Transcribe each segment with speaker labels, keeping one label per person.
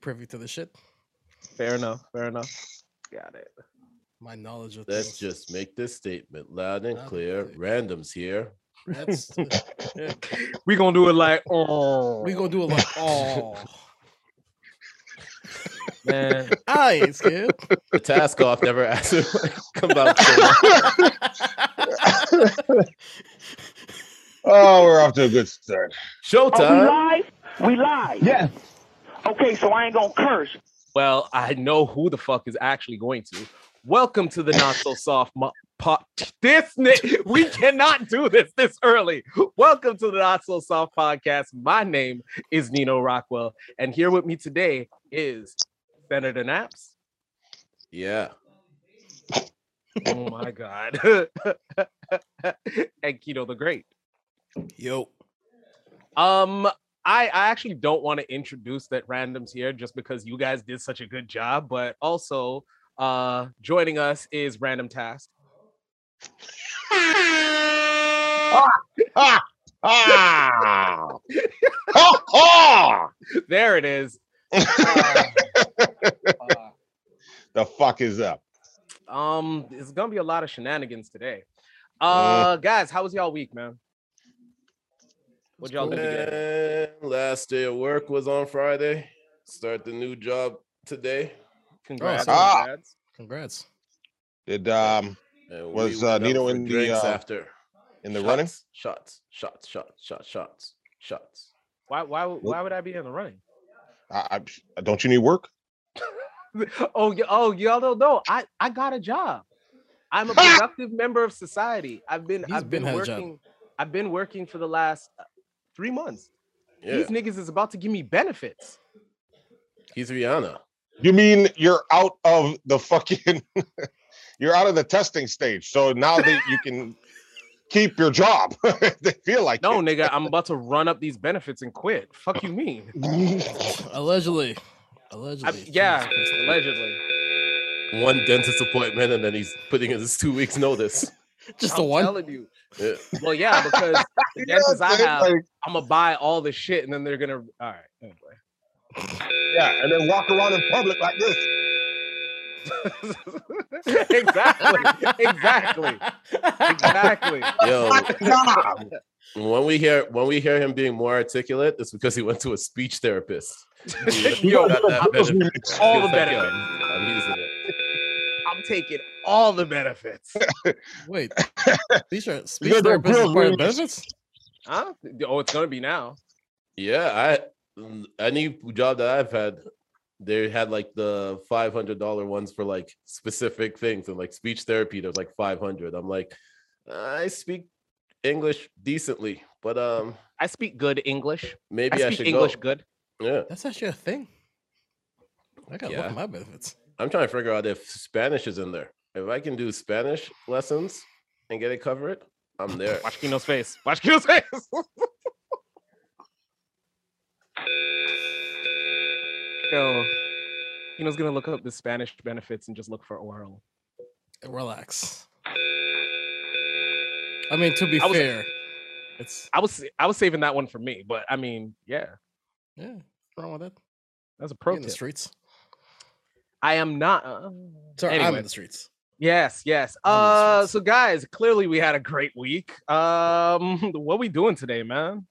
Speaker 1: privy to the shit.
Speaker 2: Fair enough. Fair enough. Got it.
Speaker 1: My knowledge of things.
Speaker 3: Let's just make this statement loud and
Speaker 1: Loud and
Speaker 3: clear.
Speaker 1: clear.
Speaker 3: Randoms here.
Speaker 1: That's, yeah,
Speaker 2: We gonna do it like oh,
Speaker 1: we gonna do a lot. Oh,
Speaker 2: man.
Speaker 1: I ain't scared.
Speaker 3: The task off never answered. Come out. clear.
Speaker 4: Oh, we're off to a good start.
Speaker 1: Oh,
Speaker 5: Are Oh, we
Speaker 3: Showtime.
Speaker 5: live? We live.
Speaker 4: Yeah.
Speaker 5: Okay, so I ain't gonna curse.
Speaker 2: Well, I know who the fuck is actually going to. Welcome to the not so soft mo- pod. This ni- we cannot do this this early. Welcome to the not so soft podcast. My name is Nino Rockwell, and here with me today is Senator Naps.
Speaker 3: Yeah.
Speaker 2: Oh my god, and Keto the Great.
Speaker 1: Yo,
Speaker 2: Um, I, I actually don't want to introduce that randoms here just because you guys did such a good job, but also uh joining us is Random Task.
Speaker 4: Ah! ha, ha!
Speaker 2: There it is. Uh, uh,
Speaker 4: The fuck is up?
Speaker 2: um, it's gonna be a lot of shenanigans today. Uh guys, how was y'all week, man? What y'all do today?
Speaker 3: Man, last day of work was on Friday. Start the new job today.
Speaker 2: Congrats.
Speaker 4: Ah.
Speaker 2: congrats.
Speaker 1: congrats.
Speaker 4: Did um
Speaker 3: and we
Speaker 4: Was,
Speaker 3: went
Speaker 4: uh,
Speaker 3: out
Speaker 4: Nino
Speaker 3: for
Speaker 4: in the,
Speaker 3: drinks
Speaker 4: uh,
Speaker 3: after
Speaker 4: in the running?
Speaker 3: Shots, shots, shots, shots, shots, shots.
Speaker 2: Why why why would I be in the running?
Speaker 4: I, I, don't you need work?
Speaker 2: oh, y- oh, y'all don't know. I, I got a job. I'm a productive member of society. I've been
Speaker 1: He's
Speaker 2: I've been,
Speaker 1: been had a job.
Speaker 2: working. I've been working for the last uh, three months.
Speaker 3: Yeah,
Speaker 2: These niggas is about to give me benefits.
Speaker 3: he's Rihanna.
Speaker 4: You mean you're out of the fucking you're out of the testing stage. So now that you can keep your job. they feel like
Speaker 2: No, nigga, I'm about to run up these benefits and quit. Fuck you mean?
Speaker 4: it.
Speaker 1: Allegedly,
Speaker 2: I-
Speaker 1: allegedly.
Speaker 2: yeah,
Speaker 1: Jesus Christ.
Speaker 2: allegedly.
Speaker 3: One dentist appointment, and then he's putting in his two weeks' notice.
Speaker 1: just the
Speaker 2: I'm
Speaker 1: one.
Speaker 2: telling you.
Speaker 3: Yeah.
Speaker 2: Well, yeah, because the
Speaker 4: You know
Speaker 2: dentists
Speaker 4: what I'm
Speaker 2: I
Speaker 4: saying?
Speaker 2: have,
Speaker 4: Like,
Speaker 2: I'm gonna buy all the shit, and then they're gonna. All right. Anyway.
Speaker 4: yeah, and then walk around in public like this.
Speaker 2: exactly. Exactly. Exactly.
Speaker 3: Yo,
Speaker 4: Job.
Speaker 3: when we hear when we hear him being more articulate, it's because he went to a speech therapist.
Speaker 2: Yo,
Speaker 3: Got that benefit.
Speaker 2: all the
Speaker 3: Good thank you.
Speaker 2: benefits.
Speaker 3: I'm using it.
Speaker 2: I'm taking all the benefits.
Speaker 1: Wait, these are speech
Speaker 4: You're the
Speaker 1: therapist is
Speaker 4: real
Speaker 1: part of the
Speaker 4: genius.
Speaker 1: benefits.
Speaker 2: huh? Oh, it's gonna be now.
Speaker 3: Yeah, I any job that I've had, they had like the five hundred dollar ones for like specific things, and like speech therapy, there's like five hundred. I'm like, I speak English decently, but um,
Speaker 2: I speak good English.
Speaker 3: maybe I,
Speaker 2: I speak
Speaker 3: should
Speaker 2: English
Speaker 3: go.
Speaker 2: good.
Speaker 3: Yeah,
Speaker 1: That's actually a thing. I gotta look
Speaker 3: Yeah.
Speaker 1: at my benefits.
Speaker 3: I'm trying to figure out if Spanish is in there. If I can do Spanish lessons and get it covered, I'm there.
Speaker 2: Watch Kino's face. Watch Kino's face. Yo, Kino's gonna look up the Spanish benefits and just look for oral.
Speaker 1: Relax. I mean, to be
Speaker 2: I was-
Speaker 1: fair, it's
Speaker 2: I was I was saving that one for me, but I mean, yeah,
Speaker 1: yeah. what's Wrong with that?
Speaker 2: that's a
Speaker 1: You're
Speaker 2: pro
Speaker 1: in the
Speaker 2: tip.
Speaker 1: streets.
Speaker 2: I am not. Uh,
Speaker 1: Sorry, I'm
Speaker 2: anyway.
Speaker 1: in the streets.
Speaker 2: Yes, yes.
Speaker 1: Oh,
Speaker 2: Uh,
Speaker 1: yes,
Speaker 2: so guys, clearly we had a great week. Um, what we doing today, man?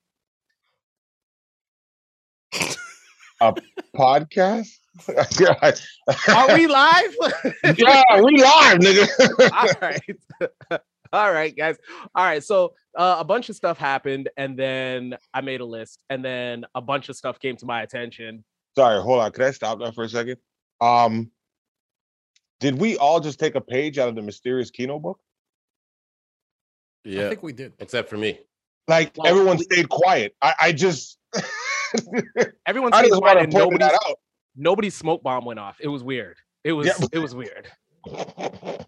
Speaker 4: Podcast?
Speaker 2: Are we live?
Speaker 4: yeah, we live, nigga.
Speaker 2: All right, all right, guys. All right. So uh, a bunch of stuff happened, and then I made a list, and then a bunch of stuff came to my attention.
Speaker 4: Sorry, hold on. Could I stop that for a second? Um, did we all just take a page out of the mysterious Kino book?
Speaker 1: I
Speaker 3: Yeah,
Speaker 1: think we did.
Speaker 3: except for me.
Speaker 4: Like
Speaker 2: Well,
Speaker 4: everyone
Speaker 2: we-
Speaker 4: stayed quiet. I, I just
Speaker 2: Everyone's
Speaker 4: I
Speaker 2: stayed
Speaker 4: just
Speaker 2: quiet,
Speaker 4: want to
Speaker 2: and
Speaker 4: point
Speaker 2: nobody's
Speaker 4: that
Speaker 2: nobody's smoke bomb went off. It was weird. It was
Speaker 4: Yeah.
Speaker 2: it was weird.
Speaker 4: out.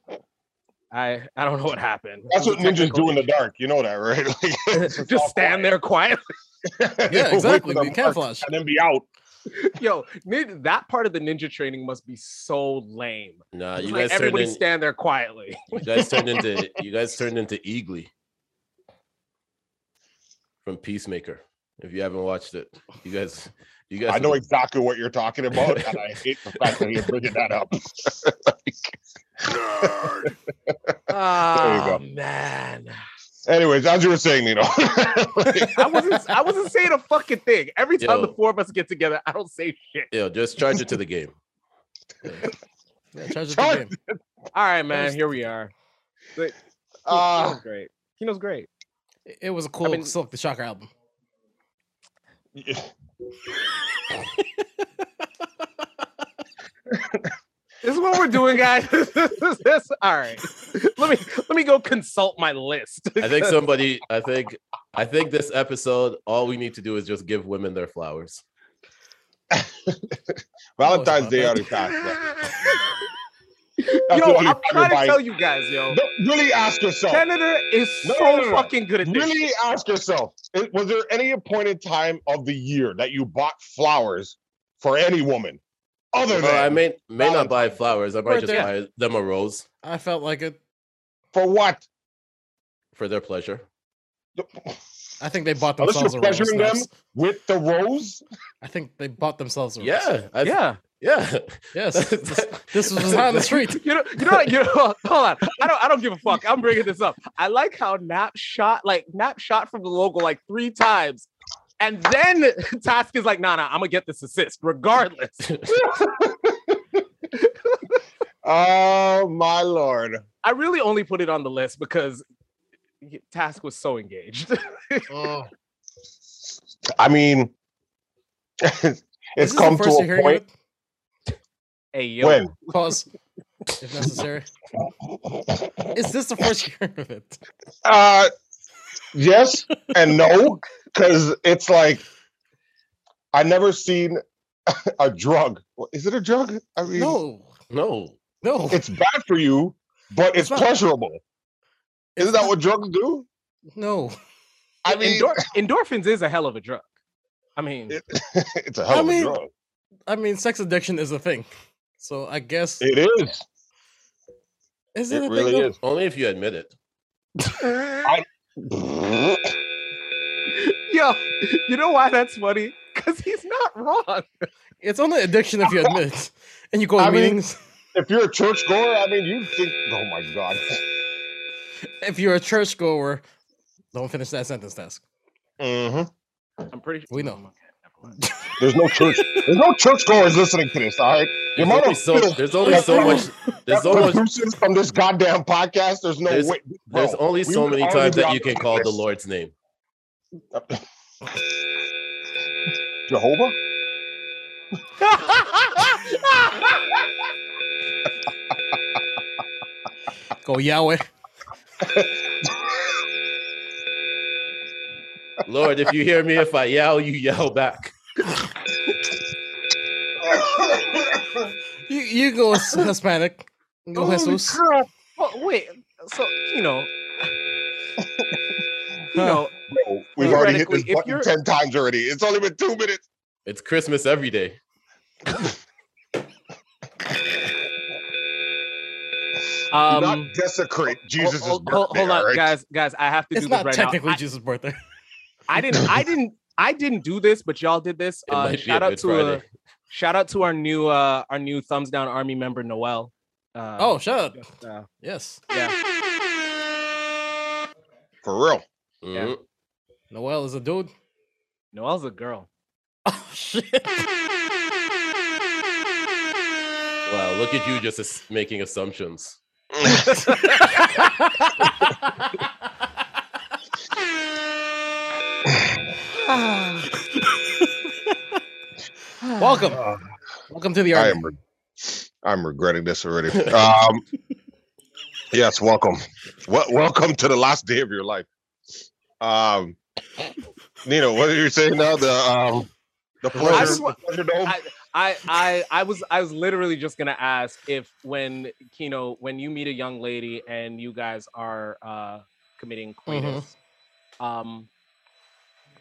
Speaker 2: I I don't know what happened.
Speaker 4: That's
Speaker 2: It was
Speaker 4: what
Speaker 2: a
Speaker 4: ninjas
Speaker 2: technical
Speaker 4: do in the
Speaker 2: issue.
Speaker 4: dark. You know that, right? Like, it's all
Speaker 2: Just stand there quiet.
Speaker 4: quiet. They
Speaker 1: Yeah,
Speaker 4: wait
Speaker 1: exactly.
Speaker 4: for the
Speaker 1: We
Speaker 4: mark
Speaker 1: camouflage.
Speaker 4: And then be out.
Speaker 2: Yo, nin- that part of the ninja training must be so lame.
Speaker 3: Nah,
Speaker 2: It's
Speaker 3: Uh, you
Speaker 2: like
Speaker 3: guys turned
Speaker 2: everybody
Speaker 3: in,
Speaker 2: stand there quietly.
Speaker 3: You guys turned into you guys turned into Eagly from Peacemaker. If you haven't watched it, you guys You guys,
Speaker 4: I know
Speaker 3: are-
Speaker 4: exactly what you're talking about, and I hate the fact that you're bringing that up.
Speaker 2: Ah,
Speaker 4: go.
Speaker 2: man.
Speaker 4: Anyways, as you were saying, Nino,
Speaker 2: I wasn't I wasn't saying a fucking thing. Every time the
Speaker 3: Yo.
Speaker 2: four of us get together, I don't say shit.
Speaker 3: yo, just charge it to the game.
Speaker 1: Yeah, charge it
Speaker 4: Charge
Speaker 1: to game.
Speaker 2: All right, man. Here we are.
Speaker 4: uh,
Speaker 2: Kino's great. Kino's great.
Speaker 1: It- It was a cool
Speaker 2: mean-
Speaker 1: Silk the Shocker album.
Speaker 2: This is what we're doing, guys. this, this, this. All right. Let me let me go consult my list.
Speaker 3: I think somebody. I think. I think this episode, all we need to do is just give women their flowers.
Speaker 4: Valentine's
Speaker 1: about
Speaker 4: Day
Speaker 1: that.
Speaker 4: already
Speaker 2: yo,
Speaker 4: passed. man. That's the only
Speaker 2: I'm
Speaker 4: time
Speaker 2: trying
Speaker 4: you're
Speaker 2: to
Speaker 4: buying-
Speaker 2: tell you guys, yo.
Speaker 4: Don't- Really ask yourself.
Speaker 2: Senator is
Speaker 4: No,
Speaker 2: so
Speaker 4: no, no, no.
Speaker 2: fucking good at this.
Speaker 4: Really
Speaker 2: shit.
Speaker 4: ask yourself: i- Was there any point in time of the year that you bought flowers for any woman, other
Speaker 3: Well,
Speaker 4: than
Speaker 3: I may may not buy flowers. I might just
Speaker 1: Birthday.
Speaker 3: buy them a rose
Speaker 1: I felt like it.
Speaker 4: for what?
Speaker 3: for their pleasure.
Speaker 1: I think they bought
Speaker 4: Unless you're
Speaker 1: themselves a rose.
Speaker 4: pleasuring them?
Speaker 1: Snaps.
Speaker 4: With the rose?
Speaker 1: I think they bought themselves a
Speaker 4: Hmm.
Speaker 1: rose.
Speaker 3: Yeah, I-
Speaker 2: Yeah.
Speaker 3: yeah.
Speaker 1: Yes. this,
Speaker 3: That-
Speaker 1: this was on the street.
Speaker 2: You know, you know, what? you know. Hold on, I don't, I don't give a fuck. I'm bringing this up. I like how Nap shot, like Nap shot from the logo like three times, and then Task is like, "Nah, nah, I'm gonna get this assist regardless."
Speaker 4: Oh my lord!
Speaker 2: I really only put it on the list because Task was so engaged.
Speaker 4: I mean,
Speaker 1: This
Speaker 4: it's
Speaker 1: is
Speaker 4: come
Speaker 1: the
Speaker 4: to
Speaker 1: first you're
Speaker 4: a
Speaker 1: hearing
Speaker 4: point
Speaker 1: it.
Speaker 2: hey yo,
Speaker 4: when
Speaker 1: Pause, if necessary. Is this the first you're hearing of it?
Speaker 4: Uh, yes and no, because it's like I never seen a drug. Is it a drug? I mean,
Speaker 1: No,
Speaker 3: no,
Speaker 1: no.
Speaker 4: it's bad for you, but
Speaker 1: It's
Speaker 4: it's,
Speaker 1: not-
Speaker 4: pleasurable.
Speaker 1: it's
Speaker 4: Isn't that
Speaker 1: not-
Speaker 4: what drugs do?
Speaker 1: No.
Speaker 4: I
Speaker 2: endor-
Speaker 4: mean,
Speaker 2: endorphins is a hell of a drug. I mean,
Speaker 4: It- it's a hell
Speaker 1: I
Speaker 4: of
Speaker 1: mean-
Speaker 4: a drug.
Speaker 1: I mean, sex addiction is a thing. So I guess
Speaker 4: It is.
Speaker 1: is it,
Speaker 4: It
Speaker 1: a
Speaker 4: really
Speaker 1: thing? though?
Speaker 4: is.
Speaker 3: only if you admit it.
Speaker 2: yo, you know why that's funny? Because he's not wrong.
Speaker 1: It's only addiction if you admit it. And you go to
Speaker 4: I mean-
Speaker 1: meetings.
Speaker 4: If you're a churchgoer, I mean, you think, oh my god.
Speaker 1: If you're a churchgoer, don't finish that sentence task.
Speaker 4: Mhm.
Speaker 2: I'm pretty. sure.
Speaker 1: We know.
Speaker 4: There's no church. There's no churchgoers listening to this. All right. The
Speaker 3: There's
Speaker 4: amount
Speaker 3: only
Speaker 4: of
Speaker 3: so,
Speaker 4: filth
Speaker 3: there's only
Speaker 4: that
Speaker 3: so much.
Speaker 4: that
Speaker 3: There's so much.
Speaker 4: produces from this goddamn podcast. There's no
Speaker 3: There's-
Speaker 4: way. bro,
Speaker 3: There's only
Speaker 4: we
Speaker 3: so
Speaker 4: would
Speaker 3: many
Speaker 4: already
Speaker 3: times
Speaker 4: be
Speaker 3: that
Speaker 4: on
Speaker 3: you can
Speaker 4: this
Speaker 3: call the
Speaker 4: list.
Speaker 3: Lord's name.
Speaker 4: Jehovah.
Speaker 1: Go Yahweh.
Speaker 3: Lord, if you hear me, if I yell, you yell back.
Speaker 1: You you go s- Hispanic. Go
Speaker 2: Holy
Speaker 1: Oh, Jesus.
Speaker 2: crap. But wait, so you know, you
Speaker 1: Huh.
Speaker 2: know,
Speaker 4: Bro, We've already hit
Speaker 2: Theoretically,
Speaker 4: this
Speaker 2: if
Speaker 4: button
Speaker 2: you're-
Speaker 4: ten times already. It's only been two minutes.
Speaker 3: It's Christmas every day.
Speaker 4: Do
Speaker 2: um,
Speaker 4: Not desecrate Jesus'
Speaker 2: hold, hold-
Speaker 4: birthday.
Speaker 2: hold- hold on,
Speaker 4: all right?
Speaker 2: guys, guys, I have to
Speaker 1: It's
Speaker 2: do this
Speaker 1: not
Speaker 2: right
Speaker 1: technically
Speaker 2: now.
Speaker 1: Jesus' birthday.
Speaker 2: I, I didn't, I didn't, I didn't do this, but y'all did this.
Speaker 3: It
Speaker 2: Uh,
Speaker 3: might be a
Speaker 2: shout out
Speaker 3: Good
Speaker 2: to uh,
Speaker 3: Friday.
Speaker 2: shout out to our new, uh, our new thumbs down army member Noel. Uh,
Speaker 1: Oh, shut up.
Speaker 2: uh,
Speaker 1: Yes.
Speaker 2: yeah,
Speaker 4: For real.
Speaker 2: yeah.
Speaker 3: Mhm.
Speaker 1: Noel is a dude.
Speaker 2: Noel's a girl.
Speaker 1: Oh shit.
Speaker 3: Mm-hmm. Wow, look at you just as- making assumptions.
Speaker 1: Welcome.
Speaker 4: Uh,
Speaker 1: Welcome to the
Speaker 4: I
Speaker 1: army.
Speaker 4: am. re- I'm regretting this already. Um, yes, welcome. Wel- welcome to the last day of your life. Um, Nino, what are you saying now? The um,
Speaker 2: I
Speaker 4: the pleasure.
Speaker 2: just wa-
Speaker 4: pleasure dome?
Speaker 2: I- I, I I was I was literally just gonna ask if when Kino when you meet a young lady and you guys are uh committing coitus, um,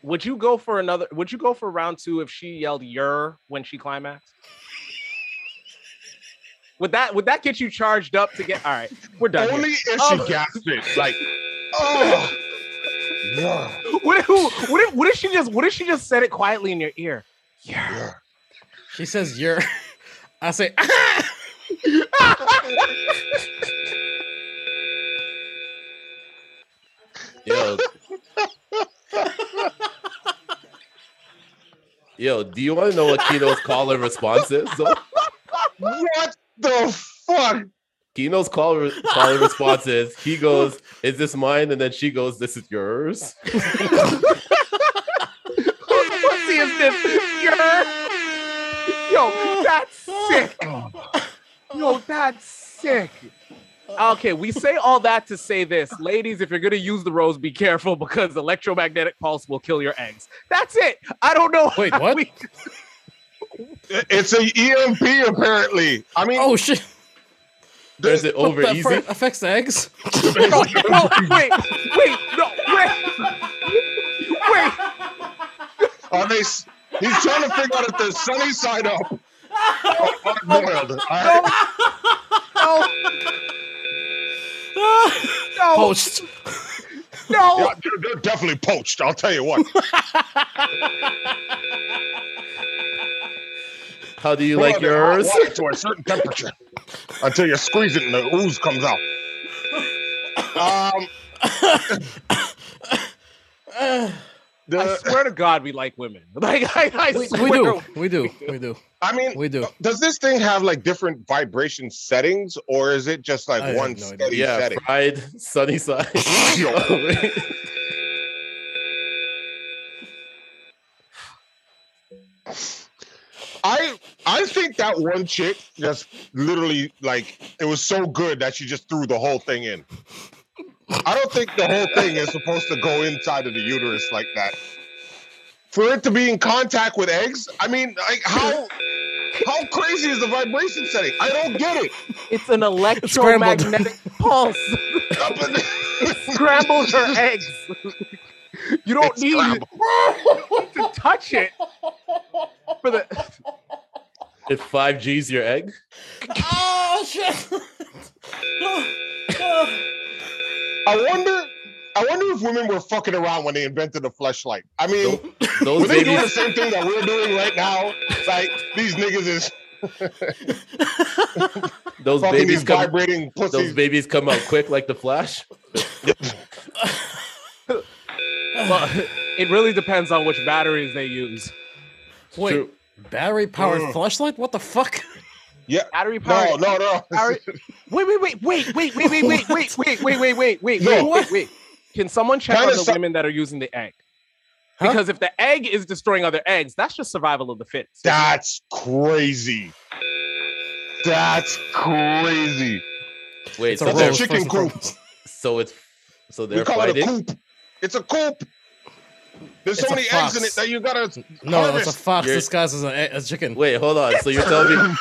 Speaker 2: would you go for another? Would you go for round two if she yelled "your" when she climaxed? Would that would that get you charged up to get? All right, we're done. here.
Speaker 4: Only if
Speaker 2: Um,
Speaker 4: she gasped it, like, oh, yeah.
Speaker 2: What if, who- what if what if she just what if she just said it quietly in your ear? Yeah.
Speaker 1: She says you're. I say
Speaker 3: Yo. Yo, do you want to know what Kino's call and response is? though?
Speaker 4: What the fuck?
Speaker 3: Kino's call, re- call and response is he goes, Is this mine? And then she goes, This is yours.
Speaker 2: Whose pussy is this? Your- Yo, that's sick. Yo, that's sick. Okay, we say all that to say this. Ladies, if you're going to use the rose, be careful because electromagnetic pulse will kill your eggs. That's it. I don't know.
Speaker 1: Wait,
Speaker 2: how
Speaker 1: what?
Speaker 2: we-
Speaker 4: I- It's an EMP apparently. I mean,
Speaker 1: oh shit!
Speaker 3: Is it
Speaker 1: What
Speaker 3: over
Speaker 1: the
Speaker 3: easy?
Speaker 1: fr- affects the eggs.
Speaker 2: No, no, wait, wait, no, wait. Wait,
Speaker 4: are they? s- He's trying to figure out if they're sunny side up. or hard boiled. I-
Speaker 2: no, no,
Speaker 1: Post.
Speaker 2: no.
Speaker 4: yeah, they're- they're definitely poached. I'll tell you what.
Speaker 3: How do you
Speaker 4: Boil
Speaker 3: like
Speaker 4: it in hot
Speaker 3: yours?
Speaker 4: water to a certain temperature until you squeeze it and the ooze comes out. Um, the-
Speaker 2: I swear to God, we like women. Like I, I
Speaker 1: We,
Speaker 2: swear.
Speaker 1: we do. We do. We do.
Speaker 4: I mean,
Speaker 1: We do.
Speaker 4: Does this thing have like different vibration settings, or is it just like
Speaker 1: I have
Speaker 4: one
Speaker 1: no idea.
Speaker 4: steady
Speaker 3: Yeah,
Speaker 4: setting?
Speaker 3: fried sunny side.
Speaker 4: I I think that one chick just literally like it was so good that she just threw the whole thing in. I don't think the whole thing is supposed to go inside of the uterus like that. For it to be in contact with eggs, I mean, like how how crazy is the vibration setting? I don't get it.
Speaker 2: It's an
Speaker 1: scrambled.
Speaker 2: electromagnetic pulse. Scrambled her eggs. You don't
Speaker 4: It's
Speaker 2: need
Speaker 4: scrambled.
Speaker 2: to touch it for the.
Speaker 3: It 5G's your egg.
Speaker 1: Oh shit!
Speaker 4: I wonder. I wonder if women were fucking around when they invented the fleshlight. I mean,
Speaker 3: Those
Speaker 4: were they doing the
Speaker 3: babies,
Speaker 4: same thing that we're doing right now? Like these niggas is
Speaker 3: those
Speaker 4: fucking
Speaker 3: babies
Speaker 4: these
Speaker 3: come,
Speaker 4: vibrating
Speaker 3: those
Speaker 4: pussies.
Speaker 3: babies come out quick like the Flash.
Speaker 2: Well, it really depends on which batteries they use.
Speaker 1: Wait,
Speaker 3: True.
Speaker 1: battery powered
Speaker 4: Ugh.
Speaker 1: flashlight? What the fuck?
Speaker 2: Battery power.
Speaker 4: no, no, no.
Speaker 2: Battery... Wait, wait, wait, wait, wait, wait, wait, wait, wait, wait, wait, wait, wait, wait,
Speaker 4: No.
Speaker 2: wait, wait, wait. Can someone check
Speaker 4: Kinda
Speaker 2: on the
Speaker 4: so-
Speaker 2: women that are using the egg?
Speaker 1: Huh?
Speaker 2: Because if the egg is destroying other eggs, that's just survival of the fittest.
Speaker 4: That's crazy. That's crazy.
Speaker 3: Wait,
Speaker 1: It's a
Speaker 3: so
Speaker 4: That's
Speaker 3: they're-
Speaker 1: rose.
Speaker 4: chicken
Speaker 1: first and
Speaker 4: coop.
Speaker 1: foremost.
Speaker 3: so it's so
Speaker 4: We
Speaker 3: they're
Speaker 4: call it a
Speaker 3: fighting.
Speaker 4: coop. It's a coop. There's so
Speaker 1: It's a
Speaker 4: many eggs in it
Speaker 1: fox.
Speaker 4: that you gotta.
Speaker 1: No, that's a
Speaker 4: Harvest.
Speaker 1: fox
Speaker 3: You're-
Speaker 1: disguised as a, a chicken.
Speaker 3: Wait, hold on. So you're telling me.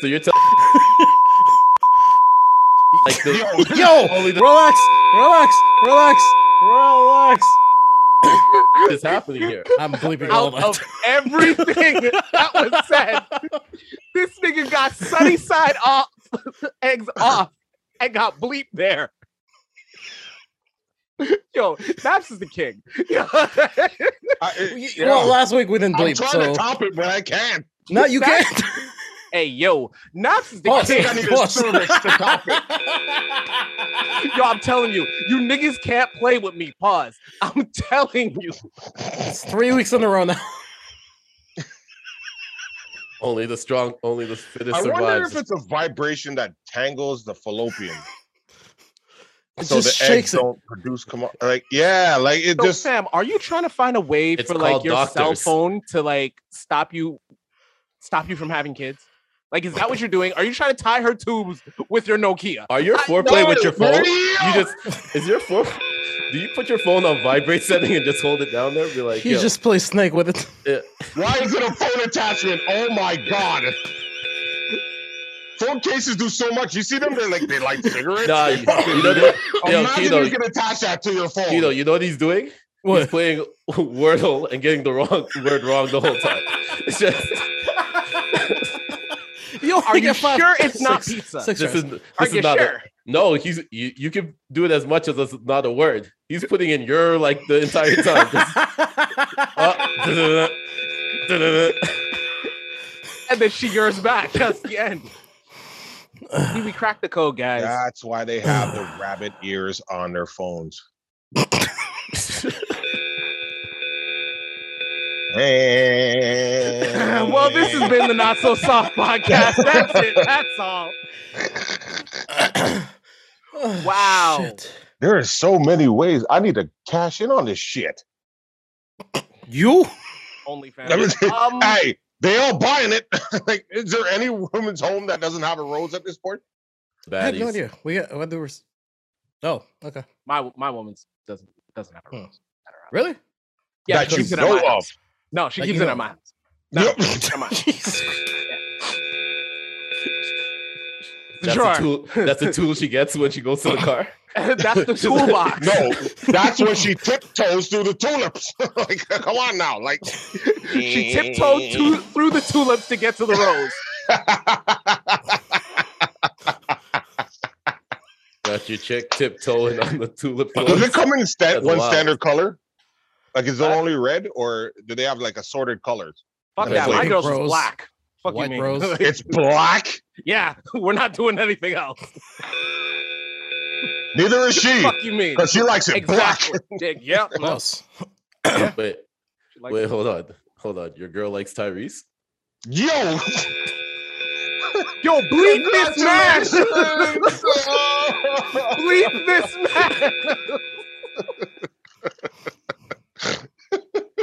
Speaker 3: So you're telling like the,
Speaker 1: Yo,
Speaker 3: Only the-
Speaker 1: relax, relax, relax, relax.
Speaker 3: what is happening here?
Speaker 1: I'm bleeping all
Speaker 2: out
Speaker 1: that.
Speaker 2: of everything that was said. This nigga got sunny side off, eggs off, and got bleep there. Yo, Naps is the king. Yo,
Speaker 4: I- it-
Speaker 1: Y-
Speaker 4: yeah.
Speaker 1: Well, last week we didn't
Speaker 4: I'm
Speaker 1: bleep,
Speaker 4: trying
Speaker 1: so
Speaker 4: to top it, but I can't.
Speaker 1: no, you
Speaker 2: That-
Speaker 1: can't.
Speaker 2: hey, yo, Naps is the
Speaker 1: Pause.
Speaker 4: I
Speaker 2: king.
Speaker 4: need a
Speaker 1: Boss.
Speaker 4: cervix to top it.
Speaker 2: Yo, I'm telling you, you niggas can't play with me. Pause. I'm telling you.
Speaker 1: It's three weeks in a row now.
Speaker 3: Only the strong, only the fittest
Speaker 4: I wonder
Speaker 3: survives.
Speaker 4: if it's a vibration that tangles the fallopian.
Speaker 1: It
Speaker 4: so
Speaker 1: just
Speaker 4: the eggs
Speaker 1: shakes it.
Speaker 4: don't produce come like yeah like it
Speaker 2: So,
Speaker 4: just
Speaker 2: Sam, are you trying to find a way
Speaker 3: It's
Speaker 2: for like
Speaker 3: called
Speaker 2: your cell
Speaker 3: doctors.
Speaker 2: phone to like stop you, stop you from having kids? Like, is that what you're doing? Are you trying to tie her tubes with your Nokia?
Speaker 3: Are your
Speaker 2: I
Speaker 3: foreplay with your phone? You
Speaker 4: Yeah.
Speaker 3: just is your phone? Do you put your phone on vibrate setting and just hold it down there? And be like,
Speaker 1: You
Speaker 3: yo,
Speaker 1: just play snake with it.
Speaker 4: why is it a phone attachment oh my god phone cases do so much you see them they're like they light cigarettes
Speaker 3: nah, you, you know, that- yo,
Speaker 4: imagine
Speaker 3: Kino,
Speaker 4: you can attach that to your phone
Speaker 3: Kino, you know what he's doing? He's
Speaker 1: What?
Speaker 3: playing Wordle and getting the wrong word wrong the whole time. It's just
Speaker 1: You only
Speaker 2: Are you
Speaker 1: get five-
Speaker 2: sure it's not
Speaker 1: six-
Speaker 2: pizza?
Speaker 1: six
Speaker 3: this
Speaker 1: tries.
Speaker 3: is this
Speaker 2: Are
Speaker 3: is
Speaker 2: you
Speaker 3: not.
Speaker 2: sure?
Speaker 3: A, no, he's you, you can do it as much as it's not a word. He's putting in your like the entire time. Uh,
Speaker 2: and then she yours back. That's the end. Pee Wee cracked the code, guys.
Speaker 4: That's why they have the rabbit ears on their phones.
Speaker 2: well, this has been the Not So Soft podcast. That's it. That's all.
Speaker 1: Oh,
Speaker 2: Wow.
Speaker 1: shit.
Speaker 4: There are so many ways. I need to cash in on this shit.
Speaker 1: You?
Speaker 2: OnlyFans. Um,
Speaker 4: hey, they all buying it. like, is there any woman's home that doesn't have a rose at this point?
Speaker 1: I have no
Speaker 3: baddies.
Speaker 1: idea. We got what there was. Oh, okay.
Speaker 2: my my woman doesn't doesn't have a
Speaker 1: Hmm.
Speaker 2: rose.
Speaker 1: Really?
Speaker 2: Yeah,
Speaker 4: that
Speaker 2: she
Speaker 4: you
Speaker 2: keeps it at
Speaker 4: know
Speaker 2: my
Speaker 4: of.
Speaker 2: house. No, she
Speaker 1: That
Speaker 2: keeps
Speaker 1: you
Speaker 2: it
Speaker 1: know
Speaker 2: at
Speaker 1: of.
Speaker 2: my house. No,
Speaker 4: Yep.
Speaker 2: she keeps it at my house.
Speaker 1: Jesus.
Speaker 3: That's,
Speaker 2: Sure.
Speaker 3: a tool, that's a tool she gets when she goes to the car.
Speaker 2: That's the toolbox.
Speaker 4: No, that's when she tiptoes through the tulips. like, come on now. Like,
Speaker 2: She tiptoed to, through the tulips to get to the rose.
Speaker 3: Got your chick tiptoeing on the tulip.
Speaker 4: Does it
Speaker 3: floats.
Speaker 4: come in sta-
Speaker 3: That's
Speaker 4: one
Speaker 3: wild.
Speaker 4: standard color? Like, is it
Speaker 2: I-
Speaker 4: only red, or do they have like assorted colors?
Speaker 2: Fuck
Speaker 3: That's
Speaker 2: that. My
Speaker 3: like-
Speaker 2: girl's
Speaker 1: Rose.
Speaker 2: black. Fuck
Speaker 1: White
Speaker 2: you,
Speaker 1: rose.
Speaker 2: rose.
Speaker 4: It's black.
Speaker 2: yeah, we're not doing anything else.
Speaker 4: Neither is she,
Speaker 2: Fuck you, mean?
Speaker 4: because she likes it
Speaker 2: Exactly.
Speaker 4: black.
Speaker 2: Dick, Yep. no,
Speaker 1: Close.
Speaker 3: Wait,
Speaker 2: she likes
Speaker 3: wait, hold on, hold on. Your girl likes Tyrese.
Speaker 4: Yo,
Speaker 2: Yo, bleep this man!
Speaker 4: congratulations.
Speaker 2: bleep this man!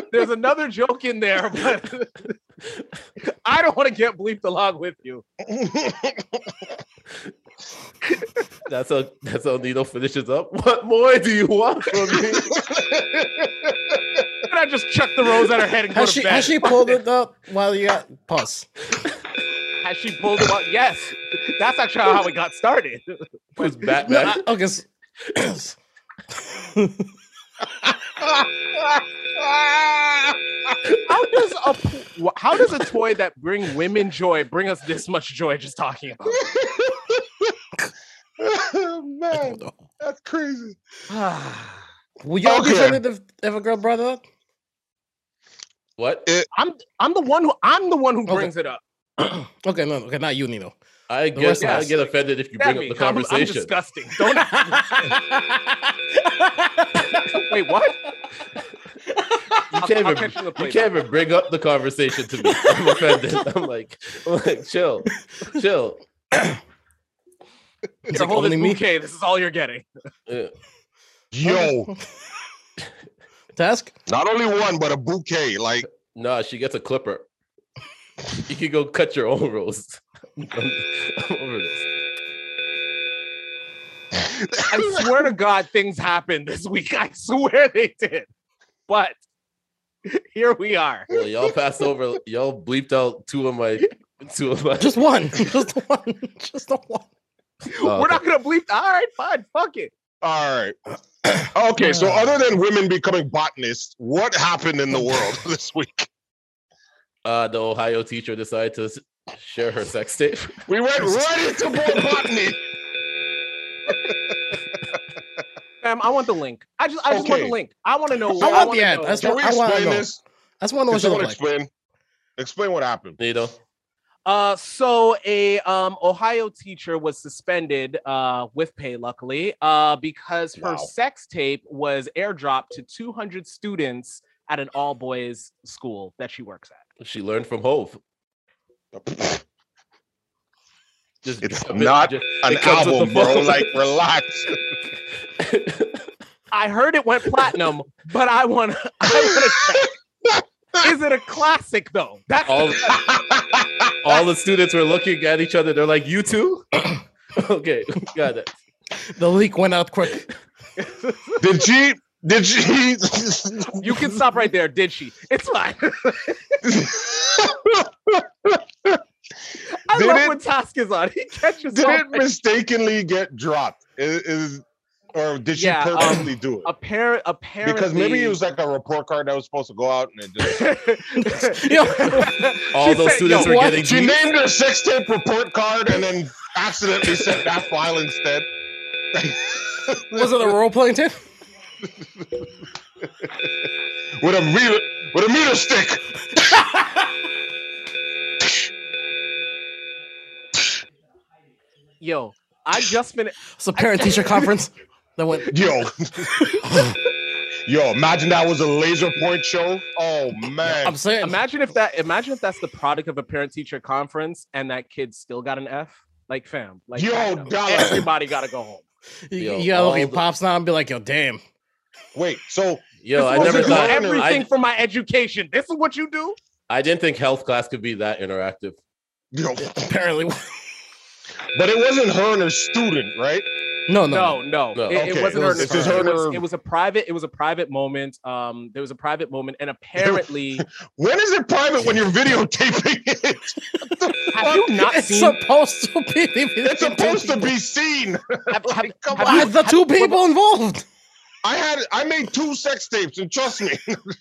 Speaker 2: There's another joke in there, but I don't want to get bleeped along with you.
Speaker 3: That's how that's how Nino finishes up. What more do you want from me?
Speaker 2: And I just chuck the rose at her head and go
Speaker 1: Has
Speaker 2: to
Speaker 1: she,
Speaker 2: bed.
Speaker 1: has she pulled it up while you got pause?
Speaker 2: Has she pulled him out? Yes. That's actually how it got started.
Speaker 3: Who's
Speaker 1: No,
Speaker 3: Batman?
Speaker 1: I, okay. s-
Speaker 2: How does a p- how does a toy that bring women joy bring us this much joy just talking about? it?
Speaker 4: man, that's crazy.
Speaker 1: Will y'all be
Speaker 4: Okay.
Speaker 1: offended if, if a girl brought it up?
Speaker 3: What?
Speaker 2: I'm I'm the one who I'm the one who
Speaker 1: Okay.
Speaker 2: brings it up.
Speaker 1: okay, no, okay, not you, Nino.
Speaker 3: I
Speaker 1: The rest
Speaker 3: get
Speaker 1: of
Speaker 3: I
Speaker 1: us.
Speaker 3: get offended if you
Speaker 2: Damn me,
Speaker 3: bring up the
Speaker 2: I'm- I'm,
Speaker 3: conversation.
Speaker 2: disgusting. Don't wait. What?
Speaker 3: You
Speaker 2: I'll-
Speaker 3: can't
Speaker 2: I'll
Speaker 3: even
Speaker 2: catch you in the
Speaker 3: you
Speaker 2: playback.
Speaker 3: can't even bring up the conversation to me. I'm offended. I'm like, I'm like, chill, chill.
Speaker 1: It's
Speaker 2: Here,
Speaker 1: like
Speaker 2: hold
Speaker 1: only
Speaker 2: this
Speaker 1: me.
Speaker 2: bouquet. This is all you're getting.
Speaker 3: Uh,
Speaker 4: Yo,
Speaker 1: Task?
Speaker 4: not only one, but a bouquet. Like,
Speaker 3: Nah, she gets a clipper. You can go cut your own roast. I'm, I'm over this.
Speaker 2: I swear to God, things happened this week. I swear they did. But here we are.
Speaker 3: Well, y'all passed over. Y'all bleeped out two of my two of my.
Speaker 1: Just one. Just the one. Just the one.
Speaker 3: Oh,
Speaker 2: We're not gonna bleep. All right, fine. Fuck it.
Speaker 4: all right. Okay, so other than women becoming botanists, what happened in the world this week?
Speaker 3: uh, the Ohio teacher decided to s- share her sex tape.
Speaker 4: We went right into more botany.
Speaker 2: Fam, I want the link. I just I just want the
Speaker 4: Okay.
Speaker 2: link. I want to know where
Speaker 1: want the
Speaker 2: wanna
Speaker 1: ad.
Speaker 2: know.
Speaker 1: That's
Speaker 4: Can
Speaker 1: what-
Speaker 4: we
Speaker 1: I wanna
Speaker 4: explain
Speaker 1: know.
Speaker 4: this?
Speaker 1: That's one of
Speaker 4: Can
Speaker 1: what she
Speaker 4: someone
Speaker 1: looked like.
Speaker 4: explain? Explain what happened.
Speaker 3: You know,
Speaker 2: Uh, so a um, Ohio teacher was suspended uh, with pay, luckily, uh, because her
Speaker 4: Wow.
Speaker 2: sex tape was airdropped to 200 students at an all boys school that she works at.
Speaker 3: she learned from Hove. Just
Speaker 4: It's
Speaker 3: drop it,
Speaker 4: not
Speaker 3: just-
Speaker 4: An
Speaker 3: it comes with the
Speaker 4: album, bro.
Speaker 3: phone.
Speaker 4: Like, relax.
Speaker 2: I heard it went platinum, but I want to. I want to. Is it a classic though? That's the
Speaker 3: all,
Speaker 2: question.
Speaker 3: all the students were looking at each other. They're like, "You too." okay, got it.
Speaker 1: The leak went out quick.
Speaker 4: Did she? Did she?
Speaker 2: you can stop right there. Did she? It's fine. I
Speaker 4: Did
Speaker 2: love
Speaker 4: it-
Speaker 2: when Task is on. He catches
Speaker 4: did
Speaker 2: so
Speaker 4: it
Speaker 2: many-
Speaker 4: mistakenly get dropped? Is, is or did she
Speaker 2: Yeah, um,
Speaker 4: purposely do it?
Speaker 2: Appar- apparently,
Speaker 4: Because maybe it was like a report card that was supposed to go out and it just.
Speaker 1: Yo,
Speaker 3: All
Speaker 2: She
Speaker 3: those
Speaker 2: said,
Speaker 3: students
Speaker 2: "Yo,
Speaker 3: were
Speaker 1: what?
Speaker 3: getting
Speaker 4: She
Speaker 3: Gs.
Speaker 4: named her sex tape report card and then accidentally sent that file instead.
Speaker 1: was it a role playing tip?
Speaker 4: with a meter with a meter stick.
Speaker 2: Yo, I just been
Speaker 1: It's a parent teacher conference that went.
Speaker 4: Yo. Yo, imagine that was a laser point show. Oh man.
Speaker 1: I'm saying.
Speaker 2: imagine if that imagine if that's the product of a parent teacher conference and that kid still got an F. Like fam, like
Speaker 4: Yo,
Speaker 2: I know.
Speaker 4: Dollar.
Speaker 2: everybody gotta go home.
Speaker 1: you,
Speaker 3: Yo,
Speaker 1: you gotta look at
Speaker 3: all
Speaker 1: your
Speaker 3: the-
Speaker 1: pops now and be like, yo, damn.
Speaker 4: Wait, so
Speaker 3: Yo, I
Speaker 4: was
Speaker 3: never
Speaker 4: it
Speaker 3: thought
Speaker 4: learning?
Speaker 2: everything
Speaker 3: I,
Speaker 2: for my education. This is what you do.
Speaker 3: I didn't think health class could be that interactive.
Speaker 4: yo,
Speaker 1: Apparently,
Speaker 4: but it wasn't her and her student, right?
Speaker 1: no, no,
Speaker 2: No, no,
Speaker 3: No.
Speaker 2: It, it
Speaker 4: Okay,
Speaker 2: wasn't
Speaker 1: it
Speaker 2: her.
Speaker 1: was
Speaker 2: It
Speaker 1: just
Speaker 2: was,
Speaker 4: her-
Speaker 2: it was- it was a private. It was a private moment. Um, there was a private moment, and apparently,
Speaker 4: When is it private when you're videotaping it?
Speaker 2: have you not
Speaker 1: It's
Speaker 2: seen?
Speaker 1: supposed to be.
Speaker 4: It's supposed to be seen.
Speaker 2: have- have-
Speaker 4: Like, come
Speaker 2: have
Speaker 4: on.
Speaker 2: you-
Speaker 1: With the two people involved.
Speaker 4: I had I made two sex tapes, and trust me,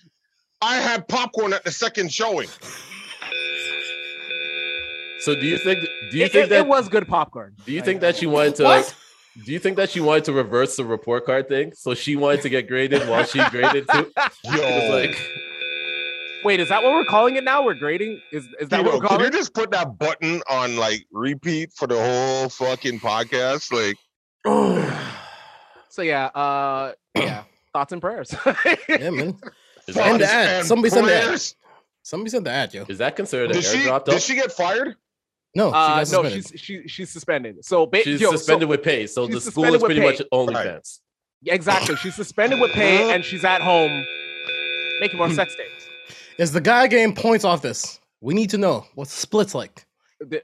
Speaker 4: I had popcorn at the second showing.
Speaker 3: So do you think do you
Speaker 2: it,
Speaker 3: think
Speaker 2: it-
Speaker 3: that
Speaker 2: it was good popcorn.
Speaker 3: do you
Speaker 2: I
Speaker 3: think
Speaker 2: know.
Speaker 3: that she wanted to
Speaker 1: What?
Speaker 3: do you think that she wanted to reverse the report card thing? So she wanted to get graded while she graded too.
Speaker 4: Yo,
Speaker 3: It was like
Speaker 2: Wait, is that what we're calling it now? We're grading. Is is that
Speaker 4: Yo,
Speaker 2: what we're
Speaker 4: can
Speaker 2: calling?
Speaker 4: you
Speaker 2: it?
Speaker 4: just put that button on like repeat for the whole fucking podcast? Like,
Speaker 2: So yeah, uh, yeah. Thoughts and prayers.
Speaker 4: Oh,
Speaker 1: Yeah, man. Send
Speaker 3: is
Speaker 4: thoughts
Speaker 3: that,
Speaker 1: the ad.
Speaker 4: and
Speaker 1: Somebody send the ad.
Speaker 4: prayers?
Speaker 1: Somebody said that, yo.
Speaker 3: is that considered an
Speaker 4: Did she,
Speaker 3: airdrop?
Speaker 4: did she get fired?
Speaker 1: No, she
Speaker 2: uh,
Speaker 1: got
Speaker 2: no,
Speaker 1: suspended.
Speaker 2: she's she, she's suspended. So ba-
Speaker 3: She's
Speaker 2: yo, so-
Speaker 3: suspended with pay, so
Speaker 2: she's
Speaker 3: the school
Speaker 2: suspended
Speaker 3: is
Speaker 2: with
Speaker 3: pretty
Speaker 2: pay.
Speaker 3: much only
Speaker 4: Right.
Speaker 3: fans.
Speaker 2: exactly. She's suspended with pay, and she's at home making more sex tapes.
Speaker 1: Is the guy getting points off this? We need to know what splits like.
Speaker 2: The-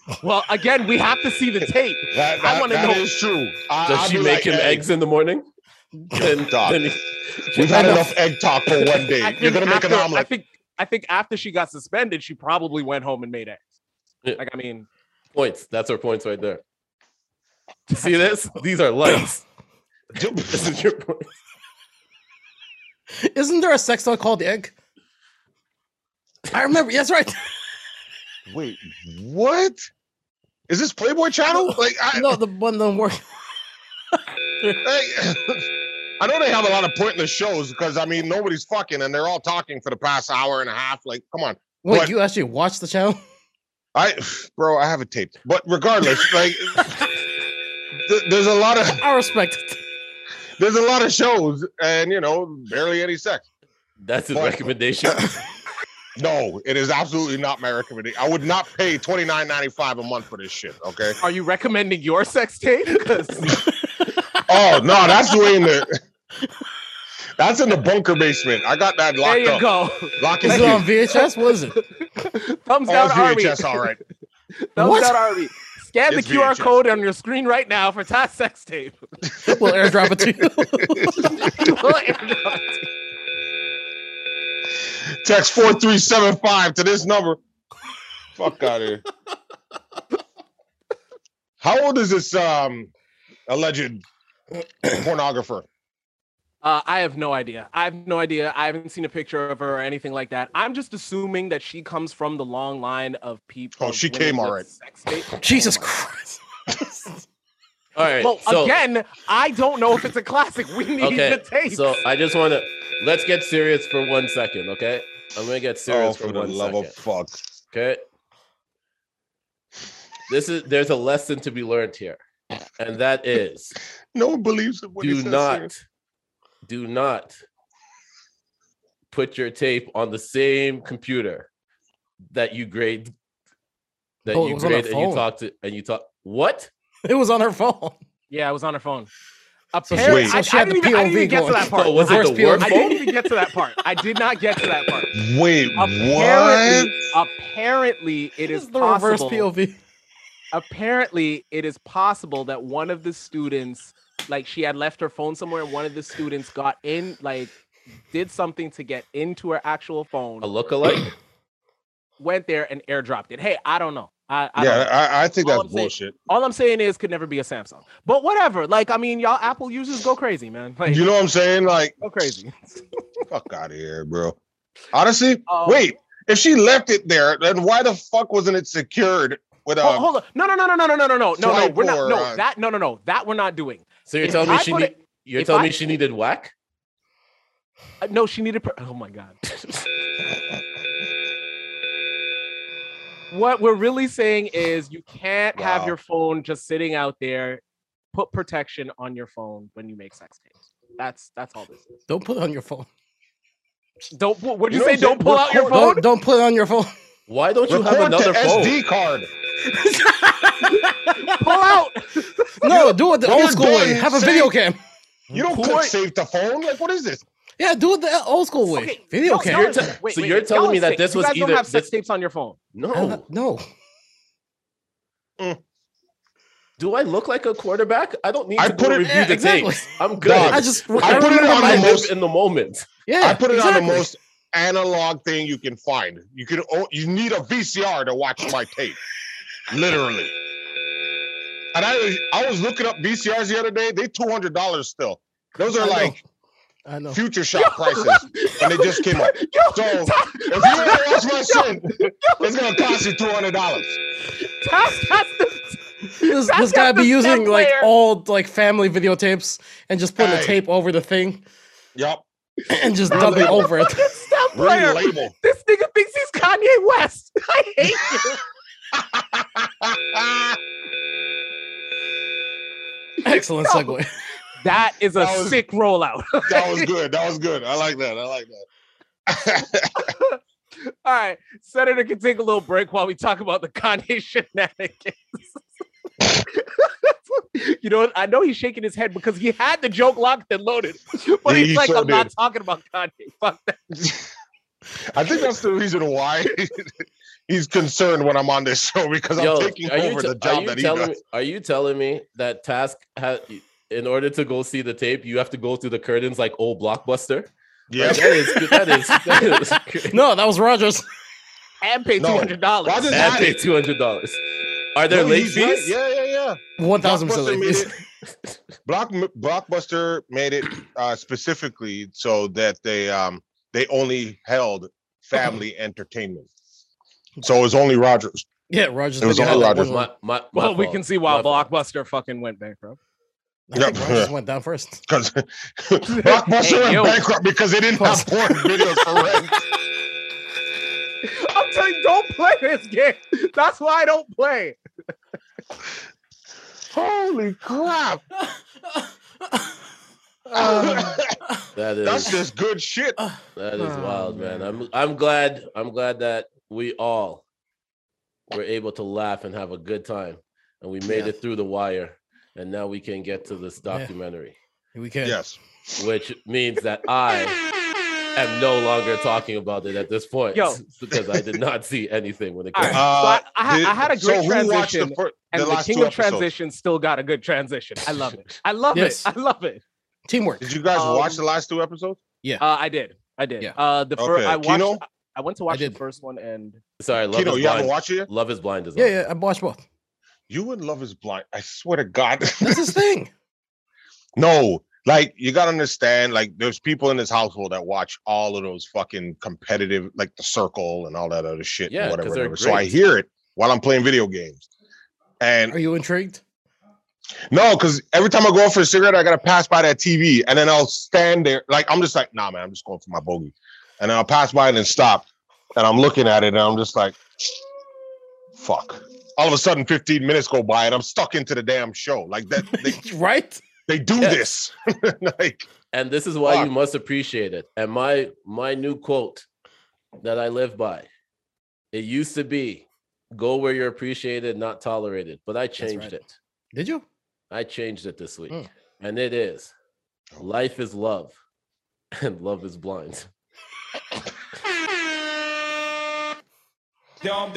Speaker 2: well, again, we have to see the tape.
Speaker 4: That,
Speaker 2: I
Speaker 4: that-
Speaker 2: wanna
Speaker 4: that
Speaker 2: know.
Speaker 4: is true. I,
Speaker 3: Does
Speaker 4: I'd
Speaker 3: she
Speaker 4: be
Speaker 3: make
Speaker 4: like,
Speaker 3: him
Speaker 4: "Hey,
Speaker 3: eggs in the morning? Then,
Speaker 4: Doc,
Speaker 3: then he-
Speaker 4: We've had
Speaker 1: I know.
Speaker 4: enough egg talk for one day. You're gonna make
Speaker 2: after,
Speaker 4: an
Speaker 2: I
Speaker 4: omelet.
Speaker 2: think I think after she got suspended, she probably went home and made eggs.
Speaker 3: Yeah.
Speaker 2: Like I mean,
Speaker 3: points. That's her points right there. See this? These are lights. This is your point.
Speaker 1: Isn't there a sex doll called Egg? I remember. That's right.
Speaker 4: Wait, what? Is this Playboy Channel? Like, I,
Speaker 1: No, the one that work.
Speaker 4: Hey, I know they have a lot of pointless shows because I mean nobody's fucking and they're all talking for the past hour and a half. Like, come on,
Speaker 1: Wait,
Speaker 4: What?
Speaker 1: you actually watched the channel?
Speaker 4: I, bro, I have it taped. But regardless, like, th- there's a lot of
Speaker 1: I respect it.
Speaker 4: there's a lot of shows and you know barely any sex.
Speaker 3: That's his
Speaker 4: What?
Speaker 3: recommendation.
Speaker 4: No, it is absolutely not my recommendation. I would not pay twenty nine ninety five a month for this shit. Okay.
Speaker 2: are you recommending your sex tape? 'Cause
Speaker 4: Oh no, that's way in the that's in the bunker basement. I got that
Speaker 2: there
Speaker 4: locked
Speaker 2: you
Speaker 4: up.
Speaker 2: go.
Speaker 4: Lock
Speaker 1: Is
Speaker 4: and
Speaker 1: it
Speaker 4: key.
Speaker 1: on VHS? What is it?
Speaker 2: Thumbs
Speaker 4: Oh,
Speaker 2: down,
Speaker 4: it's
Speaker 2: Army.
Speaker 4: VHS, all right.
Speaker 2: Thumbs
Speaker 1: What?
Speaker 2: down, Army. Scan
Speaker 4: It's
Speaker 2: the QR
Speaker 4: VHS.
Speaker 2: code on your screen right now for Todd's sex tape.
Speaker 1: We'll airdrop it to you.
Speaker 4: Text 4375 to this number. Fuck out here. How old is this um alleged pornographer?
Speaker 2: Uh, I have no idea. I have no idea. I haven't seen a picture of her or anything like that. I'm just assuming that she comes from the long line of people.
Speaker 4: Oh,
Speaker 2: of
Speaker 4: she
Speaker 2: women
Speaker 4: came
Speaker 2: with
Speaker 4: all right.
Speaker 2: sex tape.
Speaker 1: Jesus
Speaker 2: Oh my-
Speaker 1: Christ.
Speaker 3: All right.
Speaker 2: Well,
Speaker 3: so,
Speaker 2: again, I don't know if it's a classic. We need
Speaker 3: okay.
Speaker 2: the tape.
Speaker 3: So I just want to let's get serious for one second, okay? I'm gonna get serious
Speaker 4: Oh,
Speaker 3: for, one second.
Speaker 4: fuck.
Speaker 3: Okay. This is there's a lesson to be learned here, and that is
Speaker 4: No one believes it. When he
Speaker 3: do
Speaker 4: says
Speaker 3: not,
Speaker 4: here.
Speaker 3: do not put your tape on the same computer that you grade that
Speaker 1: Oh, it
Speaker 3: you
Speaker 1: was on her
Speaker 3: grade and you
Speaker 1: phone.
Speaker 3: talk to and you talk what?
Speaker 1: It was on her phone.
Speaker 2: yeah, I was on her phone.
Speaker 1: So
Speaker 4: she-
Speaker 2: Apparently,
Speaker 4: wait.
Speaker 2: I,
Speaker 1: So she
Speaker 2: I
Speaker 1: had
Speaker 2: didn't
Speaker 1: the
Speaker 2: even, I didn't
Speaker 1: POV
Speaker 2: even get to
Speaker 1: going.
Speaker 2: that part.
Speaker 3: Oh, was
Speaker 2: I,
Speaker 3: it
Speaker 1: Reverse
Speaker 3: the work
Speaker 2: I
Speaker 1: POV?
Speaker 2: didn't
Speaker 3: phone?
Speaker 2: even get to that part. I did not get to that part.
Speaker 4: Wait,
Speaker 2: Apparently,
Speaker 4: what?
Speaker 2: apparently, it
Speaker 1: This
Speaker 2: is
Speaker 1: the reverse
Speaker 2: possible.
Speaker 1: POV.
Speaker 2: apparently it is possible that one of the students like she had left her phone somewhere and one of the students got in like did something to get into her actual
Speaker 3: A
Speaker 2: phone
Speaker 3: lookalike?
Speaker 2: went there and airdropped it hey i don't know i, I don't
Speaker 4: yeah,
Speaker 2: know.
Speaker 4: I, I think
Speaker 2: All
Speaker 4: that's
Speaker 2: I'm saying-
Speaker 4: bullshit.
Speaker 2: all i'm saying is could never be a samsung but whatever like i mean y'all apple users go crazy man like
Speaker 4: You Um, know what I'm saying? Like,
Speaker 2: go crazy
Speaker 4: fuck out of here, bro. Honestly,
Speaker 2: Um,
Speaker 4: wait. If she left it there, then why the fuck wasn't it secured with a
Speaker 2: hold, hold on no no no no no no no no no no no we're not
Speaker 4: Swipe
Speaker 2: no
Speaker 4: or, uh,
Speaker 2: that no no no that we're not doing
Speaker 3: So you're
Speaker 2: If
Speaker 3: telling me
Speaker 2: I
Speaker 3: she
Speaker 2: put
Speaker 3: need,
Speaker 2: it-
Speaker 3: you're
Speaker 2: if
Speaker 3: telling
Speaker 2: I-
Speaker 3: me she needed whack?
Speaker 2: Uh, No, she needed. Per- oh my god. what we're really saying is you can't have
Speaker 4: Wow.
Speaker 2: your phone just sitting out there. Put protection on your phone when you make sex tapes. That's that's all this is.
Speaker 1: Don't put it on your phone.
Speaker 2: Don't. pu- Would you,
Speaker 3: You
Speaker 2: say?
Speaker 3: don't
Speaker 2: Don't
Speaker 3: say
Speaker 2: pull out your phone.
Speaker 1: Don't don't put it on your phone.
Speaker 3: Why don't you have
Speaker 4: Record
Speaker 3: another
Speaker 4: to
Speaker 3: phone?
Speaker 4: SD card.
Speaker 2: Pull out.
Speaker 1: No, do it the
Speaker 4: What
Speaker 1: old
Speaker 4: we're
Speaker 1: school way.
Speaker 4: doing,
Speaker 1: Have a
Speaker 4: see?
Speaker 1: video cam.
Speaker 4: You don't click
Speaker 3: Record-
Speaker 4: save the phone. Like what is this?
Speaker 1: Yeah, do it the old school way.
Speaker 2: Okay,
Speaker 1: video
Speaker 2: y'all-
Speaker 1: cam.
Speaker 2: y'all
Speaker 3: You're
Speaker 2: are
Speaker 3: te-
Speaker 2: sick. Wait,
Speaker 3: so
Speaker 2: wait,
Speaker 3: you're
Speaker 2: wait,
Speaker 3: telling
Speaker 2: y'all
Speaker 3: me
Speaker 2: are
Speaker 3: that
Speaker 2: sick.
Speaker 3: this
Speaker 2: You
Speaker 3: was
Speaker 2: guys don't
Speaker 3: either-
Speaker 2: have sex
Speaker 3: this-
Speaker 2: tapes on your phone.
Speaker 1: I'm
Speaker 3: No.
Speaker 1: not- no.
Speaker 3: Do I look like a quarterback? I don't need
Speaker 4: I
Speaker 3: to
Speaker 4: put
Speaker 3: go
Speaker 4: it-
Speaker 3: review
Speaker 1: Yeah,
Speaker 3: the
Speaker 1: exactly.
Speaker 3: tapes. I'm good.
Speaker 4: Dog,
Speaker 1: I just
Speaker 4: I put it
Speaker 1: remember
Speaker 4: on
Speaker 1: my-
Speaker 3: I
Speaker 4: the
Speaker 3: live
Speaker 4: most-
Speaker 3: in the moment.
Speaker 1: Yeah,
Speaker 4: I put it on
Speaker 1: exactly.
Speaker 4: the most analog thing you can find. You can o- you need a VCR to watch my tape, literally. And I I was looking up VCRs the other day. They two hundred dollars still. Those
Speaker 1: I
Speaker 4: are
Speaker 1: know.
Speaker 4: like
Speaker 1: I know.
Speaker 4: future shop prices, and they just came up. So if you want to watch my shit, it's gonna cost you two hundred dollars.
Speaker 2: That's, that's the,
Speaker 1: This,
Speaker 2: That's
Speaker 1: this guy
Speaker 2: not
Speaker 1: be
Speaker 2: the
Speaker 1: using
Speaker 2: step
Speaker 1: like
Speaker 2: where-
Speaker 1: old like family videotapes and just putting the
Speaker 4: Hey.
Speaker 1: tape over the thing
Speaker 4: Yup,
Speaker 1: and just dubbing
Speaker 4: Really?
Speaker 1: over it.
Speaker 2: fucking step
Speaker 4: really
Speaker 2: player.
Speaker 4: label.
Speaker 2: This nigga thinks he's Kanye West. I hate you.
Speaker 4: Ah,
Speaker 1: Excellent
Speaker 2: No.
Speaker 1: segue.
Speaker 2: That is a
Speaker 4: That was-
Speaker 2: sick rollout.
Speaker 4: that was good. That was good. I like that. I like that.
Speaker 2: All right, Senator can take a little break while we talk about the Kanye shenanigans. you know what? I know he's shaking his head because he had the joke locked and loaded, but
Speaker 4: He
Speaker 2: he's like,
Speaker 4: sure
Speaker 2: I'm not
Speaker 4: did.
Speaker 2: talking about Kanye. Fuck that.
Speaker 4: I think that's the reason why he's concerned when I'm on this show because I'm
Speaker 3: Yo,
Speaker 4: taking
Speaker 3: are you
Speaker 4: over
Speaker 3: te-
Speaker 4: the
Speaker 3: are
Speaker 4: job
Speaker 3: you
Speaker 4: that he
Speaker 3: telling
Speaker 4: does.
Speaker 3: me- are you telling me that task had in order to go see the tape, you have to go through the curtains like old blockbuster?
Speaker 4: Yeah.
Speaker 3: Like, that is that is, that is crazy.
Speaker 1: No, that was Rogers.
Speaker 2: And pay
Speaker 4: No.
Speaker 2: $200.
Speaker 4: Rogers-
Speaker 3: and pay two hundred dollars. Are there
Speaker 4: No,
Speaker 3: late
Speaker 4: he's right.
Speaker 3: fees?
Speaker 4: Yeah, yeah, yeah.
Speaker 1: One thousand
Speaker 4: Blockbuster made
Speaker 1: percent.
Speaker 4: it. Block, Blockbuster made it uh, specifically so that they um they only held family entertainment. So it was only Rogers.
Speaker 1: Yeah, Rogers.
Speaker 4: It was
Speaker 1: video
Speaker 4: all
Speaker 1: had that
Speaker 4: Rogers.
Speaker 1: one.
Speaker 3: My, my, my
Speaker 2: Well, we
Speaker 3: fault.
Speaker 2: can see why
Speaker 3: My fault.
Speaker 2: Blockbuster fucking went bankrupt.
Speaker 1: I think
Speaker 4: Yep.
Speaker 1: Rogers went down first.
Speaker 4: Because Blockbuster
Speaker 2: Hey,
Speaker 4: went
Speaker 2: yo.
Speaker 4: bankrupt because they didn't have porn videos for rent.
Speaker 2: I'm telling you, don't play this game. That's why I don't play.
Speaker 4: Holy crap!
Speaker 3: Um, That is
Speaker 4: That's just good shit.
Speaker 3: that is
Speaker 2: Oh,
Speaker 3: wild, man.
Speaker 2: man.
Speaker 3: I'm I'm glad I'm glad that we all were able to laugh and have a good time, and we made
Speaker 1: Yeah.
Speaker 3: it through the wire, and now we can get to this
Speaker 1: Yeah.
Speaker 3: documentary,
Speaker 1: we can.
Speaker 4: Yes.
Speaker 3: which means that I am no longer talking about it at this point
Speaker 2: Yo.
Speaker 3: because I did not see anything when it
Speaker 2: All
Speaker 3: came.
Speaker 2: right.
Speaker 3: out.
Speaker 2: I- I had- I had a great
Speaker 4: Uh, who watched
Speaker 2: transition,
Speaker 4: The, fir-
Speaker 2: And the,
Speaker 4: last
Speaker 2: King
Speaker 4: two
Speaker 2: of
Speaker 4: episodes?
Speaker 2: Transition still got a good transition. I love it. I love
Speaker 1: Yes.
Speaker 2: it. I love it.
Speaker 1: Teamwork.
Speaker 4: Did you guys watch
Speaker 2: Um,
Speaker 4: the last two episodes?
Speaker 2: Uh, I did. I did.
Speaker 1: Yeah.
Speaker 2: Uh, the first
Speaker 4: Okay,
Speaker 2: I watched.
Speaker 4: Kino?
Speaker 2: I- I went to watch the
Speaker 1: did.
Speaker 2: first one, and
Speaker 3: Sorry, love
Speaker 4: Kino,
Speaker 3: is
Speaker 4: you haven't
Speaker 3: blind.
Speaker 4: watched it yet?
Speaker 3: Love is blind is
Speaker 1: Yeah,
Speaker 3: on.
Speaker 1: yeah. I watched both.
Speaker 4: You and Love is Blind. I swear to God.
Speaker 1: That's his thing.
Speaker 4: no, like you gotta understand, like there's people in this household that watch all of those fucking competitive, like the circle and all that other shit
Speaker 3: Yeah,
Speaker 4: and
Speaker 3: 'cause
Speaker 4: whatever.
Speaker 3: they're
Speaker 4: whatever. So I
Speaker 3: great.
Speaker 4: hear it while I'm playing video games. And
Speaker 1: Are you intrigued?
Speaker 4: no, because every time I go for a cigarette, I gotta pass by that TV and then I'll stand there. Like I'm just like, nah, man, I'm just going for my bogey. And then I'll pass by it and stop. And I'm looking at it and I'm just like, fuck. All of a sudden, 15 minutes go by and I'm stuck into the damn show. Like that they,
Speaker 1: Right?
Speaker 4: they do
Speaker 3: Yes.
Speaker 4: this. like
Speaker 3: and this is why
Speaker 4: Fuck.
Speaker 3: you must appreciate it. And my my new quote that I live by, it used to be, "Go where you're appreciated, not tolerated." But I changed
Speaker 1: right.
Speaker 3: it.
Speaker 1: Did you?
Speaker 3: I changed it this week,
Speaker 1: Hmm.
Speaker 3: and it is,
Speaker 4: Oh.
Speaker 3: "Life is love, and love is blind."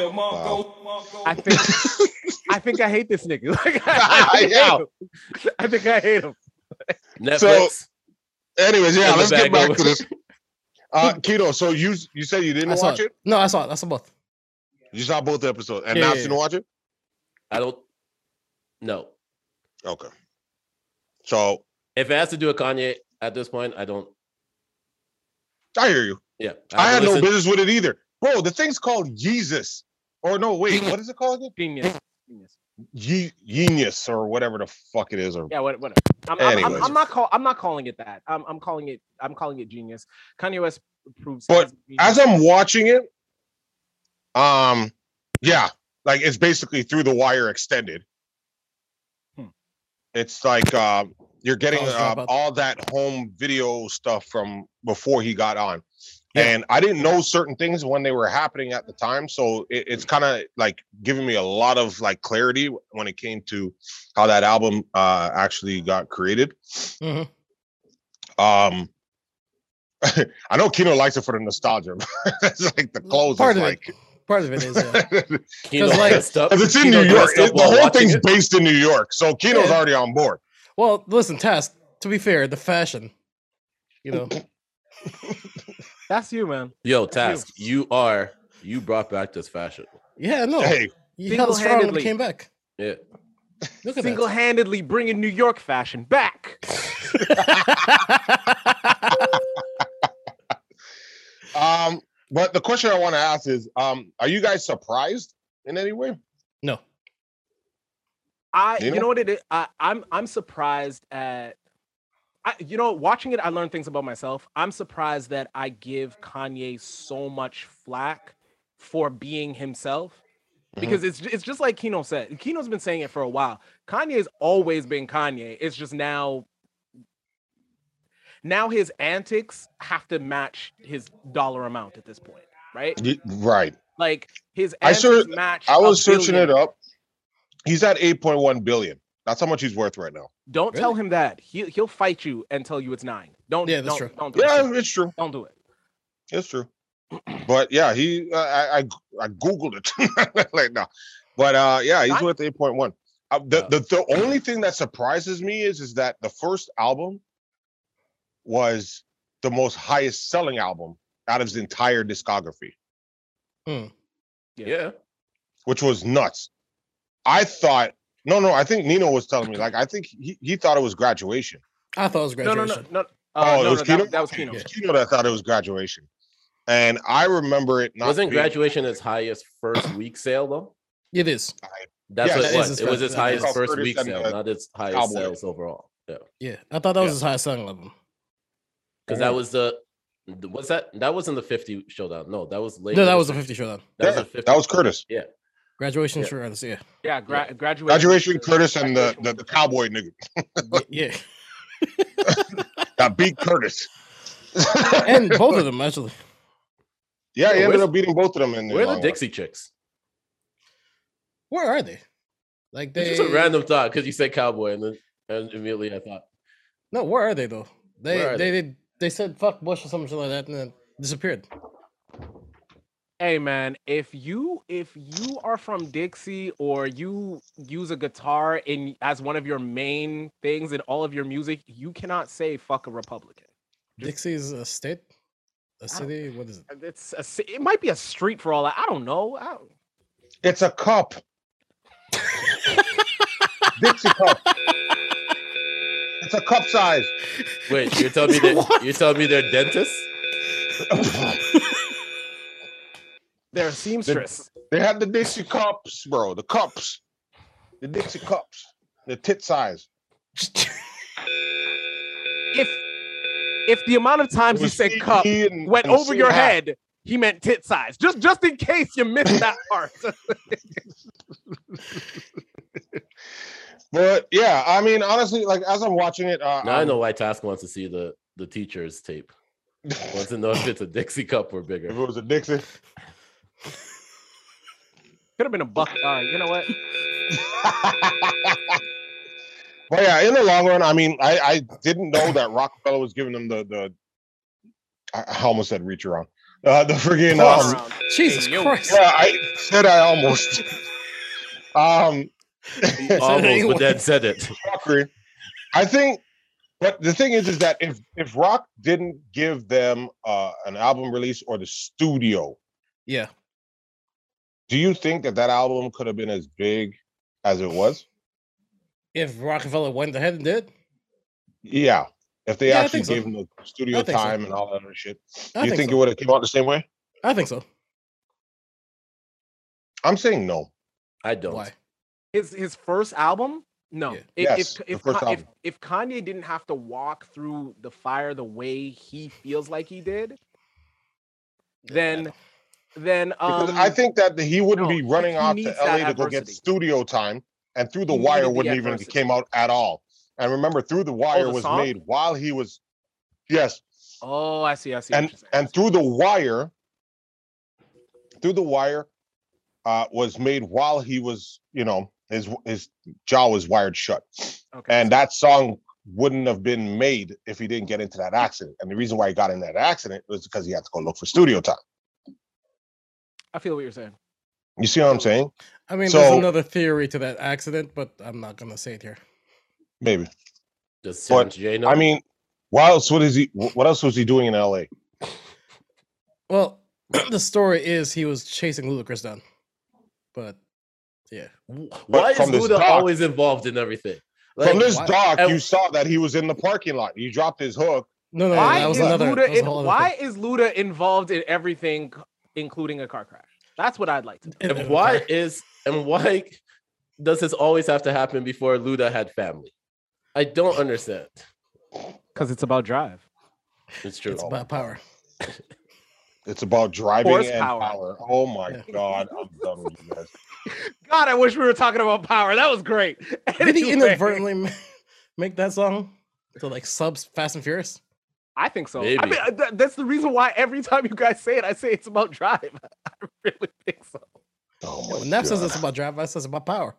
Speaker 2: I think I think I hate this nigga. Like, I, I
Speaker 4: Yeah.
Speaker 2: hate him. I think I hate him.
Speaker 3: Netflix.
Speaker 4: anyways, yeah,
Speaker 3: In the
Speaker 4: let's get
Speaker 3: bag
Speaker 4: back to
Speaker 3: over.
Speaker 4: this. Uh Keto, so you you said you didn't
Speaker 1: I saw
Speaker 4: watch it?
Speaker 1: No, I saw it. I saw both.
Speaker 4: You saw both episodes and
Speaker 1: Yeah,
Speaker 4: now
Speaker 1: yeah,
Speaker 4: you didn't watch it?
Speaker 3: I don't. No,
Speaker 4: Okay. So
Speaker 3: if it has to do with Kanye at this point, I don't.
Speaker 4: I hear you.
Speaker 3: Yeah,
Speaker 4: I, had
Speaker 3: haven't
Speaker 4: no
Speaker 3: listened-
Speaker 4: business with it either. Bro, the thing's called Yeezus. Or no, wait, what is it called again?
Speaker 2: Genius. Genius.
Speaker 4: Ye- genius or whatever the fuck it is, or
Speaker 2: Yeah, what- whatever. I'm, I'm- I'm,
Speaker 4: Anyways.
Speaker 2: I'm not call, I'm not calling it that. I'm, I'm calling it I'm calling it genius. Kanye West proves.
Speaker 4: But
Speaker 2: he's
Speaker 4: as
Speaker 2: genius.
Speaker 4: I'm watching it, um, yeah, like it's basically through the wire extended.
Speaker 2: Hmm.
Speaker 4: It's like uh, you're getting
Speaker 1: College
Speaker 4: uh,
Speaker 1: Dropout.
Speaker 4: all that home video stuff from before he got on,
Speaker 1: Yeah.
Speaker 4: and I didn't know certain things when they were happening at the time. So it, it's kind of like giving me a lot of like clarity when it came to how that album uh, actually got created.
Speaker 1: Mhm.
Speaker 4: Um, I know Kino likes it for the nostalgia. it's like the clothes
Speaker 1: Part of
Speaker 4: is like
Speaker 1: it. Part of it is. Yeah.
Speaker 4: because
Speaker 3: Kino
Speaker 1: like-
Speaker 3: dressed up.
Speaker 4: it's in
Speaker 3: Kino
Speaker 4: New York.
Speaker 3: dressed up
Speaker 4: It- the
Speaker 3: while
Speaker 4: whole
Speaker 3: watching
Speaker 4: thing's
Speaker 3: it.
Speaker 4: based in New York, so Kino's
Speaker 1: Yeah.
Speaker 4: already on board.
Speaker 1: Well, listen, Tess. To be fair, the fashion. You know,
Speaker 2: That's you, man.
Speaker 3: Yo, Task, you are you brought back this fashion.
Speaker 1: yeah, no,
Speaker 4: Hey,
Speaker 1: you held strong when
Speaker 2: Single-handedly.
Speaker 1: it came back.
Speaker 3: Yeah.
Speaker 1: Look at
Speaker 2: Single handedly bringing New York fashion back.
Speaker 1: that.
Speaker 4: um, but the question I want to ask is, um, are you guys surprised in any way?
Speaker 1: no,
Speaker 2: I
Speaker 4: You
Speaker 2: you
Speaker 4: know?
Speaker 2: know what it is? I, I'm I'm surprised at I, you know watching it I learned things about myself. I'm surprised that I give Kanye so much flack for being himself
Speaker 4: Mhm.
Speaker 2: because it's it's just like Kino said. Kino's been saying it for a while. Kanye's always been Kanye. It's just now now his antics have to match his dollar amount at this point, right?
Speaker 4: Y- Right.
Speaker 2: Like his
Speaker 4: I
Speaker 2: antics
Speaker 4: sur-
Speaker 2: match
Speaker 4: I
Speaker 2: a
Speaker 4: was searching
Speaker 2: billion.
Speaker 4: it up. He's at eight point one billion. That's how much he's worth right now.
Speaker 2: Don't tell
Speaker 1: Really?
Speaker 2: him that. He he'll fight you and tell you it's nine. Don't.
Speaker 1: Yeah, that's
Speaker 2: don't,
Speaker 1: true.
Speaker 2: Don't do
Speaker 4: Yeah,
Speaker 2: it.
Speaker 4: it's true.
Speaker 2: Don't do it.
Speaker 4: It's true. But yeah, he uh, I, I I googled it like no, but uh yeah, he's
Speaker 2: Not-
Speaker 4: worth eight point one. Uh, the,
Speaker 3: Yeah.
Speaker 4: the the only thing that surprises me is is that the first album was the most highest selling album out of his entire discography,
Speaker 2: Yeah.
Speaker 3: Yeah.
Speaker 4: which was nuts. I thought no no I think Nino was telling me like I think he, he thought it was graduation.
Speaker 1: I thought it was
Speaker 2: No,
Speaker 1: graduation.
Speaker 2: no, no, no.
Speaker 4: Oh,
Speaker 2: Uh,
Speaker 4: it
Speaker 2: no,
Speaker 4: was
Speaker 2: no,
Speaker 4: Kino?
Speaker 2: that, that was Kino.
Speaker 4: It was Kino that thought it was graduation, and I remember it not
Speaker 3: Wasn't
Speaker 4: being-
Speaker 3: graduation his highest first week sale though?
Speaker 1: It is.
Speaker 3: That's
Speaker 4: Yeah,
Speaker 3: what
Speaker 4: that
Speaker 3: it
Speaker 1: is
Speaker 3: was.
Speaker 1: his
Speaker 3: It was
Speaker 1: first-
Speaker 3: his
Speaker 1: that is-
Speaker 3: highest first
Speaker 4: Curtis
Speaker 3: week
Speaker 4: and,
Speaker 3: sale,
Speaker 4: uh,
Speaker 3: not its highest
Speaker 4: Cowboy.
Speaker 3: sales overall. Yeah.
Speaker 1: Yeah, I thought that was
Speaker 4: Yeah.
Speaker 1: his highest selling album.
Speaker 3: Because that was the was that that wasn't the 50 showdown. No, that was later.
Speaker 1: No, that was a 50 showdown.
Speaker 3: that was
Speaker 4: Yeah,
Speaker 3: the 50
Speaker 4: that was Curtis.
Speaker 1: Graduation
Speaker 3: Yeah.
Speaker 1: for us, yeah.
Speaker 2: Yeah, gra- graduation.
Speaker 4: Graduation, Curtis, and the,
Speaker 2: graduation
Speaker 4: the,
Speaker 2: was
Speaker 4: the cowboy nigga
Speaker 1: Y- yeah.
Speaker 4: that beat Curtis.
Speaker 1: And both of them, actually.
Speaker 4: yeah, he
Speaker 3: Yo,
Speaker 4: ended
Speaker 3: where's-
Speaker 4: up beating both of them in the
Speaker 3: Where are
Speaker 4: long
Speaker 3: the
Speaker 4: run.
Speaker 3: Dixie chicks?
Speaker 1: Where are they? Like
Speaker 3: It's
Speaker 1: they
Speaker 3: just a random thought because you said cowboy and then and immediately I thought
Speaker 1: No, where are they though? They
Speaker 3: Where are
Speaker 1: they, they they said fuck Bush or something like that and then disappeared.
Speaker 2: Hey man, if you if you are from Dixie or you use a guitar in as one of your main things in all of your music, you cannot say fuck a Republican.
Speaker 1: Dixie's a state? A
Speaker 2: don't-
Speaker 1: city? What is it?
Speaker 2: It's a, ci- it might be a street for all I, I don't know. I don't,
Speaker 4: It's a cup. Dixie cup. It's a cup size.
Speaker 3: Wait, you're telling me that you're telling me they're dentists?
Speaker 2: they're a seamstress.
Speaker 4: They had the Dixie cups, bro. The cups. The Dixie cups. The tit size.
Speaker 2: if if the amount of times
Speaker 4: It
Speaker 2: you
Speaker 4: was
Speaker 2: said
Speaker 4: sneaky
Speaker 2: cup
Speaker 4: and-
Speaker 2: went
Speaker 4: and E.
Speaker 2: over your
Speaker 4: slim hat.
Speaker 2: head, he meant tit size. Just just in case you missed that part.
Speaker 4: But yeah, I mean, honestly, like as I'm watching it, uh,
Speaker 3: Now I
Speaker 4: I'm-
Speaker 3: know why Task wants to see the the teacher's tape. Wants to know if it's a Dixie cup or
Speaker 4: if it
Speaker 3: bigger.
Speaker 4: was a Dixie.
Speaker 2: Could have been a buck. All right, you know what?
Speaker 4: But yeah, in the long run, I mean, I, I didn't know that Rockefeller was giving them the the. I I almost said reach around. Uh, the friggin'
Speaker 1: Pause.
Speaker 4: um,
Speaker 2: Around.
Speaker 1: Jesus
Speaker 2: Hey, yo.
Speaker 1: Christ.
Speaker 4: yeah, I said I almost. Um,
Speaker 3: Almost,
Speaker 1: anyway.
Speaker 3: but then said it.
Speaker 4: fuckery. I think, but the thing is, is that if if Rock didn't give them uh, an album release or the studio,
Speaker 1: Yeah.
Speaker 4: do you think that that album could have been as big as it was?
Speaker 1: If Rockefeller went ahead and did,
Speaker 4: Yeah, if they
Speaker 1: Yeah, I
Speaker 4: actually
Speaker 1: think so.
Speaker 4: gave them the studio
Speaker 1: I think so.
Speaker 4: time and all that other shit,
Speaker 1: I
Speaker 4: you
Speaker 1: think
Speaker 4: think
Speaker 1: so.
Speaker 4: it would have came out the same way?
Speaker 1: I think so.
Speaker 4: I'm saying no.
Speaker 3: I don't.
Speaker 1: Why?
Speaker 2: his his first album no
Speaker 6: Yeah.
Speaker 2: If-
Speaker 4: Yes,
Speaker 2: if,
Speaker 4: the
Speaker 2: if,
Speaker 4: first
Speaker 2: Ka- if,
Speaker 4: album.
Speaker 2: if kanye didn't have to walk through the fire the way he feels like he did then then um
Speaker 4: Because I think that he wouldn't
Speaker 2: no,
Speaker 4: be running
Speaker 2: he
Speaker 4: off
Speaker 2: needs
Speaker 4: to
Speaker 2: that
Speaker 4: LA to go get
Speaker 2: adversity.
Speaker 4: studio time, and Through the
Speaker 2: He needed
Speaker 4: Wire
Speaker 2: the
Speaker 4: wouldn't even
Speaker 2: adversity. Oh,
Speaker 4: came out at all. And remember, Through the Wire
Speaker 2: the
Speaker 4: was
Speaker 2: song?
Speaker 4: made while he was, yes,
Speaker 2: oh i see i see what
Speaker 4: and
Speaker 2: you're saying.
Speaker 4: and Through the Wire, Through the Wire, uh, was made while he was, you know, his his jaw was wired shut,
Speaker 2: okay,
Speaker 4: and that song wouldn't have been made if he didn't get into that accident. And the reason why he got in that accident was because he had to go look for studio time.
Speaker 2: i feel what you're saying
Speaker 4: You see what I'm saying?
Speaker 1: I mean, there's
Speaker 4: So-
Speaker 1: another theory to that accident, but I'm not gonna say it here.
Speaker 4: Maybe.
Speaker 3: Does
Speaker 4: But,
Speaker 3: Terrence J know?
Speaker 4: I mean, what else? What is he? wh- What else was he doing in L.A.?
Speaker 1: Well, the story is he was chasing Ludacris down, but yeah,
Speaker 3: why is
Speaker 4: from this
Speaker 3: Luda
Speaker 4: doc-
Speaker 3: always involved in everything? Like,
Speaker 4: From this
Speaker 1: why-
Speaker 4: doc,
Speaker 3: and-
Speaker 4: you saw that he was in the parking lot. He dropped his hook.
Speaker 1: no, no, no,
Speaker 2: why
Speaker 1: that was
Speaker 2: is
Speaker 1: another.
Speaker 2: Luda
Speaker 1: that was a
Speaker 2: in-
Speaker 1: whole other
Speaker 2: why is Luda involved in everything, c- including a car crash? That's what I'd like to. Know.
Speaker 1: thing.
Speaker 3: and why is and why does this always have to happen before Luda had family? I don't understand.
Speaker 2: Because it's about drive.
Speaker 3: It's true.
Speaker 4: oh
Speaker 1: It's about power.
Speaker 4: It's about driving and
Speaker 2: Horsepower.
Speaker 4: power. Oh my
Speaker 1: Yeah.
Speaker 4: god, I'm done with you guys.
Speaker 2: God, I wish we were talking about power. That was great.
Speaker 1: Did he
Speaker 2: Anyway,
Speaker 1: inadvertently ma- make that song to like subs Fast and Furious?
Speaker 2: I think so. I
Speaker 3: Maybe.
Speaker 2: mean, uh, th- that's the reason why every time you guys say it, I say it's about drive. I really think so.
Speaker 4: Oh
Speaker 1: Yeah,
Speaker 4: my
Speaker 1: when Neff says
Speaker 4: God.
Speaker 1: it's about drive, I says it's about power.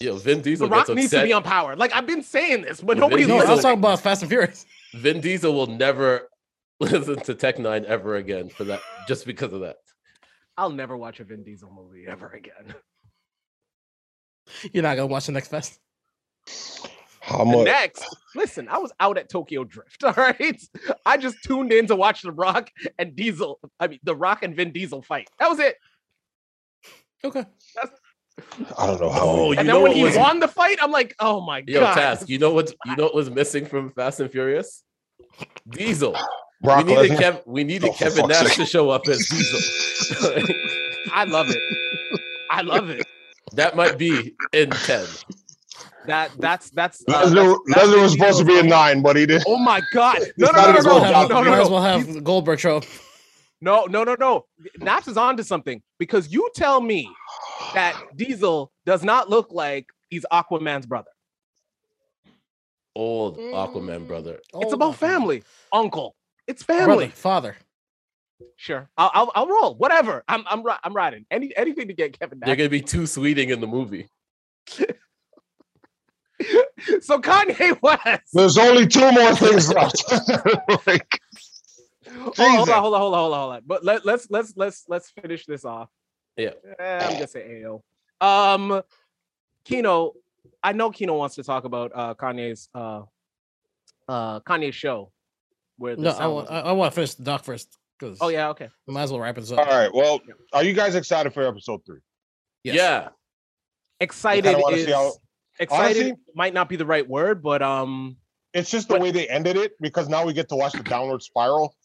Speaker 3: Yo, Vin
Speaker 2: The
Speaker 3: Diesel
Speaker 2: Rock
Speaker 3: gets
Speaker 2: needs to
Speaker 3: upset.
Speaker 2: be on power. Like I've been saying this, but
Speaker 3: Vin
Speaker 2: nobody.
Speaker 1: No, I
Speaker 3: Diesel-
Speaker 1: was
Speaker 2: listens.
Speaker 1: talking about Fast and Furious.
Speaker 3: Vin Diesel will never listen to Tech Nine ever again for that, just because of that.
Speaker 2: I'll never watch a Vin Diesel movie ever again.
Speaker 1: You're not gonna watch the next fest.
Speaker 4: How
Speaker 2: The
Speaker 4: much?
Speaker 2: Next, listen, I was out at Tokyo Drift. All right, I just tuned in to watch The Rock and Diesel. I mean, The Rock and Vin Diesel fight. That was it.
Speaker 1: Okay.
Speaker 4: I don't know how.
Speaker 3: Oh,
Speaker 4: we-
Speaker 3: you
Speaker 2: And
Speaker 3: know
Speaker 2: then when
Speaker 3: what
Speaker 2: he
Speaker 3: was-
Speaker 2: won the fight, I'm like, oh my
Speaker 3: Yo,
Speaker 2: god.
Speaker 3: Task, you know what? You know what was missing from Fast and Furious? Diesel.
Speaker 4: Brock
Speaker 3: we needed
Speaker 4: Lesnar.
Speaker 3: Kev- we needed
Speaker 4: Oh, for
Speaker 3: Kevin
Speaker 4: fuck's
Speaker 3: Nash
Speaker 4: sake.
Speaker 3: to show up as Diesel.
Speaker 2: I love it. I love it.
Speaker 3: that might be in ten.
Speaker 2: That that's that's. uh,
Speaker 4: Lesnar,
Speaker 2: that's- that's
Speaker 4: Lesnar
Speaker 2: Vin
Speaker 4: was supposed to be a
Speaker 2: Diesel's-
Speaker 4: nine, but he didn't.
Speaker 2: Oh my god! No,
Speaker 4: not
Speaker 2: no, no,
Speaker 4: as
Speaker 2: no,
Speaker 4: well
Speaker 1: might,
Speaker 2: no,
Speaker 1: as
Speaker 4: have-
Speaker 2: no,
Speaker 1: well,
Speaker 2: no,
Speaker 1: might as
Speaker 2: no,
Speaker 1: well have Goldberg show. up.
Speaker 2: no, no, no, no. Naps is onto something because you tell me that Diesel does not look like he's Aquaman's brother.
Speaker 3: Old
Speaker 2: Mm.
Speaker 3: Aquaman brother.
Speaker 2: It's
Speaker 1: Oh,
Speaker 2: about
Speaker 1: fuck.
Speaker 2: family, uncle. It's
Speaker 1: Brother,
Speaker 2: family.
Speaker 1: father.
Speaker 2: Sure, I'll, I'll I'll roll. Whatever. I'm I'm ri- I'm riding. Any anything to get Kevin
Speaker 3: They're
Speaker 2: Nash.
Speaker 3: gonna be too sweeting in the movie.
Speaker 2: So Kanye West.
Speaker 4: There's only two more things left. like,
Speaker 2: Hold on, Oh, hold
Speaker 4: Jesus.
Speaker 2: on, hold on, hold on, hold on, hold on. But let, let's let's let's let's finish this off.
Speaker 3: Yeah.
Speaker 2: Eh, I'm gonna say AO. Um, Kino, I know Kino wants to talk about uh Kanye's uh uh Kanye's show where the
Speaker 1: No, I
Speaker 2: sound
Speaker 1: want,
Speaker 2: was-
Speaker 1: I, I want to finish the doc first because
Speaker 2: Oh yeah, okay.
Speaker 1: we might as well wrap this up.
Speaker 4: all right. Well, are you guys excited for episode three?
Speaker 1: Yes.
Speaker 3: Yeah.
Speaker 2: Excited
Speaker 4: wanna see
Speaker 2: is
Speaker 4: how-
Speaker 2: excited
Speaker 4: Honestly-
Speaker 2: might not be the right word, but um
Speaker 4: It's just the way they ended it because now we get to watch the downward spiral.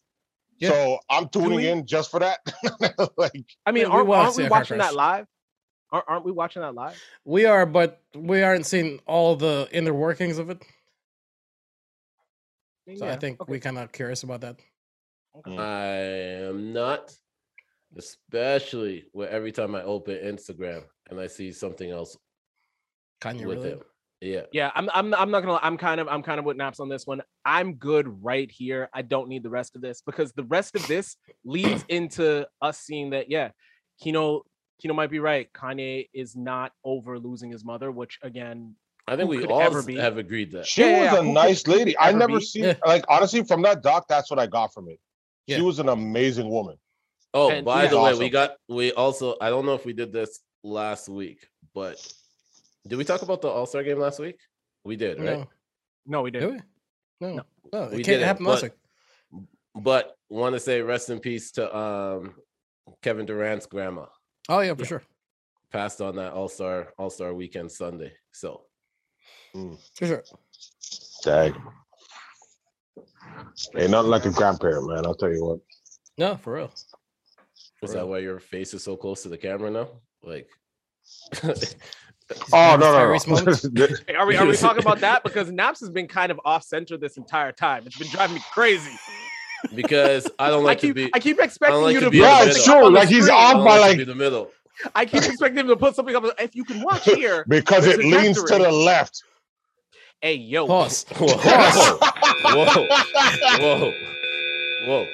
Speaker 1: Yeah.
Speaker 4: So I'm tuning
Speaker 2: we-
Speaker 4: in just for that. like,
Speaker 2: I mean
Speaker 1: Yeah, we
Speaker 2: aren't,
Speaker 1: wanna
Speaker 2: aren't
Speaker 1: see
Speaker 2: we
Speaker 1: a car
Speaker 2: watching that
Speaker 1: crash.
Speaker 2: live? Aren't, aren't we watching that live?
Speaker 1: We are, but we aren't seeing all the inner workings of it.
Speaker 2: mean,
Speaker 1: So I
Speaker 2: yeah,
Speaker 1: think
Speaker 2: okay.
Speaker 1: we kind of curious about that.
Speaker 3: I
Speaker 4: Mm.
Speaker 3: am not, especially with every time I open Instagram and I see something else
Speaker 1: Kanye
Speaker 3: with
Speaker 1: really.
Speaker 3: him. Yeah.
Speaker 2: Yeah, I'm I'm I'm not gonna lie, I'm kind of I'm kind of with naps on this one. I'm good right here. I don't need the rest of this because the rest of this leads into us seeing that yeah, Kino Kino might be right. Kanye is not over losing his mother, which again,
Speaker 3: I think
Speaker 2: Who
Speaker 3: we
Speaker 2: could
Speaker 3: all
Speaker 2: ever
Speaker 3: s-
Speaker 2: be?
Speaker 3: have agreed that.
Speaker 4: she
Speaker 2: Yeah, yeah,
Speaker 4: was
Speaker 2: yeah. Who
Speaker 4: a
Speaker 2: could
Speaker 4: nice lady. I
Speaker 2: ever
Speaker 4: never
Speaker 2: be?
Speaker 4: seen
Speaker 1: Yeah.
Speaker 4: like honestly from that doc. That's what I got from it.
Speaker 1: Yeah.
Speaker 4: She was an amazing woman.
Speaker 3: Oh,
Speaker 2: And-
Speaker 3: by
Speaker 2: yeah.
Speaker 3: the way, we
Speaker 4: Awesome.
Speaker 3: got we also I don't know if we did this last week, but did we talk about the All Star game last week? We did, right?
Speaker 1: No,
Speaker 2: no, he didn't.
Speaker 1: do we? No,
Speaker 2: No.
Speaker 1: no,
Speaker 3: We
Speaker 1: it can't
Speaker 3: didn't,
Speaker 1: happen last
Speaker 3: but-
Speaker 1: week.
Speaker 3: But want to say rest in peace to um Kevin Durant's grandma.
Speaker 1: Oh yeah, for sure.
Speaker 3: Passed on that All Star All Star weekend Sunday. So
Speaker 1: For sure.
Speaker 4: Dang. Ain't nothing like a grandparent, man. I'll tell you what.
Speaker 1: No, for real. Bro.
Speaker 3: is that why your face is so close to the camera now? Like
Speaker 4: Oh no,
Speaker 1: Tyrese
Speaker 4: no, no. There-
Speaker 2: Hey, are we are we talking about that? Because Naps has been kind of off center this entire time. It's been driving me crazy.
Speaker 3: because I don't
Speaker 2: I
Speaker 3: like to
Speaker 2: keep
Speaker 3: be.
Speaker 2: I keep expecting
Speaker 3: like
Speaker 2: you
Speaker 3: to
Speaker 2: to
Speaker 3: be
Speaker 2: put
Speaker 3: in the
Speaker 4: yeah,
Speaker 2: something up on
Speaker 3: middle.
Speaker 4: it's true.
Speaker 2: the
Speaker 4: Like he's
Speaker 2: screen.
Speaker 3: I
Speaker 4: off
Speaker 3: don't
Speaker 4: by
Speaker 3: like to
Speaker 4: like
Speaker 3: be the middle.
Speaker 2: I keep expecting him to put something up. If you can watch here,
Speaker 4: because
Speaker 2: the
Speaker 4: it leans to
Speaker 2: trajectory.
Speaker 4: the left.
Speaker 2: hey yo,
Speaker 1: Pause.
Speaker 3: Oh. Whoa, whoa, whoa, whoa.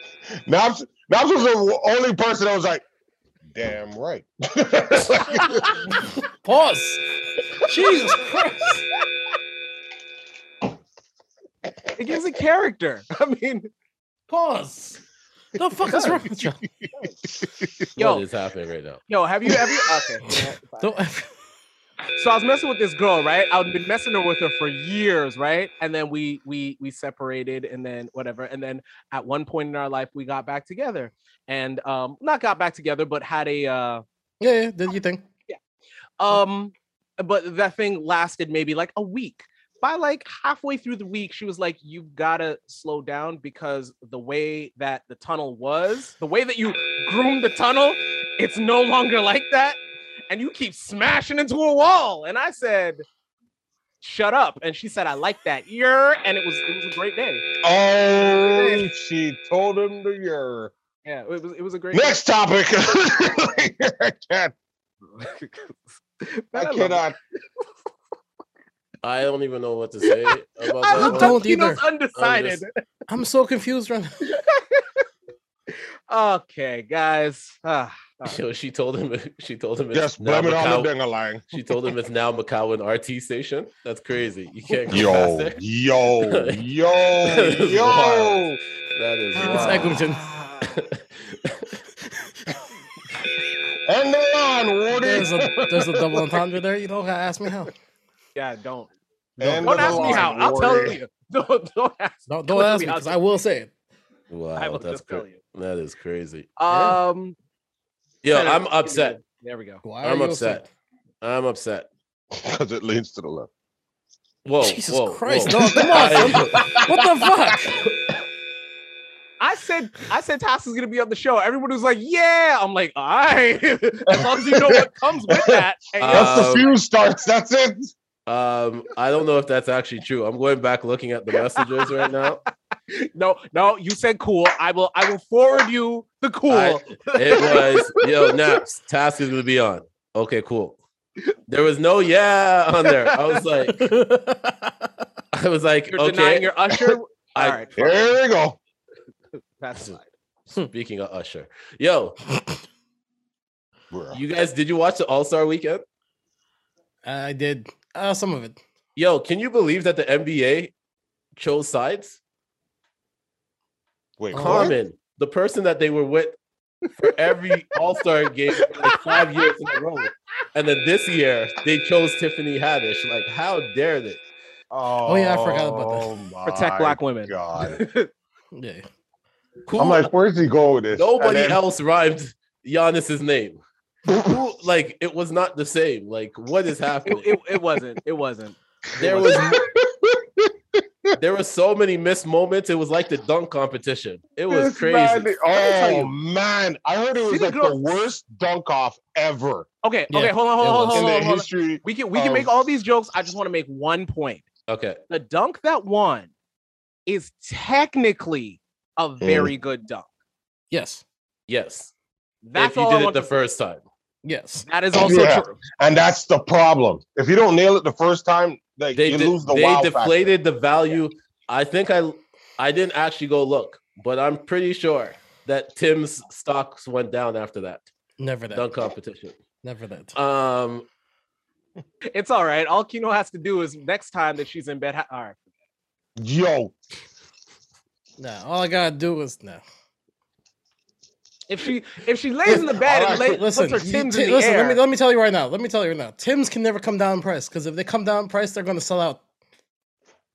Speaker 4: Naps, Naps was the only person that was like, "Damn right."
Speaker 1: Pause. Jesus Christ.
Speaker 2: it gives a character. I mean,
Speaker 1: Pause. The fuck is wrong with you?
Speaker 2: Yo.
Speaker 3: What is happening right now?
Speaker 2: yo, have you ever? Okay, yeah, fine.
Speaker 1: Don't.
Speaker 2: so I was messing with this girl, right? I've been messing her with her for years, right? And then we we we separated, and then whatever, and then at one point in our life we got back together, and um, not got back together, but had a uh,
Speaker 1: Yeah, yeah, did you think? Oh.
Speaker 2: um, but that thing lasted maybe like a week. By like halfway through the week, she was like, "You've gotta slow down because the way that the tunnel was, the way that you groomed the tunnel, it's no longer like that, and you keep smashing into a wall." And I said, "Shut up!" And she said, "I like that." You're, and it was it was a great day.
Speaker 4: oh, she told him to your
Speaker 2: Yeah, it was it was a great.
Speaker 4: next topic. I can't.
Speaker 2: Day. Man, I
Speaker 4: I
Speaker 2: love it.
Speaker 4: cannot.
Speaker 3: I don't even know what to say about
Speaker 2: I
Speaker 3: that.
Speaker 1: don't
Speaker 2: looked up
Speaker 3: one.
Speaker 1: either.
Speaker 2: Kino's
Speaker 1: I'm
Speaker 2: undecided.
Speaker 1: I'm so confused right now.
Speaker 2: Okay, guys. Ah.
Speaker 3: Yo, she told him. She told him. It's
Speaker 4: Just
Speaker 3: now
Speaker 4: blame it on
Speaker 3: Macau-
Speaker 4: the dingaling.
Speaker 3: She told him it's now Macau and RT station. That's crazy. You can't go past
Speaker 4: Yo,
Speaker 3: there.
Speaker 4: yo, yo,
Speaker 3: That is
Speaker 4: yo.
Speaker 3: wild. That is
Speaker 1: It's
Speaker 3: wild.
Speaker 1: Eglinton.
Speaker 4: And the line,
Speaker 1: There's
Speaker 4: Wardy.
Speaker 1: a there's a double entendre there. You don't gotta ask me how.
Speaker 2: Yeah, don't.
Speaker 4: And
Speaker 2: Don't
Speaker 4: the
Speaker 2: ask me
Speaker 4: line,
Speaker 2: how. I'll tell
Speaker 4: Wardy.
Speaker 2: you. Don't, don't ask.
Speaker 1: Don't, don't
Speaker 2: Don't do
Speaker 1: ask
Speaker 2: the
Speaker 1: me because
Speaker 2: outro.
Speaker 1: I will say it.
Speaker 2: I
Speaker 3: Wow,
Speaker 2: will
Speaker 3: Oh, that's
Speaker 2: just tell
Speaker 3: cra-
Speaker 2: you.
Speaker 3: that is crazy.
Speaker 1: Yeah.
Speaker 2: Um,
Speaker 3: Yo,
Speaker 2: Senator,
Speaker 3: I'm
Speaker 2: give me
Speaker 3: upset.
Speaker 2: the- There we go.
Speaker 1: Why are
Speaker 3: I'm
Speaker 1: you
Speaker 3: upset. I'm upset.
Speaker 4: Because it leans to the left.
Speaker 3: Whoa,
Speaker 1: Jesus
Speaker 3: whoa,
Speaker 1: Christ,
Speaker 3: whoa.
Speaker 1: dog, come on,
Speaker 3: I-
Speaker 1: What the fuck?
Speaker 2: I said, I said, Toss is gonna be on the show. Everyone was like, "Yeah." I'm like, "All right." as long as you know what comes with that. And
Speaker 3: Uh,
Speaker 4: That's the
Speaker 3: Um,
Speaker 4: fuse starts. That's it.
Speaker 3: um, I don't know if that's actually true. I'm going back looking at the messages right now.
Speaker 2: no, no, you said cool. I will, I will forward you the cool.
Speaker 3: I- It was yo naps. Task is gonna be on. Okay, cool. There was no yeah on there. I was like, I was like,
Speaker 2: You're
Speaker 3: okay.
Speaker 2: denying your usher.
Speaker 3: I-
Speaker 2: All right, fine.
Speaker 4: Here we go.
Speaker 2: that's fine.
Speaker 3: Speaking of Usher, yo,
Speaker 4: Bruh.
Speaker 3: you guys, did you watch the All Star Weekend?
Speaker 1: I did uh, some of it.
Speaker 3: Yo, can you believe that the NBA chose sides?
Speaker 4: Wait, what?
Speaker 3: Common, the person that they were with for every All Star game for like five years in a row, and then this year they chose Tiffany Haddish. Like, how dare they?
Speaker 4: Oh,
Speaker 1: yeah, I forgot about that.
Speaker 4: that.
Speaker 2: Protect black women.
Speaker 4: Oh God.
Speaker 1: Yeah.
Speaker 3: Who,
Speaker 4: I'm like, where's he going with this?
Speaker 3: nobody
Speaker 4: And then-
Speaker 3: else rhymed Giannis's name. Who, like, it was not the same. Like, what is
Speaker 2: It,
Speaker 3: happening?
Speaker 2: it, it wasn't. It wasn't.
Speaker 3: there was mo- there were so many missed moments. It was like the dunk competition. It was
Speaker 4: This
Speaker 3: crazy.
Speaker 4: man-
Speaker 3: tell
Speaker 4: oh
Speaker 3: you.
Speaker 4: man, I heard it
Speaker 2: See
Speaker 4: was
Speaker 2: the
Speaker 4: like the
Speaker 2: girl-
Speaker 4: worst dunk off ever
Speaker 2: Okay.
Speaker 1: Yeah,
Speaker 2: okay. Hold on. Hold
Speaker 1: it
Speaker 2: on.
Speaker 1: was.
Speaker 2: Hold on.
Speaker 4: in the
Speaker 2: Oh, Hold on.
Speaker 4: history.
Speaker 2: We can we can
Speaker 4: of-
Speaker 2: make all these jokes. I just want to make one point.
Speaker 3: Okay.
Speaker 2: The dunk that won is technically a very good dunk.
Speaker 1: Yes.
Speaker 3: Yes.
Speaker 2: That's
Speaker 3: if you
Speaker 2: all
Speaker 3: did
Speaker 2: I
Speaker 3: it
Speaker 2: want
Speaker 3: the
Speaker 2: to-
Speaker 3: first time.
Speaker 1: Yes.
Speaker 2: That is also
Speaker 4: Yeah.
Speaker 2: true.
Speaker 4: And that's the problem. If you don't nail it the first time, like
Speaker 3: They
Speaker 4: you
Speaker 3: de-
Speaker 4: lose the
Speaker 3: they
Speaker 4: wow factor.
Speaker 3: deflated the value. I think I I didn't actually go look, but I'm pretty sure that Tim's stocks went down after that
Speaker 1: Never that.
Speaker 3: dunk competition.
Speaker 1: Never that.
Speaker 3: Um
Speaker 2: It's all right. All Kino has to do is next time that she's in bed. Ha- all right.
Speaker 4: Yo,
Speaker 1: Nah. All I gotta do is nah.
Speaker 2: If she if she lays in the bed
Speaker 4: All
Speaker 2: and
Speaker 4: right,
Speaker 2: lay,
Speaker 1: Listen,
Speaker 2: puts her
Speaker 1: you-
Speaker 2: tins
Speaker 1: Ti-
Speaker 2: in the
Speaker 1: listen.
Speaker 2: air,
Speaker 1: Let me let me tell you right now. Let me tell you right now. Tim's can never come down in price because if they come down in price, they're gonna sell out.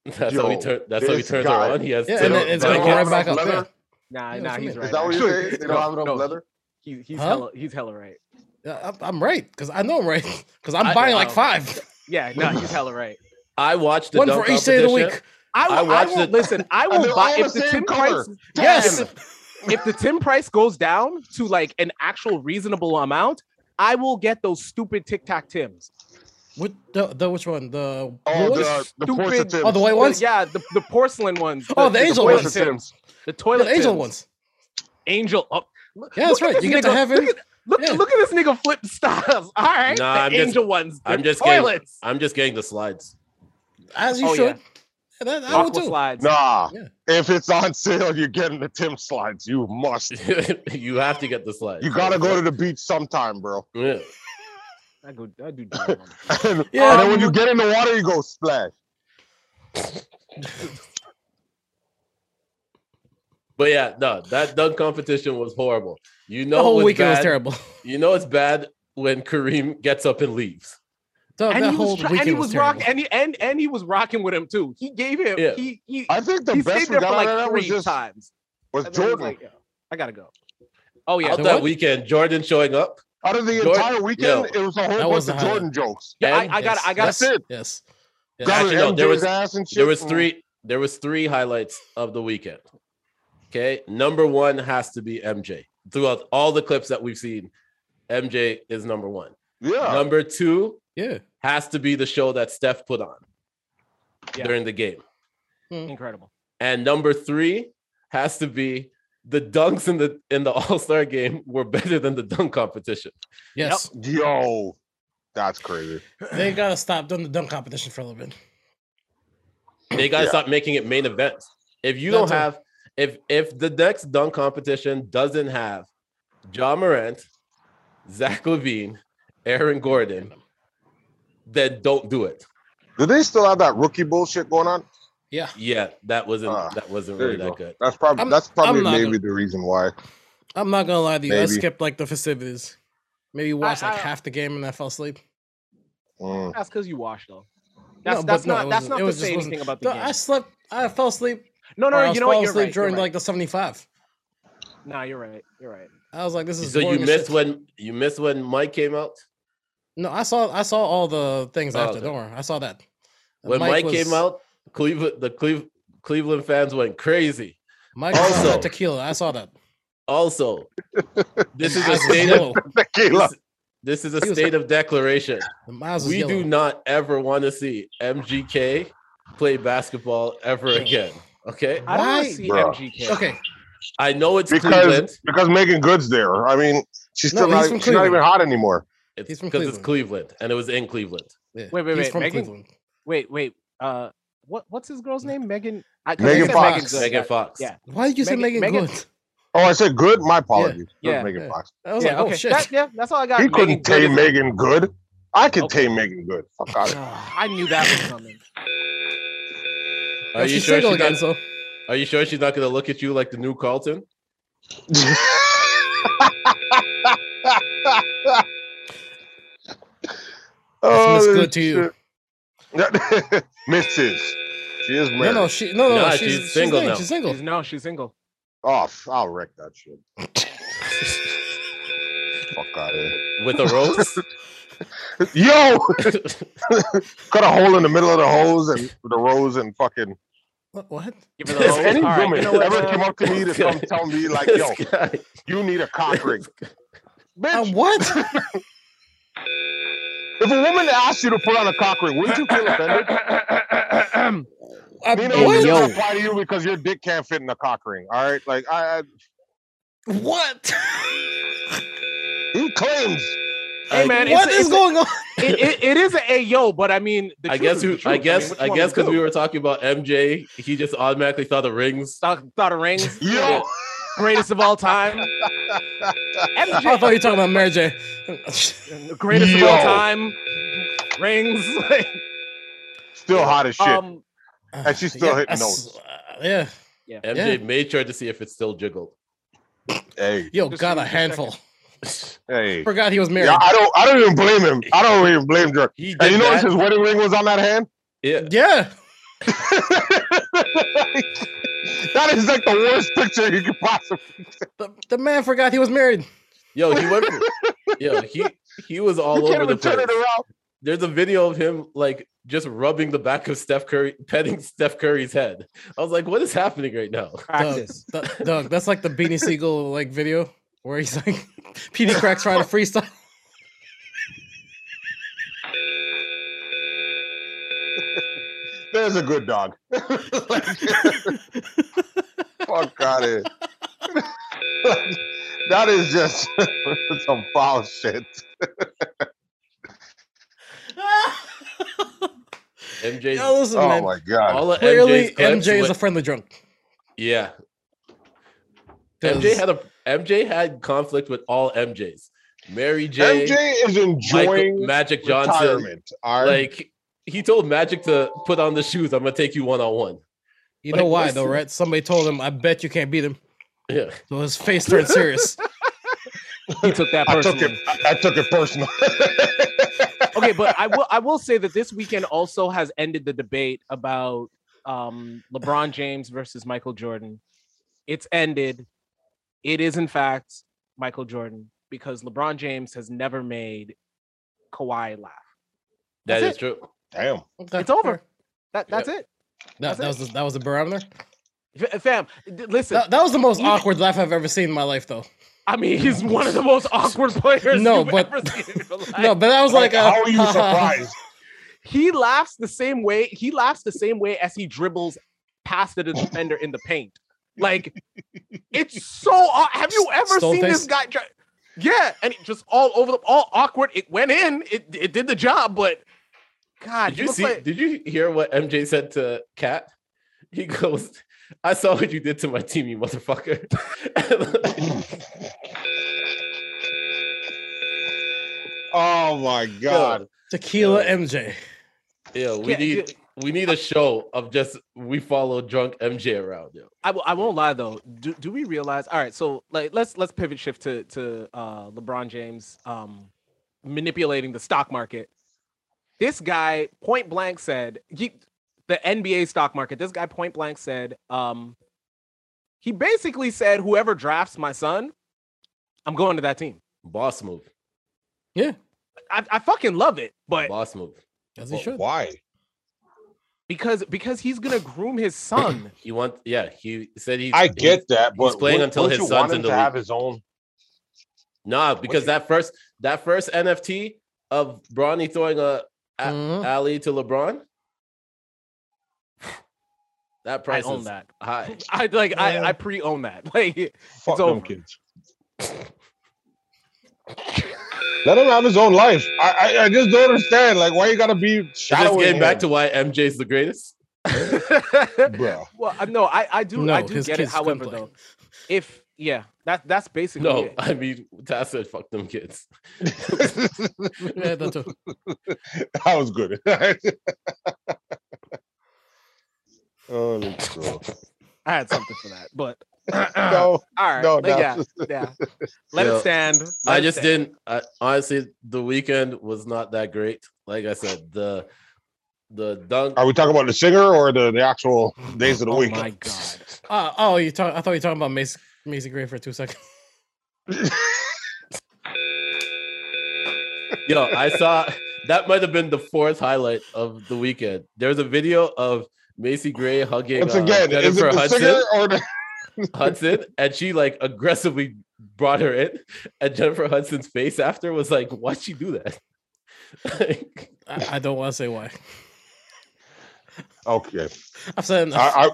Speaker 3: that's how he
Speaker 4: Yo,
Speaker 3: turned that's how he
Speaker 4: this
Speaker 3: turns
Speaker 4: guy.
Speaker 3: her on. He has
Speaker 1: Yeah,
Speaker 3: Tim,
Speaker 1: and then it's
Speaker 4: they
Speaker 1: gonna
Speaker 4: don't
Speaker 1: go
Speaker 4: have
Speaker 1: right
Speaker 3: blankets.
Speaker 1: back
Speaker 4: enough
Speaker 1: up.
Speaker 4: leather?
Speaker 1: Yeah.
Speaker 2: nah,
Speaker 1: Yeah,
Speaker 2: nah,
Speaker 1: what you
Speaker 2: he's
Speaker 1: mean?
Speaker 2: right.
Speaker 4: is that what you
Speaker 2: actually.
Speaker 4: say? They don't
Speaker 2: No,
Speaker 4: have enough
Speaker 2: no,
Speaker 4: leather.
Speaker 2: He, he's
Speaker 1: Huh?
Speaker 2: hella he's hella right.
Speaker 1: Yeah, I'm, I'm right because I know I'm right because I'm
Speaker 3: I-
Speaker 1: buying like
Speaker 2: wow.
Speaker 1: five,
Speaker 2: Yeah, no, he's hella right.
Speaker 3: I watched the
Speaker 1: one
Speaker 3: dunk
Speaker 1: for each day of the
Speaker 3: competition.
Speaker 1: week.
Speaker 2: I
Speaker 3: I
Speaker 2: will, I
Speaker 3: watched
Speaker 2: will
Speaker 3: it-
Speaker 2: listen. I
Speaker 4: And
Speaker 2: will
Speaker 4: they're
Speaker 2: buy
Speaker 4: all
Speaker 2: if
Speaker 4: the
Speaker 2: the
Speaker 4: same
Speaker 2: tin
Speaker 4: color.
Speaker 2: price
Speaker 4: Damn.
Speaker 1: Yes.
Speaker 2: if the tin price goes down to like an actual reasonable amount, I will get those stupid Tic Tac Tims.
Speaker 1: What the, the which one? The
Speaker 4: Oh,
Speaker 1: what?
Speaker 4: the, the
Speaker 2: stupid-
Speaker 4: porcelain Tims.
Speaker 1: oh the white
Speaker 2: The-
Speaker 1: ones.
Speaker 2: yeah, the, the porcelain ones.
Speaker 1: Oh, the angel
Speaker 2: toilet
Speaker 1: ones.
Speaker 2: Tims.
Speaker 4: Tims.
Speaker 2: The
Speaker 1: Yeah,
Speaker 2: toilet
Speaker 1: the angel
Speaker 2: Tims.
Speaker 1: ones.
Speaker 2: Angel. Oh, look-
Speaker 1: Yeah, that's
Speaker 2: look at
Speaker 1: right.
Speaker 2: this
Speaker 1: You get to
Speaker 2: nigga-
Speaker 1: heaven.
Speaker 2: Look at, look,
Speaker 1: Yeah.
Speaker 2: look at this nigga flip styles. All right,
Speaker 3: Nah,
Speaker 2: the
Speaker 3: I'm just-
Speaker 2: angel ones.
Speaker 3: I'm
Speaker 2: They're
Speaker 3: just kidding.
Speaker 2: toilets.
Speaker 3: I'm just getting the slides.
Speaker 1: As you
Speaker 2: Oh, yeah.
Speaker 1: should. Yeah, that- I would
Speaker 2: Aqua
Speaker 1: too.
Speaker 2: slides.
Speaker 4: Nah,
Speaker 1: Yeah.
Speaker 4: if it's on sale, you're getting the Tim slides. You must.
Speaker 3: you have to get the slides.
Speaker 4: You gotta go to the beach sometime, bro.
Speaker 3: Yeah.
Speaker 2: I go. I do. dumb ones.
Speaker 4: and
Speaker 1: Yeah.
Speaker 4: then when you get in the water, you go splash.
Speaker 3: But yeah, no, that dunk competition was horrible. You
Speaker 1: the
Speaker 3: know,
Speaker 2: Oh,
Speaker 3: it
Speaker 1: whole
Speaker 3: was
Speaker 1: weekend was
Speaker 3: bad-
Speaker 1: terrible.
Speaker 3: You know, it's bad when Kareem gets up and leaves.
Speaker 1: Dog,
Speaker 2: and
Speaker 1: Oh, that
Speaker 2: he
Speaker 1: whole
Speaker 2: was, try-
Speaker 1: weekend
Speaker 2: and he
Speaker 1: was,
Speaker 2: was
Speaker 1: terrible.
Speaker 2: rocking, and he and and he was rocking with him too. He gave him.
Speaker 3: Yeah.
Speaker 2: He he.
Speaker 4: I think the
Speaker 2: he
Speaker 4: best
Speaker 2: stayed
Speaker 4: we
Speaker 2: there
Speaker 4: got
Speaker 2: for
Speaker 4: out
Speaker 2: like
Speaker 4: of that was
Speaker 2: three
Speaker 4: just
Speaker 2: times.
Speaker 4: was
Speaker 2: And then he was
Speaker 4: Jordan.
Speaker 2: like, "Yo, I gotta go. Oh yeah,
Speaker 3: Out
Speaker 1: The
Speaker 3: that
Speaker 1: what?
Speaker 3: weekend, Jordan showing up.
Speaker 4: out of the
Speaker 3: Jordan-
Speaker 4: entire weekend, it was a whole
Speaker 1: was
Speaker 4: bunch
Speaker 1: the
Speaker 4: of
Speaker 1: highlight.
Speaker 4: Jordan jokes.
Speaker 2: Yeah,
Speaker 3: and
Speaker 2: I, I gotta, I gotta.
Speaker 4: that's it.
Speaker 1: Yes. yes.
Speaker 4: Got
Speaker 3: Actually, no, there
Speaker 4: MJ's
Speaker 3: was-
Speaker 4: ass and shit.
Speaker 3: There was
Speaker 4: Mm.
Speaker 3: three. There was three highlights of the weekend. Okay, number one has to be MJ. Throughout all the clips that we've seen, MJ is number one.
Speaker 4: Yeah,
Speaker 3: Number two
Speaker 1: Yeah.
Speaker 3: has to be the show that Steph put on
Speaker 2: Yeah.
Speaker 3: during the game.
Speaker 2: Incredible.
Speaker 3: And number three has to be the dunks in the in the All-Star game were better than the dunk competition.
Speaker 1: Yes.
Speaker 4: yo, that's crazy.
Speaker 1: They gotta stop doing the dunk competition for a little bit.
Speaker 3: They gotta
Speaker 4: Yeah.
Speaker 3: stop making it main events. If you
Speaker 1: That
Speaker 3: don't
Speaker 1: too.
Speaker 3: have if if the next dunk competition doesn't have John Morant, Zach Levine, Aaron Gordon, then don't do it.
Speaker 4: Do they still have that rookie bullshit going on?
Speaker 1: Yeah.
Speaker 3: Yeah, that wasn't
Speaker 4: Ah,
Speaker 3: that wasn't
Speaker 4: there
Speaker 3: really
Speaker 4: you
Speaker 3: that
Speaker 4: go.
Speaker 3: good.
Speaker 4: That's probably
Speaker 1: I'm-
Speaker 4: that's probably
Speaker 1: I'm not
Speaker 4: maybe
Speaker 1: gonna-
Speaker 4: the reason why.
Speaker 1: I'm not gonna lie to you. I
Speaker 4: Maybe.
Speaker 1: skipped like the festivities. Maybe watched like
Speaker 2: I-
Speaker 1: half the game and I fell asleep.
Speaker 4: Mm.
Speaker 2: That's because you washed though. That's
Speaker 1: No,
Speaker 2: that's
Speaker 1: but no,
Speaker 2: not
Speaker 1: it
Speaker 2: that's
Speaker 1: wasn't-
Speaker 2: not
Speaker 1: it
Speaker 2: to
Speaker 1: was just
Speaker 2: say
Speaker 1: wasn't-
Speaker 2: anything about the
Speaker 1: No, I
Speaker 2: game.
Speaker 1: slept. I fell asleep.
Speaker 2: No,
Speaker 1: or
Speaker 2: no,
Speaker 1: I
Speaker 2: no.
Speaker 1: was
Speaker 2: You know what?
Speaker 1: falling
Speaker 2: You're
Speaker 1: asleep
Speaker 2: right.
Speaker 1: during
Speaker 2: you're right.
Speaker 1: like the 75.
Speaker 2: Nah, you're right. You're right.
Speaker 1: I was like, this is
Speaker 3: So you
Speaker 1: boring as
Speaker 3: missed
Speaker 1: shit.
Speaker 3: when you missed when Mike came out.
Speaker 1: No, I saw I saw all the things
Speaker 3: Oh,
Speaker 1: after.
Speaker 3: okay.
Speaker 1: Don't worry, I saw that. Uh,
Speaker 3: When Mike,
Speaker 1: was-
Speaker 3: came out, Cleveland the Cleve, Cleveland fans went crazy.
Speaker 1: Mike was on that
Speaker 3: Also-
Speaker 1: tequila. I saw that.
Speaker 3: Also, this is
Speaker 1: My
Speaker 3: a
Speaker 1: eyes was
Speaker 3: state of
Speaker 1: yellow.
Speaker 4: Tequila.
Speaker 3: this, this is a
Speaker 1: He was-
Speaker 3: state of declaration.
Speaker 1: My eyes was
Speaker 3: We
Speaker 1: yellow.
Speaker 3: do not ever want to see MGK play basketball ever again. Okay,
Speaker 2: I don't want
Speaker 1: Why?
Speaker 2: to see
Speaker 4: Bruh.
Speaker 2: MGK.
Speaker 1: Okay,
Speaker 3: I know it's
Speaker 4: Because-
Speaker 3: Cleveland.
Speaker 4: because Megan Good's there. I mean, she's
Speaker 1: No,
Speaker 4: still
Speaker 1: he's
Speaker 4: not,
Speaker 1: from
Speaker 4: she's not even
Speaker 1: Cleveland.
Speaker 4: hot anymore.
Speaker 3: It's
Speaker 1: he's from
Speaker 3: because it's Cleveland, and it was in Cleveland.
Speaker 1: yeah.
Speaker 2: Wait, wait,
Speaker 1: he's
Speaker 2: wait,
Speaker 1: from
Speaker 2: Megan-
Speaker 1: Cleveland.
Speaker 2: Wait, wait. Uh, what what's his girl's name? Megan. I, 'cause I
Speaker 4: Megan
Speaker 2: said
Speaker 4: Fox.
Speaker 2: Megan Good.
Speaker 3: Megan
Speaker 2: I-
Speaker 3: Fox.
Speaker 2: Yeah.
Speaker 1: Why did you say Megan,
Speaker 2: Megan- Megan-
Speaker 1: Good?
Speaker 4: Oh, I said good. My apologies. It was
Speaker 2: yeah,
Speaker 4: Megan
Speaker 1: yeah.
Speaker 4: Fox.
Speaker 1: I was
Speaker 2: yeah.
Speaker 1: like, oh
Speaker 2: okay.
Speaker 1: shit.
Speaker 2: That- yeah. That's all I got.
Speaker 4: He couldn't
Speaker 2: Megan Good
Speaker 4: tame
Speaker 2: is-
Speaker 4: Megan Good. I could
Speaker 2: Okay.
Speaker 4: tame Megan Good. Fuck out of
Speaker 2: Ah, I knew that was coming.
Speaker 1: Yo,
Speaker 3: Are you
Speaker 1: she's
Speaker 3: sure
Speaker 1: single
Speaker 3: she's
Speaker 1: again,
Speaker 3: not,
Speaker 1: so
Speaker 3: Are you sure she's not going to look at you like the new Carlton?
Speaker 1: That's Miss
Speaker 4: Oh,
Speaker 1: Good to you.
Speaker 4: shit. Mrs. She is
Speaker 1: No,
Speaker 4: married.
Speaker 1: no, she no, no,
Speaker 3: Nah,
Speaker 1: no she's,
Speaker 3: she's
Speaker 1: she's
Speaker 3: single
Speaker 1: single.
Speaker 3: now.
Speaker 1: She's single.
Speaker 2: She's, no, she's single.
Speaker 4: Oh, f- I'll wreck that shit. Fuck out of here.
Speaker 3: With a rose?
Speaker 4: Yo, cut a hole in the middle of the hose and the rose and fucking.
Speaker 1: What? what?
Speaker 2: Give her the
Speaker 3: If
Speaker 2: rose.
Speaker 4: Any
Speaker 2: All right, you
Speaker 4: woman
Speaker 2: know what,
Speaker 4: ever
Speaker 2: uh,
Speaker 4: came up to me to come tell me like, yo,
Speaker 3: This guy-
Speaker 4: you need a cock ring,
Speaker 1: Um,
Speaker 4: bitch.
Speaker 1: what?
Speaker 4: If a woman asked you to put on a cock ring, wouldn't you feel offended?
Speaker 1: Um,
Speaker 4: Me and
Speaker 2: Hey,
Speaker 4: it
Speaker 1: Uh, what?
Speaker 2: yo.
Speaker 4: doesn't apply to you because your dick can't fit in a cock ring. All right, like I, I
Speaker 1: What?
Speaker 4: he claims.
Speaker 2: Hey man,
Speaker 1: what
Speaker 2: it's,
Speaker 1: is
Speaker 2: a- it's a-
Speaker 1: going on?
Speaker 2: it, it, it is an ayo, but I mean, the
Speaker 3: I
Speaker 2: truth
Speaker 3: guess
Speaker 2: is the
Speaker 3: who,
Speaker 2: truth.
Speaker 3: I
Speaker 2: mean,
Speaker 3: guess
Speaker 2: what
Speaker 3: I
Speaker 2: you want
Speaker 3: guess
Speaker 2: me to
Speaker 3: because we
Speaker 2: do?
Speaker 3: were talking about MJ, he just automatically thought of rings.
Speaker 2: thought, thought of rings,
Speaker 4: Yo,
Speaker 2: greatest of all time,
Speaker 1: I
Speaker 2: MJ,
Speaker 1: thought you were talking about Mary J.
Speaker 2: the greatest of all
Speaker 4: Yo.
Speaker 2: time, rings. like,
Speaker 4: still hot as shit.
Speaker 2: um,
Speaker 4: And she's still hitting
Speaker 1: that's-
Speaker 4: notes.
Speaker 1: uh, yeah.
Speaker 3: MJ made sure to see if it still jiggled.
Speaker 4: hey,
Speaker 1: Yo,
Speaker 2: Just
Speaker 1: got a
Speaker 2: use the
Speaker 1: handful.
Speaker 4: hey.
Speaker 1: Forgot he was married.
Speaker 4: Yeah, I don't. I don't even blame him. I don't even blame Drake.
Speaker 3: He did
Speaker 4: And you notice
Speaker 3: that.
Speaker 4: his wedding ring was on that hand.
Speaker 3: yeah.
Speaker 1: yeah.
Speaker 4: that is like the worst picture you could possibly.
Speaker 1: The, the man forgot he was married.
Speaker 3: Yo, he went from, yo, he he was all
Speaker 4: you can't
Speaker 3: over the
Speaker 4: even turn
Speaker 3: place.
Speaker 4: it around.
Speaker 3: There's a video of him like just rubbing the back of Steph Curry, petting Steph Curry's head. I was like, what is happening right now?
Speaker 1: Doug,
Speaker 2: practice.
Speaker 1: Doug, Doug, that's like the Beanie Siegel like video where he's like, PD Crack's trying to freestyle.
Speaker 4: There's a good dog. Like, fuck out of here. that is just some foul shit.
Speaker 3: MJ's
Speaker 1: Yo, listen,
Speaker 4: Oh
Speaker 1: man.
Speaker 4: my god.
Speaker 3: all of
Speaker 1: Clearly,
Speaker 3: MJ's clips
Speaker 1: MJ is
Speaker 3: went-
Speaker 1: a friendly drunk.
Speaker 3: yeah.
Speaker 1: 'Cause-
Speaker 3: MJ had a MJ had conflict with all MJs. Mary J,
Speaker 4: MJ is
Speaker 3: Michael-
Speaker 4: enjoying
Speaker 3: Magic Johnson.
Speaker 4: retirement. all right?
Speaker 3: Like he told Magic to put on the shoes. I'm gonna take you one on one.
Speaker 1: You
Speaker 3: Like,
Speaker 1: know why though,
Speaker 3: listen.
Speaker 1: right? Somebody told him, "I bet you can't beat him."
Speaker 3: Yeah.
Speaker 1: So his face turned serious.
Speaker 2: He took that
Speaker 4: I took
Speaker 2: personally.
Speaker 4: it. I, I took it personal.
Speaker 2: okay, but I will I will say that this weekend also has ended the debate about um LeBron James versus Michael Jordan. It's ended. It is in fact Michael Jordan because LeBron James has never made Kawhi laugh.
Speaker 3: That
Speaker 2: That's
Speaker 3: is true.
Speaker 4: Damn.
Speaker 1: Okay,
Speaker 2: It's over.
Speaker 1: fair.
Speaker 2: That that's it.
Speaker 1: That,
Speaker 2: That's
Speaker 1: that
Speaker 2: it.
Speaker 1: was the, that was the barometer.
Speaker 2: F- fam, d- listen.
Speaker 1: That, that was the most
Speaker 2: Even-
Speaker 1: awkward laugh I've ever seen in my life, though.
Speaker 2: I mean, he's one of the most awkward players
Speaker 1: No,
Speaker 2: you've
Speaker 1: but-
Speaker 2: ever seen in your life.
Speaker 1: No, but that was like, uh,
Speaker 4: how are you
Speaker 1: ha, ha, ha.
Speaker 4: surprised?
Speaker 2: he laughs the same way he laughs the same way as he dribbles past the defender in the paint like it's so aw- have you ever
Speaker 1: Stone
Speaker 2: seen this
Speaker 1: face?
Speaker 2: guy dri- yeah and it just all over the all awkward it went in it, it did the job but god
Speaker 3: Did
Speaker 2: he
Speaker 3: you
Speaker 2: looks
Speaker 3: see?
Speaker 2: like-
Speaker 3: Did you hear what MJ said to Kat? He goes, "I saw what you did to my team, you motherfucker."
Speaker 4: Oh my god.
Speaker 1: Tequila
Speaker 3: Yeah.
Speaker 1: MJ.
Speaker 3: yeah, we
Speaker 2: Yeah,
Speaker 3: need we need a show of just we follow drunk MJ around. Yo.
Speaker 2: I, w- I won't lie though. Do, do we realize? All right, so like let's let's pivot shift to to uh, LeBron James um, manipulating the stock market. This guy point blank said he, the NBA stock market. This guy point blank said um, he basically said whoever drafts my son, I'm going to that team.
Speaker 3: Boss move.
Speaker 2: I, I fucking love it, but
Speaker 3: Boss move.
Speaker 1: As he
Speaker 3: Well,
Speaker 1: should.
Speaker 4: Why?
Speaker 2: because because he's gonna groom his son.
Speaker 3: He want yeah. He said he.
Speaker 4: I
Speaker 3: he-
Speaker 4: get that, but
Speaker 3: playing
Speaker 4: wouldn't-
Speaker 3: until
Speaker 4: wouldn't
Speaker 3: his
Speaker 4: you
Speaker 3: son's
Speaker 4: want
Speaker 3: in
Speaker 4: him
Speaker 3: the
Speaker 4: to have
Speaker 3: league.
Speaker 4: his own.
Speaker 3: nah because
Speaker 4: you-
Speaker 3: that first that first NFT of Bronny throwing a a-
Speaker 2: Mm.
Speaker 1: Mhm.
Speaker 3: alley to LeBron. That
Speaker 2: I
Speaker 3: price
Speaker 2: own
Speaker 3: is
Speaker 2: that.
Speaker 3: high.
Speaker 2: I like I,
Speaker 1: Yeah.
Speaker 2: I pre own that. Like
Speaker 4: Fuck them
Speaker 2: over.
Speaker 4: kids. Let him have his own life. I, I I just don't understand. Like, why you gotta be
Speaker 3: Just
Speaker 4: shadowing
Speaker 3: getting
Speaker 4: him,
Speaker 3: back to why MJ's the greatest.
Speaker 4: bro?
Speaker 2: Well, uh, no, I, I do I
Speaker 1: No,
Speaker 2: do
Speaker 1: his
Speaker 2: get it.
Speaker 1: kids couldn't
Speaker 2: However,
Speaker 1: play.
Speaker 2: though, if yeah, that that's basically
Speaker 3: No,
Speaker 2: it.
Speaker 3: I mean Taz said, "Fuck them kids."
Speaker 1: Yeah, that too.
Speaker 4: That was good. oh, let's go.
Speaker 2: I had something for that, but Ah.
Speaker 4: No,
Speaker 2: all right,
Speaker 4: no,
Speaker 2: but
Speaker 4: no.
Speaker 2: yeah, yeah. Let
Speaker 3: Yo,
Speaker 2: it stand. let
Speaker 3: I
Speaker 2: it
Speaker 3: just
Speaker 2: stand.
Speaker 3: didn't. I, honestly, the weekend was not that great. Like I said, the the dunk.
Speaker 4: Are we talking about the singer or the, the actual days of the
Speaker 2: Oh
Speaker 4: week?
Speaker 2: my god,
Speaker 1: Uh, oh, you talk, I thought you were talking about Macy, Macy Gray for two seconds.
Speaker 3: Yo, I saw that might have been the fourth highlight of the weekend. There's a video of Macy Gray hugging
Speaker 4: Once
Speaker 3: uh,
Speaker 4: again, is it
Speaker 3: Jennifer
Speaker 4: the
Speaker 3: Hudson.
Speaker 4: singer or the
Speaker 3: Hudson, and she like aggressively brought her in, and Jennifer Hudson's face after was like, "Why'd she do that?" Like,
Speaker 1: I, I don't want to say why.
Speaker 4: okay?
Speaker 1: I've said enough.
Speaker 4: Are, are,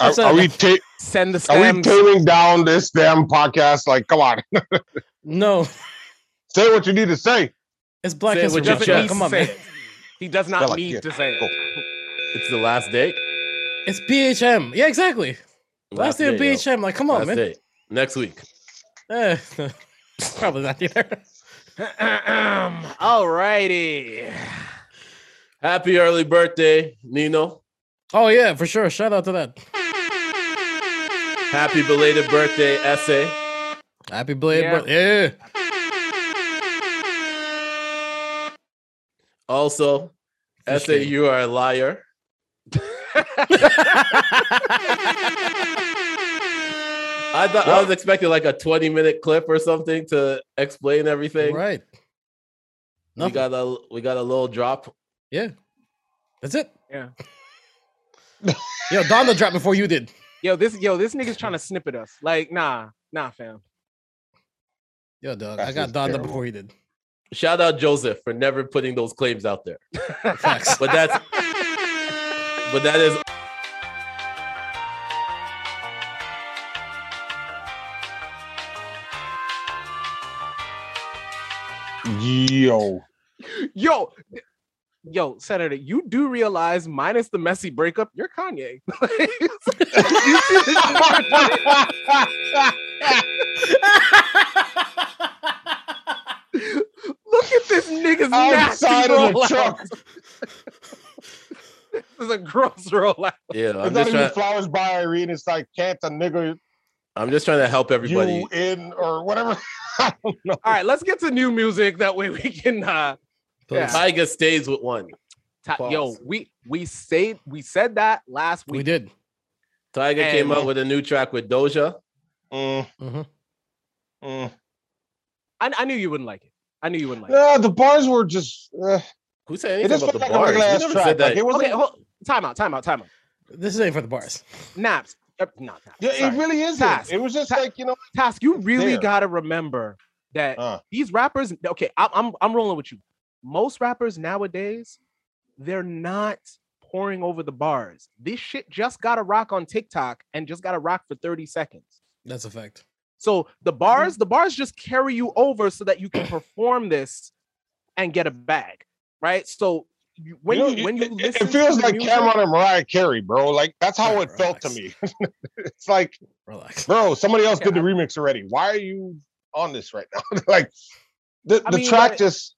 Speaker 4: are,
Speaker 1: said
Speaker 4: are we
Speaker 1: enough.
Speaker 4: ta-
Speaker 2: send the
Speaker 4: are we
Speaker 2: stems.
Speaker 4: tearing down this damn podcast? Like, come on,
Speaker 1: no,
Speaker 4: say what you need to say.
Speaker 1: it's Black
Speaker 3: Say it
Speaker 1: History
Speaker 3: with your
Speaker 1: Month. Come
Speaker 3: chest.
Speaker 1: on, man.
Speaker 2: it. He does
Speaker 4: They're
Speaker 2: not
Speaker 4: like,
Speaker 2: need
Speaker 4: yeah,
Speaker 2: to say
Speaker 4: go.
Speaker 2: it.
Speaker 3: it's the last day.
Speaker 1: It's BHM. Yeah, exactly. Last day of
Speaker 3: yo.
Speaker 1: BHM. Like, come on,
Speaker 3: Last
Speaker 1: man.
Speaker 3: day. Next week.
Speaker 1: Eh, probably not either.
Speaker 2: All righty.
Speaker 3: Happy early birthday, Nino.
Speaker 1: Oh yeah, for sure. Shout out to that.
Speaker 3: Happy belated birthday, Essay.
Speaker 1: Happy belated
Speaker 2: Yeah.
Speaker 1: birthday. Yeah.
Speaker 3: Also, Essay,
Speaker 1: Appreciate it.
Speaker 3: you are a liar. I thought I was expecting like a 20 minute clip or something to explain everything.
Speaker 1: Right.
Speaker 3: We
Speaker 1: Nothing.
Speaker 3: got a we got a little drop.
Speaker 1: That's it.
Speaker 2: Yeah.
Speaker 1: Yo, Donda dropped before you did.
Speaker 2: Yo, this yo, this nigga's trying to snippet us. Like, nah, nah, fam.
Speaker 1: Yo, dog. I
Speaker 4: That's
Speaker 1: got
Speaker 4: just
Speaker 1: Donda
Speaker 4: terrible.
Speaker 1: before you did.
Speaker 3: Shout out Joseph for never putting those claims out there.
Speaker 1: Facts.
Speaker 3: But that's But that is
Speaker 4: Yo.
Speaker 2: Yo, yo, Senator, you do realize, minus the messy breakup, you're Kanye. Look at this nigga's nasty
Speaker 4: Outside of the
Speaker 2: rollout.
Speaker 4: truck.
Speaker 2: This is a gross rollout.
Speaker 3: yeah. I'm
Speaker 4: It's not
Speaker 3: just
Speaker 4: even
Speaker 3: trying.
Speaker 4: flowers by Irene. It's like can't a nigga
Speaker 3: I'm just trying to help everybody.
Speaker 4: you in or whatever. I don't know.
Speaker 2: All right, let's get to new music. That way we can. uh Yeah.
Speaker 1: Please.
Speaker 3: Tiger stays with one.
Speaker 2: ta- Yo,
Speaker 3: Pause.
Speaker 2: we we say we said that last
Speaker 1: We
Speaker 2: week.
Speaker 1: did.
Speaker 3: Tiger
Speaker 2: And-
Speaker 3: came out with a new track with Doja.
Speaker 4: Mm,
Speaker 3: Mm-hmm.
Speaker 1: Mhm.
Speaker 4: mm.
Speaker 2: I, I knew you wouldn't like it. I knew you wouldn't like it.
Speaker 4: Yeah, the bars were just. Uh,
Speaker 3: Who said
Speaker 4: it
Speaker 3: anything
Speaker 4: just
Speaker 3: about the
Speaker 4: felt like
Speaker 3: bars?
Speaker 4: a
Speaker 3: We
Speaker 4: last
Speaker 3: never
Speaker 4: track.
Speaker 3: said
Speaker 4: Like,
Speaker 3: that.
Speaker 4: it wasn't.
Speaker 2: Okay, hold, time out, time out, time out.
Speaker 1: This is ain't for the bars.
Speaker 2: Naps. Uh, not naps.
Speaker 4: yeah,
Speaker 2: sorry.
Speaker 4: it really isn't.
Speaker 2: Task.
Speaker 4: It was just
Speaker 2: Ta-
Speaker 4: like you know.
Speaker 2: Task, you really
Speaker 4: there.
Speaker 2: gotta remember that
Speaker 4: Uh.
Speaker 2: these rappers. Okay, I, I'm I'm rolling with you. Most rappers nowadays, they're not pouring over the bars. This shit just gotta rock on TikTok and just gotta rock for 30 seconds.
Speaker 1: That's a fact.
Speaker 2: So the
Speaker 4: Mm-hmm.
Speaker 2: bars, the bars just carry you over so that you can perform this and get a bag, right? So you, when
Speaker 4: know,
Speaker 2: you, when you
Speaker 4: it, it-
Speaker 2: listen,
Speaker 4: it feels
Speaker 2: to
Speaker 4: like
Speaker 2: music-
Speaker 4: Cameron and Mariah Carey, bro. Like that's how it felt to me.
Speaker 1: Relax.
Speaker 4: it's like,
Speaker 1: Relax.
Speaker 4: bro, somebody else did the
Speaker 2: Yeah.
Speaker 4: remix already. Why are you on this right now? like the,
Speaker 2: I
Speaker 4: the
Speaker 2: mean,
Speaker 4: track
Speaker 2: but
Speaker 4: just.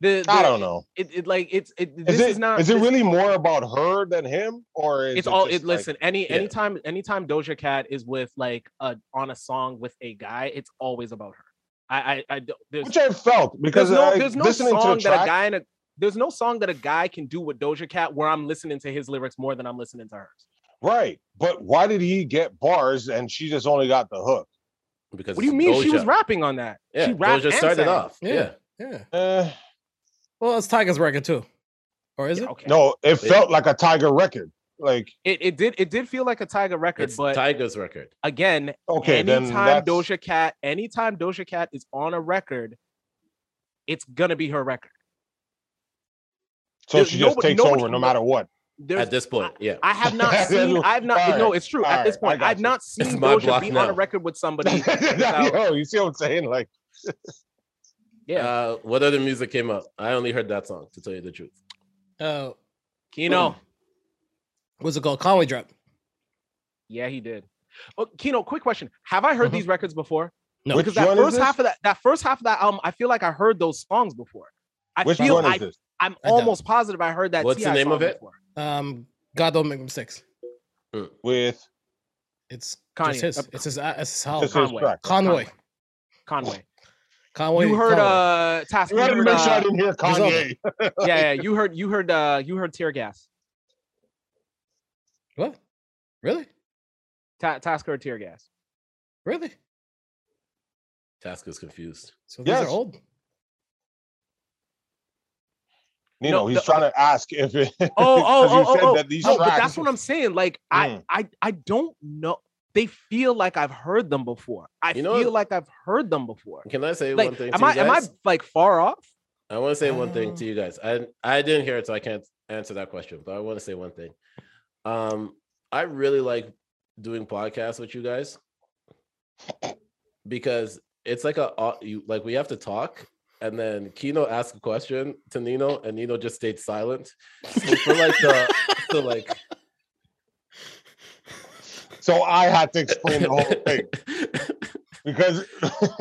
Speaker 2: the,
Speaker 4: I
Speaker 2: the-
Speaker 4: don't know.
Speaker 2: It, it like it's it.
Speaker 4: Is
Speaker 2: This
Speaker 4: it
Speaker 2: is
Speaker 4: is
Speaker 2: not.
Speaker 4: it
Speaker 2: this-
Speaker 4: really more about her than him, or is
Speaker 2: it's all
Speaker 4: just
Speaker 2: it
Speaker 4: like-
Speaker 2: listen any
Speaker 3: yeah.
Speaker 2: anytime anytime doja cat is with like a on a song with a guy it's always about her i i, I don't- there's,
Speaker 4: which I felt because
Speaker 2: there's no
Speaker 4: I-
Speaker 2: there's no
Speaker 4: listening to
Speaker 2: song
Speaker 4: the
Speaker 2: that a
Speaker 4: track,
Speaker 2: guy and a there's no song that a guy can do with doja cat where i'm listening to his lyrics more than i'm listening to hers
Speaker 4: right? But why did he get bars and she just only got the hook?
Speaker 3: Because
Speaker 2: what do you
Speaker 3: it's
Speaker 2: mean she was
Speaker 3: Doja.
Speaker 2: rapping on that
Speaker 3: Yeah,
Speaker 2: she rapped
Speaker 3: Doja
Speaker 2: and
Speaker 3: started
Speaker 2: sang.
Speaker 3: off.
Speaker 1: Yeah.
Speaker 3: yeah.
Speaker 1: Yeah.
Speaker 4: Eh,
Speaker 1: Well, it's Tiger's record too, or is
Speaker 2: Yeah,
Speaker 1: it?
Speaker 2: okay
Speaker 4: no, it felt like a Tiger record. Like
Speaker 2: it, it did it did feel like a tiger record
Speaker 3: It's
Speaker 2: but
Speaker 3: Tiger's record.
Speaker 2: again
Speaker 4: okay, then
Speaker 2: anytime
Speaker 4: that's,
Speaker 2: Doja Cat, anytime Doja Cat is on a record, it's gonna be her record.
Speaker 4: so
Speaker 2: there-
Speaker 4: she just
Speaker 2: nobody-
Speaker 4: takes
Speaker 2: nobody-
Speaker 4: over no matter what.
Speaker 2: There's,
Speaker 3: At this point, yeah.
Speaker 2: I have not
Speaker 4: That's
Speaker 2: seen.
Speaker 4: what-
Speaker 2: I've not. no,
Speaker 4: alright,
Speaker 2: it's true. At
Speaker 4: alright,
Speaker 2: this
Speaker 4: I
Speaker 2: point,
Speaker 4: got
Speaker 2: I've
Speaker 4: you.
Speaker 2: not
Speaker 3: It's
Speaker 2: seen
Speaker 3: my
Speaker 2: Doja
Speaker 3: block
Speaker 2: be on
Speaker 3: now.
Speaker 2: a record with somebody. without-
Speaker 4: Yo, you see what I'm saying? Like
Speaker 2: yeah,
Speaker 3: Uh, what other music came out? I only heard that song, to tell you the truth.
Speaker 1: Uh,
Speaker 2: Kino.
Speaker 1: what's it called? Conway drop.
Speaker 2: Yeah, he did. Oh, Kino, quick question: Have I
Speaker 3: Uh-huh.
Speaker 2: heard
Speaker 1: Mhm.
Speaker 2: these records before?
Speaker 1: No.
Speaker 4: which
Speaker 2: Because that
Speaker 4: one is
Speaker 2: first
Speaker 4: this?
Speaker 2: half of that, that first half of that album, I feel like I heard those songs before. I
Speaker 4: Which
Speaker 2: feel
Speaker 4: one
Speaker 2: I,
Speaker 4: is this?
Speaker 2: I'm
Speaker 1: I doubt
Speaker 2: almost positive I heard that.
Speaker 3: What's the
Speaker 2: T.I.
Speaker 3: name of
Speaker 2: song
Speaker 3: it?
Speaker 2: before.
Speaker 1: Um, God don't make mistakes.
Speaker 4: With
Speaker 1: It's
Speaker 2: Kanye.
Speaker 1: Just his.
Speaker 2: Uh,
Speaker 1: It's his. It's his
Speaker 4: this
Speaker 1: album.
Speaker 4: is
Speaker 2: Conway.
Speaker 4: track.
Speaker 1: Conway.
Speaker 2: Conway.
Speaker 1: Conway.
Speaker 2: you heard
Speaker 1: Conway.
Speaker 2: uh task
Speaker 4: You
Speaker 2: you
Speaker 4: gotta
Speaker 2: heard,
Speaker 4: make sure I
Speaker 2: uh,
Speaker 4: didn't hear Kanye.
Speaker 2: yeah, yeah you heard you heard uh you heard tear gas
Speaker 1: what? Really?
Speaker 2: Ta- task heard tear gas
Speaker 1: Really?
Speaker 3: Task is confused.
Speaker 1: So these
Speaker 4: Yes.
Speaker 1: are old.
Speaker 4: You
Speaker 2: No,
Speaker 4: know, he's
Speaker 2: the-
Speaker 4: trying to ask if it.
Speaker 2: oh oh
Speaker 4: 'cause you
Speaker 2: oh oh,
Speaker 4: said
Speaker 2: oh.
Speaker 4: that these
Speaker 2: no, but
Speaker 4: tracks-
Speaker 2: that's what i'm saying like i
Speaker 4: Mm.
Speaker 2: i i don't know they feel like i've heard them before i
Speaker 3: You know-
Speaker 2: feel like i've heard them before
Speaker 3: Can I say one
Speaker 2: like
Speaker 3: thing?
Speaker 2: am
Speaker 3: to
Speaker 2: i
Speaker 3: you
Speaker 2: am i
Speaker 3: guys?
Speaker 2: like far off
Speaker 3: I want to say one thing
Speaker 1: Uh.
Speaker 3: to
Speaker 2: Oh.
Speaker 3: you guys. I I didn't hear it, so I can't answer that question. But I want to say one thing. Um, I really like doing podcasts with you guys because it's like a au- you like we have to talk, and then Kino asks a question to Nino, and Nino just stayed silent. So for like the so like
Speaker 4: So I had to explain the whole thing. because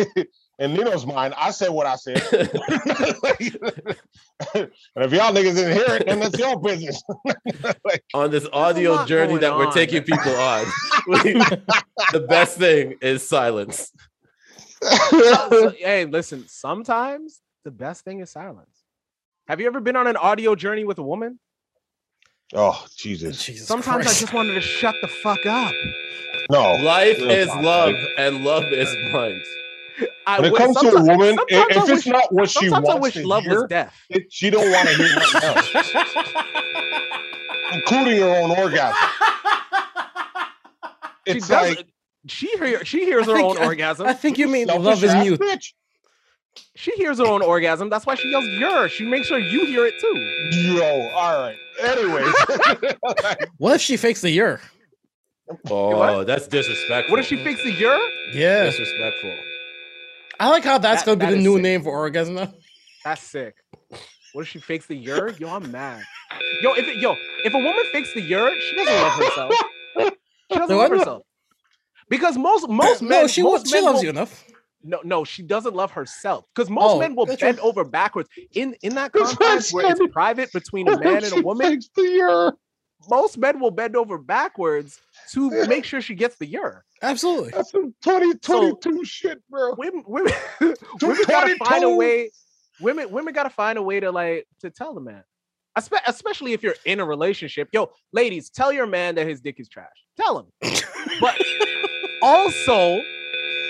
Speaker 4: in Nino's mind, I said what I said. and if y'all niggas didn't hear it, then that's your business.
Speaker 3: on this
Speaker 2: a
Speaker 3: audio
Speaker 2: lot
Speaker 3: journey
Speaker 2: going
Speaker 3: that we're
Speaker 2: on.
Speaker 3: taking people on. the best thing is silence.
Speaker 2: So- so- hey listen sometimes the best thing is silence have you ever been on an audio journey with a woman
Speaker 4: oh Jesus!
Speaker 1: Jesus
Speaker 2: sometimes i
Speaker 1: Christ.
Speaker 2: just wanted to shut the fuck up
Speaker 4: No,
Speaker 3: Life
Speaker 4: Oh,
Speaker 3: is
Speaker 4: God.
Speaker 3: love, and love is blind.
Speaker 2: I
Speaker 4: when it
Speaker 2: wish-
Speaker 4: comes to a
Speaker 2: sometimes-
Speaker 4: woman, i-
Speaker 2: sometimes I
Speaker 4: if it's
Speaker 2: wish-
Speaker 4: not what she
Speaker 2: sometimes I
Speaker 4: wants
Speaker 2: wish
Speaker 4: to
Speaker 2: love was
Speaker 4: hear,
Speaker 2: deaf.
Speaker 4: it- she don't want to hear nothing else, including her own orgasm.
Speaker 2: She
Speaker 4: It's
Speaker 2: does.
Speaker 4: like
Speaker 2: she hear, she hears
Speaker 1: I
Speaker 2: her
Speaker 1: think-
Speaker 2: own
Speaker 1: I
Speaker 2: orgasm.
Speaker 1: think you mean
Speaker 4: selfish
Speaker 1: love is
Speaker 4: ass
Speaker 1: mute.
Speaker 4: bitch.
Speaker 2: She hears her own orgasm. That's why she yells "your." She makes sure you hear it too.
Speaker 4: Yo, all right. Anyways,
Speaker 1: What if she fakes the year?
Speaker 3: Oh,
Speaker 2: What?
Speaker 3: that's disrespectful.
Speaker 2: What if she fix the "your"?
Speaker 1: Yeah.
Speaker 3: Disrespectful.
Speaker 1: I like how that's
Speaker 2: That-
Speaker 1: gonna be
Speaker 2: that
Speaker 1: the
Speaker 2: is
Speaker 1: new
Speaker 2: sick.
Speaker 1: name for orgasm now.
Speaker 2: That's sick. What if she fakes the "your"? Yo, I'm mad. Yo, if it, yo, if a woman fakes the "your," she doesn't love herself. She doesn't
Speaker 1: No,
Speaker 2: love
Speaker 1: I know.
Speaker 2: herself. Because most most men,
Speaker 1: no, she, wa-
Speaker 2: most
Speaker 1: she
Speaker 2: men
Speaker 1: loves
Speaker 2: will-
Speaker 1: you enough.
Speaker 2: No, no, she doesn't love herself. Because most
Speaker 1: Oh,
Speaker 2: men will
Speaker 1: that's
Speaker 2: bend over backwards in in that
Speaker 4: That's what I
Speaker 2: context where
Speaker 4: said.
Speaker 2: it's private between a man and a woman.
Speaker 4: Thanks to your.
Speaker 2: most men will bend over backwards to make sure she gets the year.
Speaker 1: Absolutely.
Speaker 2: Uh,
Speaker 4: That's some 2022 shit, bro.
Speaker 2: Women, women, women gotta find a
Speaker 4: 22.
Speaker 2: way. Women, women gotta find a way to like to tell the man, Espe- especially if you're in a relationship. Yo, ladies, tell your man that his dick is trash. Tell him. but also,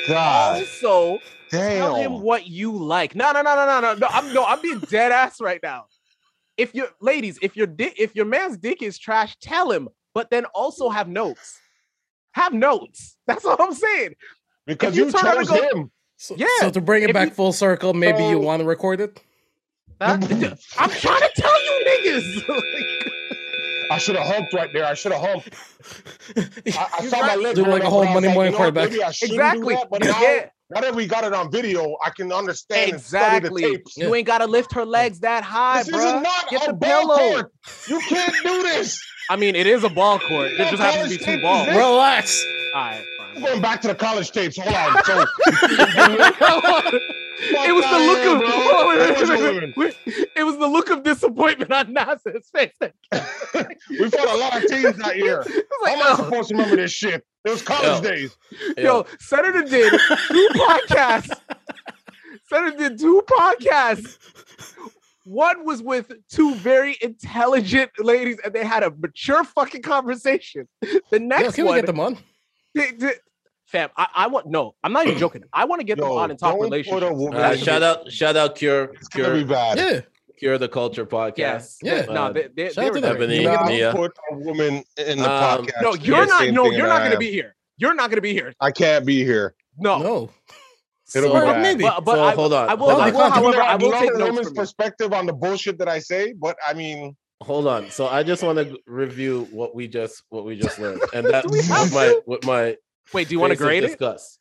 Speaker 4: God
Speaker 2: also tell him
Speaker 4: damn.
Speaker 2: what you like. No, no, no, no, no, no, no. I'm no, I'm being dead ass right now. If your ladies, if your dick, if your man's dick is trash, tell him. But then also have notes. Have notes. That's all I'm saying.
Speaker 4: Because
Speaker 2: if you
Speaker 4: you
Speaker 2: turn around and
Speaker 4: chose
Speaker 2: go-
Speaker 4: him.
Speaker 1: So,
Speaker 2: Yeah,
Speaker 1: so to bring it
Speaker 2: if
Speaker 1: back
Speaker 2: you- Uh,
Speaker 1: full circle, maybe you
Speaker 4: So-
Speaker 1: want to record it.
Speaker 2: Huh? I'm trying to tell you, niggas.
Speaker 4: I should have humped right there. I should have humped. I, I
Speaker 2: You're
Speaker 4: saw my
Speaker 2: right.
Speaker 4: leg
Speaker 1: Do like a
Speaker 4: curl up,
Speaker 1: whole
Speaker 4: and I was
Speaker 1: Monday
Speaker 4: like,
Speaker 1: morning
Speaker 4: you know what,
Speaker 1: quarterback.
Speaker 4: Maybe I shouldn't
Speaker 2: exactly.
Speaker 4: Do that, but now,
Speaker 2: Yeah,
Speaker 4: now that we got it on video, I can understand and study the
Speaker 2: exactly.
Speaker 4: tapes.
Speaker 1: Yeah.
Speaker 2: You ain't gotta lift her legs that high,
Speaker 4: This is
Speaker 2: bro.
Speaker 4: not
Speaker 2: Get
Speaker 4: a
Speaker 2: the
Speaker 4: ball
Speaker 2: pillow.
Speaker 4: court. You can't do this.
Speaker 2: I mean, it is a ball court. It
Speaker 4: Yeah,
Speaker 2: just happens to be
Speaker 4: college tape
Speaker 2: two balls.
Speaker 4: is this-
Speaker 2: All
Speaker 1: Relax.
Speaker 2: right,
Speaker 4: I'm
Speaker 2: fine.
Speaker 4: going back to the college tapes. Hold on. So
Speaker 2: it was the look of hold on, wait, wait, wait, wait,
Speaker 4: of.
Speaker 2: wait, wait. it was the look of disappointment on Nas's face. It
Speaker 4: We fought a lot of teams out here.
Speaker 2: was
Speaker 4: How
Speaker 2: like,
Speaker 4: am I
Speaker 2: oh,
Speaker 4: supposed to remember this shit? It was college
Speaker 3: Yeah.
Speaker 4: days.
Speaker 2: yo, Senator did two podcasts. Senator did two podcasts. One was with two very intelligent ladies, and they had a mature fucking conversation. The
Speaker 1: Yo,
Speaker 2: next
Speaker 1: can we
Speaker 2: one,
Speaker 1: get them on?
Speaker 2: they- they- fam, I, I want no. I'm not even joking. I want to get them
Speaker 4: Yo,
Speaker 2: on and talk
Speaker 4: don't put a
Speaker 2: relationships.
Speaker 4: woman
Speaker 3: Uh,
Speaker 2: That's the
Speaker 3: shout out, shout out, Cure,
Speaker 4: It's gonna be
Speaker 3: Cure,
Speaker 4: bad.
Speaker 1: Yeah.
Speaker 3: Cure the Culture podcast.
Speaker 2: Yes.
Speaker 1: Yeah.
Speaker 2: big- No,
Speaker 3: Uh,
Speaker 2: they, they,
Speaker 1: shout
Speaker 2: they
Speaker 1: out
Speaker 2: were
Speaker 1: to them.
Speaker 3: Ebony,
Speaker 1: You
Speaker 4: Not
Speaker 1: got-
Speaker 3: Mia.
Speaker 4: put a woman in the
Speaker 3: Um,
Speaker 4: podcast.
Speaker 2: No,
Speaker 4: It's
Speaker 2: you're
Speaker 4: the
Speaker 2: not.
Speaker 4: same
Speaker 2: No,
Speaker 4: thing
Speaker 2: you're
Speaker 4: that
Speaker 2: not
Speaker 4: I
Speaker 2: going to
Speaker 4: am.
Speaker 2: be here. You're not going to be here.
Speaker 4: I can't be here.
Speaker 2: No.
Speaker 1: No.
Speaker 4: It'll be
Speaker 1: Well,
Speaker 4: bad.
Speaker 1: maybe.
Speaker 2: But, but
Speaker 3: So,
Speaker 2: I,
Speaker 3: hold on,
Speaker 2: I will,
Speaker 3: hold
Speaker 2: I
Speaker 1: on.
Speaker 2: will,
Speaker 4: I mean,
Speaker 2: however, I will
Speaker 4: love
Speaker 2: take
Speaker 4: a
Speaker 2: notes
Speaker 4: woman's
Speaker 2: from you.
Speaker 4: perspective on the bullshit that I say, but I mean,
Speaker 3: Hold on. So I just want to review what we just what we just learned, and that
Speaker 2: Do we
Speaker 3: with
Speaker 4: have
Speaker 3: my with my.
Speaker 2: Wait, do you want to
Speaker 3: face of
Speaker 2: grade it?
Speaker 3: disgust.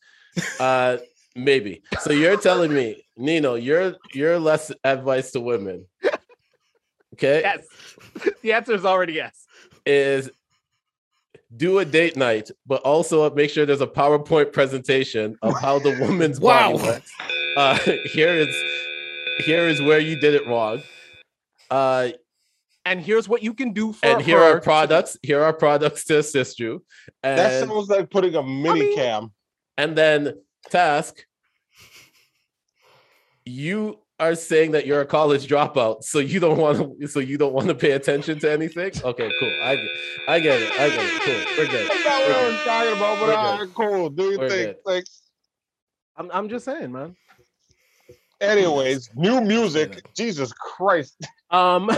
Speaker 3: Uh, maybe. So you're telling me, Nino, your your less advice to women, okay,
Speaker 2: Yes. the answer is already yes.
Speaker 3: is do a date night, but also make sure there's a PowerPoint presentation of how the woman's body
Speaker 1: Wow.
Speaker 3: works. Uh, here is here is where you did it wrong. Uh,
Speaker 2: And here's what you can do for
Speaker 3: and here
Speaker 2: her.
Speaker 3: are products. Here are products to assist you. And
Speaker 4: that sounds like putting a mini
Speaker 2: mean-
Speaker 4: cam.
Speaker 3: And then task, you are saying that you're a college dropout, so you don't want to, so you don't want to pay attention to anything. Okay, cool. I, get- I get it. I get it. Cool. We're good.
Speaker 4: That's not what I was talking about, but
Speaker 3: We're
Speaker 4: all right, cool. Do
Speaker 3: We're
Speaker 4: you think?
Speaker 3: good.
Speaker 4: Like,
Speaker 2: I'm, I'm just saying, man.
Speaker 4: anyways, new music. Jesus Christ,
Speaker 2: Um,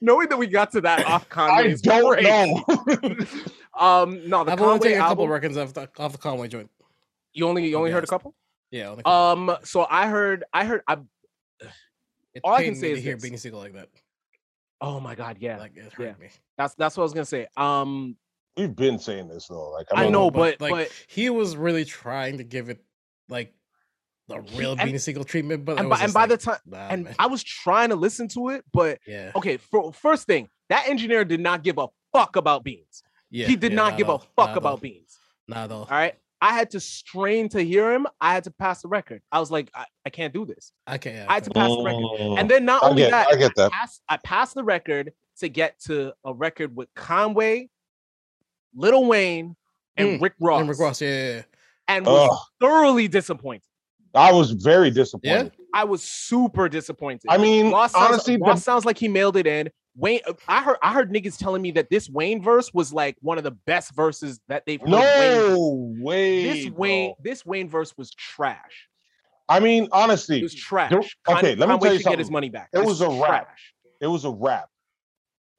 Speaker 2: knowing that we got to that off Conway
Speaker 4: I
Speaker 2: is
Speaker 4: don't
Speaker 2: great.
Speaker 4: know.
Speaker 2: Um, no, the
Speaker 1: I've only
Speaker 2: Conway
Speaker 1: taken a couple
Speaker 2: album.
Speaker 1: records off the, off the Conway joint.
Speaker 2: you only you only heard a
Speaker 1: Yes.
Speaker 2: couple.
Speaker 1: Yeah. Only a couple.
Speaker 2: Um, so I heard I heard I.
Speaker 1: it
Speaker 2: all I can
Speaker 1: pained me
Speaker 2: say
Speaker 1: to
Speaker 2: is
Speaker 1: hear
Speaker 2: this.
Speaker 1: Beanie Siegel like that.
Speaker 2: Oh my God, yeah,
Speaker 1: Like it hurt me.
Speaker 2: that's that's what I was gonna say. Um,
Speaker 4: We've been saying this though. Like,
Speaker 2: I
Speaker 4: don't
Speaker 2: know, but-
Speaker 1: like
Speaker 2: but-
Speaker 1: he was really trying to give it like the
Speaker 2: He-
Speaker 1: real
Speaker 2: and-
Speaker 1: Beanie Siegel treatment, but
Speaker 2: and
Speaker 1: it
Speaker 2: by,
Speaker 1: was
Speaker 2: and
Speaker 1: just
Speaker 2: by
Speaker 1: like,
Speaker 2: the time
Speaker 1: nah,
Speaker 2: and
Speaker 1: man.
Speaker 2: I was trying to listen to it, but
Speaker 1: yeah,
Speaker 2: okay, for, first thing, that engineer did not give a fuck about beans.
Speaker 1: yeah,
Speaker 2: he did
Speaker 1: yeah,
Speaker 2: not give a
Speaker 1: all,
Speaker 2: fuck
Speaker 1: not at all,
Speaker 2: about beans.
Speaker 1: not at all.
Speaker 2: All right. I had to strain to hear him. I had to pass the record. I was like, I, I can't do this.
Speaker 1: I can't. Yeah,
Speaker 2: I had to pass the record. And then not
Speaker 4: I
Speaker 2: only
Speaker 4: get,
Speaker 2: that,
Speaker 4: I get that.
Speaker 2: pass, I passed the record to get to a record with Conway, Little Wayne, and
Speaker 1: Mm,
Speaker 2: Rick Ross.
Speaker 1: Rick Ross, yeah, yeah, yeah.
Speaker 2: And was
Speaker 4: Ugh,
Speaker 2: thoroughly disappointed.
Speaker 4: I was very disappointed.
Speaker 2: I was super disappointed.
Speaker 4: I mean,
Speaker 2: Ross sounds,
Speaker 4: Mm, honestly,
Speaker 2: Ross
Speaker 4: the,
Speaker 2: sounds like he mailed it in. Wayne, I heard, I heard niggas telling me that this Wayne verse was like one of the best verses that they've heard. Wayne do.
Speaker 4: no way.
Speaker 2: this Wayne,
Speaker 4: bro.
Speaker 2: this Wayne verse was trash.
Speaker 4: I mean, honestly,
Speaker 2: It was trash.
Speaker 4: okay, let me tell
Speaker 2: Conway
Speaker 4: you
Speaker 2: should get his
Speaker 4: something.
Speaker 2: money back.
Speaker 4: It
Speaker 2: It's
Speaker 4: was a rap.
Speaker 2: trash.
Speaker 4: It was a rap.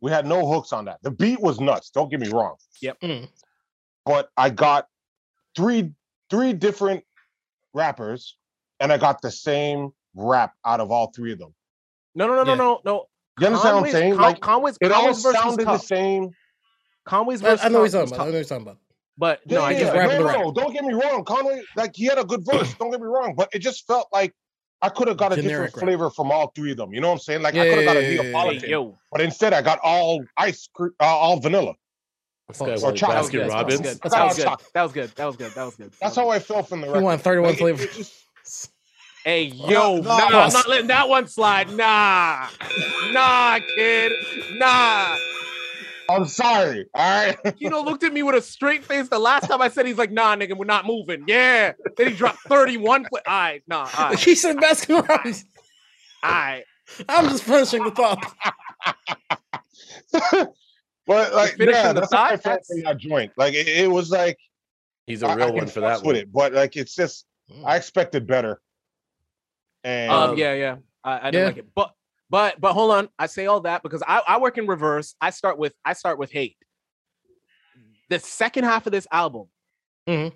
Speaker 4: We had no hooks on that. The beat was nuts. Don't get me wrong.
Speaker 2: Yep.
Speaker 1: Mm.
Speaker 4: But I got three three different rappers and I got the same rap out of all three of them.
Speaker 2: No, no, no, no,
Speaker 1: Yeah.
Speaker 2: no, no.
Speaker 4: You understand what I'm
Speaker 2: Conway's-
Speaker 4: saying?
Speaker 2: Con-
Speaker 4: like
Speaker 2: Conway's,
Speaker 4: it
Speaker 2: Conway's
Speaker 4: almost
Speaker 2: versus
Speaker 4: sounded the
Speaker 2: tough.
Speaker 4: same.
Speaker 2: Conway's
Speaker 1: I,
Speaker 2: versus
Speaker 1: I know what you're talking
Speaker 2: Tough was
Speaker 1: about. I know what
Speaker 2: tough.
Speaker 1: you're talking about.
Speaker 2: But no, I
Speaker 4: Yeah,
Speaker 2: get
Speaker 1: yeah,
Speaker 2: it.
Speaker 1: rap
Speaker 4: no,
Speaker 1: and the
Speaker 4: no, don't get me wrong. Conway, like he had a good verse. Don't get me wrong, but it just felt like I could have got a
Speaker 1: Generic
Speaker 4: different
Speaker 1: rap.
Speaker 4: flavor from all three of them. You know what I'm saying? Like
Speaker 1: Yeah,
Speaker 4: I could have got a
Speaker 1: yeah, yeah, yeah, yeah.
Speaker 4: Neapolitan,
Speaker 2: Hey, yo,
Speaker 4: but instead I got all ice cream, uh, all vanilla.
Speaker 3: This guy
Speaker 1: Or
Speaker 3: wanted
Speaker 4: Chocolate.
Speaker 2: that was
Speaker 4: Baskin
Speaker 2: good.
Speaker 3: Baskin
Speaker 2: That was good.
Speaker 3: Robbins.
Speaker 2: That was good.
Speaker 4: Chocolate.
Speaker 2: That was good. That was good. That was good.
Speaker 4: That's how I felt from the
Speaker 1: He
Speaker 4: record.
Speaker 1: won 31
Speaker 4: Like, it-
Speaker 1: flavors.
Speaker 4: it just-
Speaker 2: Hey, yo,
Speaker 4: no,
Speaker 2: nah, I'm
Speaker 1: pause.
Speaker 2: not letting that one slide. Nah, nah, kid, nah.
Speaker 4: I'm sorry. All right.
Speaker 2: Kino looked at me with a straight face the last time I said he's like, nah, nigga, we're not moving. Yeah. Then he dropped 31. Pla- all right, nah, all right,
Speaker 1: He said Baskin Robbins.
Speaker 2: all right.
Speaker 1: I'm just finishing the thought.
Speaker 4: But like,
Speaker 2: finishing
Speaker 4: yeah,
Speaker 2: the
Speaker 4: that's how I
Speaker 2: thought?
Speaker 4: felt from that joint. Like it, it was like
Speaker 3: He's
Speaker 4: I-
Speaker 3: a
Speaker 4: I
Speaker 3: real
Speaker 4: can
Speaker 3: one for
Speaker 4: fucks
Speaker 3: that one. Mm.
Speaker 4: With it, but like it's just I expected better. And
Speaker 2: Um, yeah, yeah. I, I didn't
Speaker 1: Yeah.
Speaker 2: like it. But but but hold on. I say all that because I, I work in reverse. I start with I start with hate. The second half of this album,
Speaker 1: Mhm.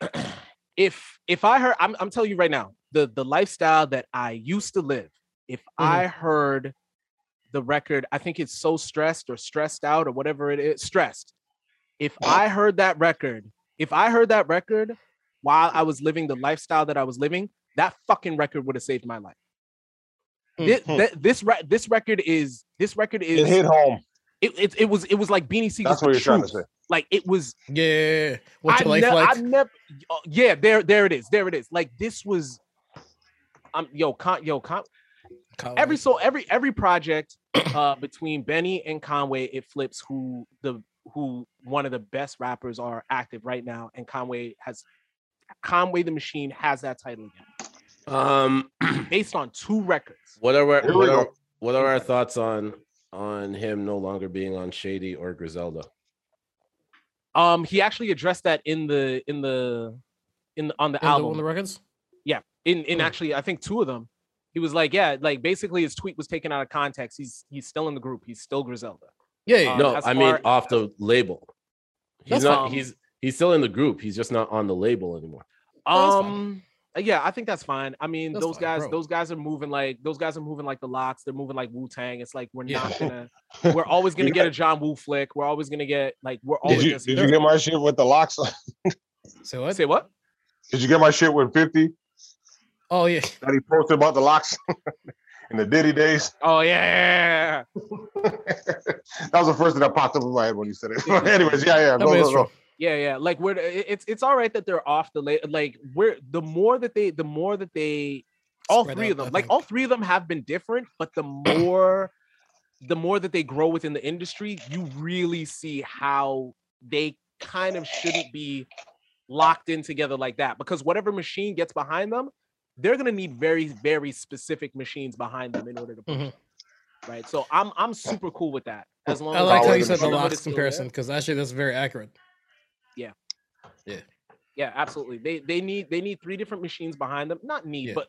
Speaker 2: if if I heard I'm I'm telling you right now, the the lifestyle that I used to live, if I heard the record, I think it's so stressed or stressed out or whatever it is, stressed. If I heard that record, if I heard that record while I was living the lifestyle that I was living, that fucking record would have saved my life.
Speaker 1: Mm.
Speaker 2: This this, this, re- this record is this record
Speaker 4: Hmm, it
Speaker 2: is it,
Speaker 4: hit home.
Speaker 2: it, it, was it was like Beanie Siegel.
Speaker 4: That's what you're trying to say.
Speaker 2: Like it was.
Speaker 1: Yeah, yeah, yeah. What's
Speaker 2: I
Speaker 1: your life
Speaker 2: ne-
Speaker 1: like?
Speaker 2: I never. oh, yeah, there there it is. There it is. Like this was. I'm yo con yo con
Speaker 1: Colin.
Speaker 2: every so every every project uh between Benny and Conway it flips who the who one of the best rappers are active right now and Conway has Conway the Machine has that title again
Speaker 3: Um,
Speaker 2: based on two records.
Speaker 3: what are
Speaker 4: Here
Speaker 3: our,
Speaker 4: we
Speaker 3: what
Speaker 4: go.
Speaker 3: are what are our thoughts on on him no longer being on Shady or Griselda?
Speaker 2: Um he actually addressed that in the in the in the, on the
Speaker 1: And the-
Speaker 2: album.
Speaker 1: on the records.
Speaker 2: in in
Speaker 1: Mm.
Speaker 2: actually I think two of them. He was like, yeah, like basically his tweet was taken out of context. He's he's still in the group. He's still Griselda.
Speaker 1: Yeah, yeah.
Speaker 2: Um,
Speaker 3: no,
Speaker 2: as
Speaker 3: I mean
Speaker 2: far- um,
Speaker 3: off the label. He's
Speaker 1: That's
Speaker 3: not.
Speaker 2: fine.
Speaker 3: He's he's still in the group. He's just not on the label anymore.
Speaker 1: Oh, that's fine.
Speaker 2: Um, yeah, I think that's fine. I mean,
Speaker 1: That's
Speaker 2: those
Speaker 1: fine,
Speaker 2: guys,
Speaker 1: bro.
Speaker 2: those guys are moving like those guys are moving like the locks. They're moving like Wu Tang. It's like we're
Speaker 1: Yeah.
Speaker 2: not gonna. We're always gonna
Speaker 4: You
Speaker 2: get a John Woo flick. We're always gonna get like we're
Speaker 4: Did
Speaker 2: always
Speaker 4: you,
Speaker 2: gonna see
Speaker 4: did you get my shit with the locks?
Speaker 1: Say what?
Speaker 2: say what?
Speaker 4: Did you get my shit with 50
Speaker 1: Oh yeah.
Speaker 4: that he posted about the locks in the Diddy days?
Speaker 2: Oh yeah,
Speaker 4: that was the first thing that popped up in my head when you said it. Anyways, yeah, yeah.
Speaker 1: I
Speaker 4: Go,
Speaker 1: mean, it's
Speaker 4: go, go.
Speaker 1: true.
Speaker 2: yeah, yeah. Like we're it- it's it's all right that they're off the la- like we're the more that they the more that they all
Speaker 1: Spread
Speaker 2: three
Speaker 1: out,
Speaker 2: of them
Speaker 1: I
Speaker 2: like
Speaker 1: think.
Speaker 2: all three of them have been different but the more the more that they grow within the industry you really see how they kind of shouldn't be locked in together like that because whatever machine gets behind them they're going to need very very specific machines behind them in order to push
Speaker 1: Mhm.
Speaker 2: them, right so i'm i'm super cool with that as long
Speaker 1: I
Speaker 2: as
Speaker 1: like how
Speaker 4: Colin
Speaker 1: you said the
Speaker 4: Machine.
Speaker 1: locks
Speaker 2: is still
Speaker 1: comparison
Speaker 2: there.
Speaker 1: because actually that's very accurate.
Speaker 2: yeah absolutely they they need they need three different machines behind them not need
Speaker 1: Yeah.
Speaker 2: but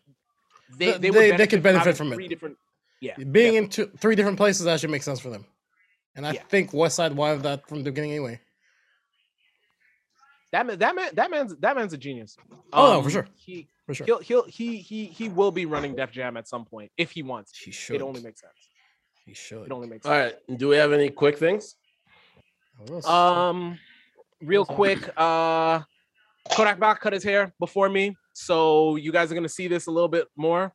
Speaker 2: they
Speaker 1: Th-
Speaker 2: they, would
Speaker 1: they- they could
Speaker 2: from
Speaker 1: benefit
Speaker 2: having
Speaker 1: from it.
Speaker 2: three different yeah
Speaker 1: Being in two, three different places actually makes sense for them, and I
Speaker 2: Yeah.
Speaker 1: think West Side wanted that from the beginning anyway.
Speaker 2: That man, that man, that man's that man's a genius. Um,
Speaker 1: Oh, no, for sure.
Speaker 2: He
Speaker 1: For sure.
Speaker 2: he'll he'll he he he will be running Def Jam at some point if he wants.
Speaker 1: He
Speaker 2: It
Speaker 1: should.
Speaker 2: only makes sense.
Speaker 1: he should.
Speaker 2: It only makes
Speaker 3: All
Speaker 2: sense.
Speaker 3: right. Do we have any quick things?
Speaker 1: What else?
Speaker 2: Um, real
Speaker 1: Awesome.
Speaker 2: quick, uh, Kodak Bach cut his hair before me, so you guys are gonna see this a little bit more.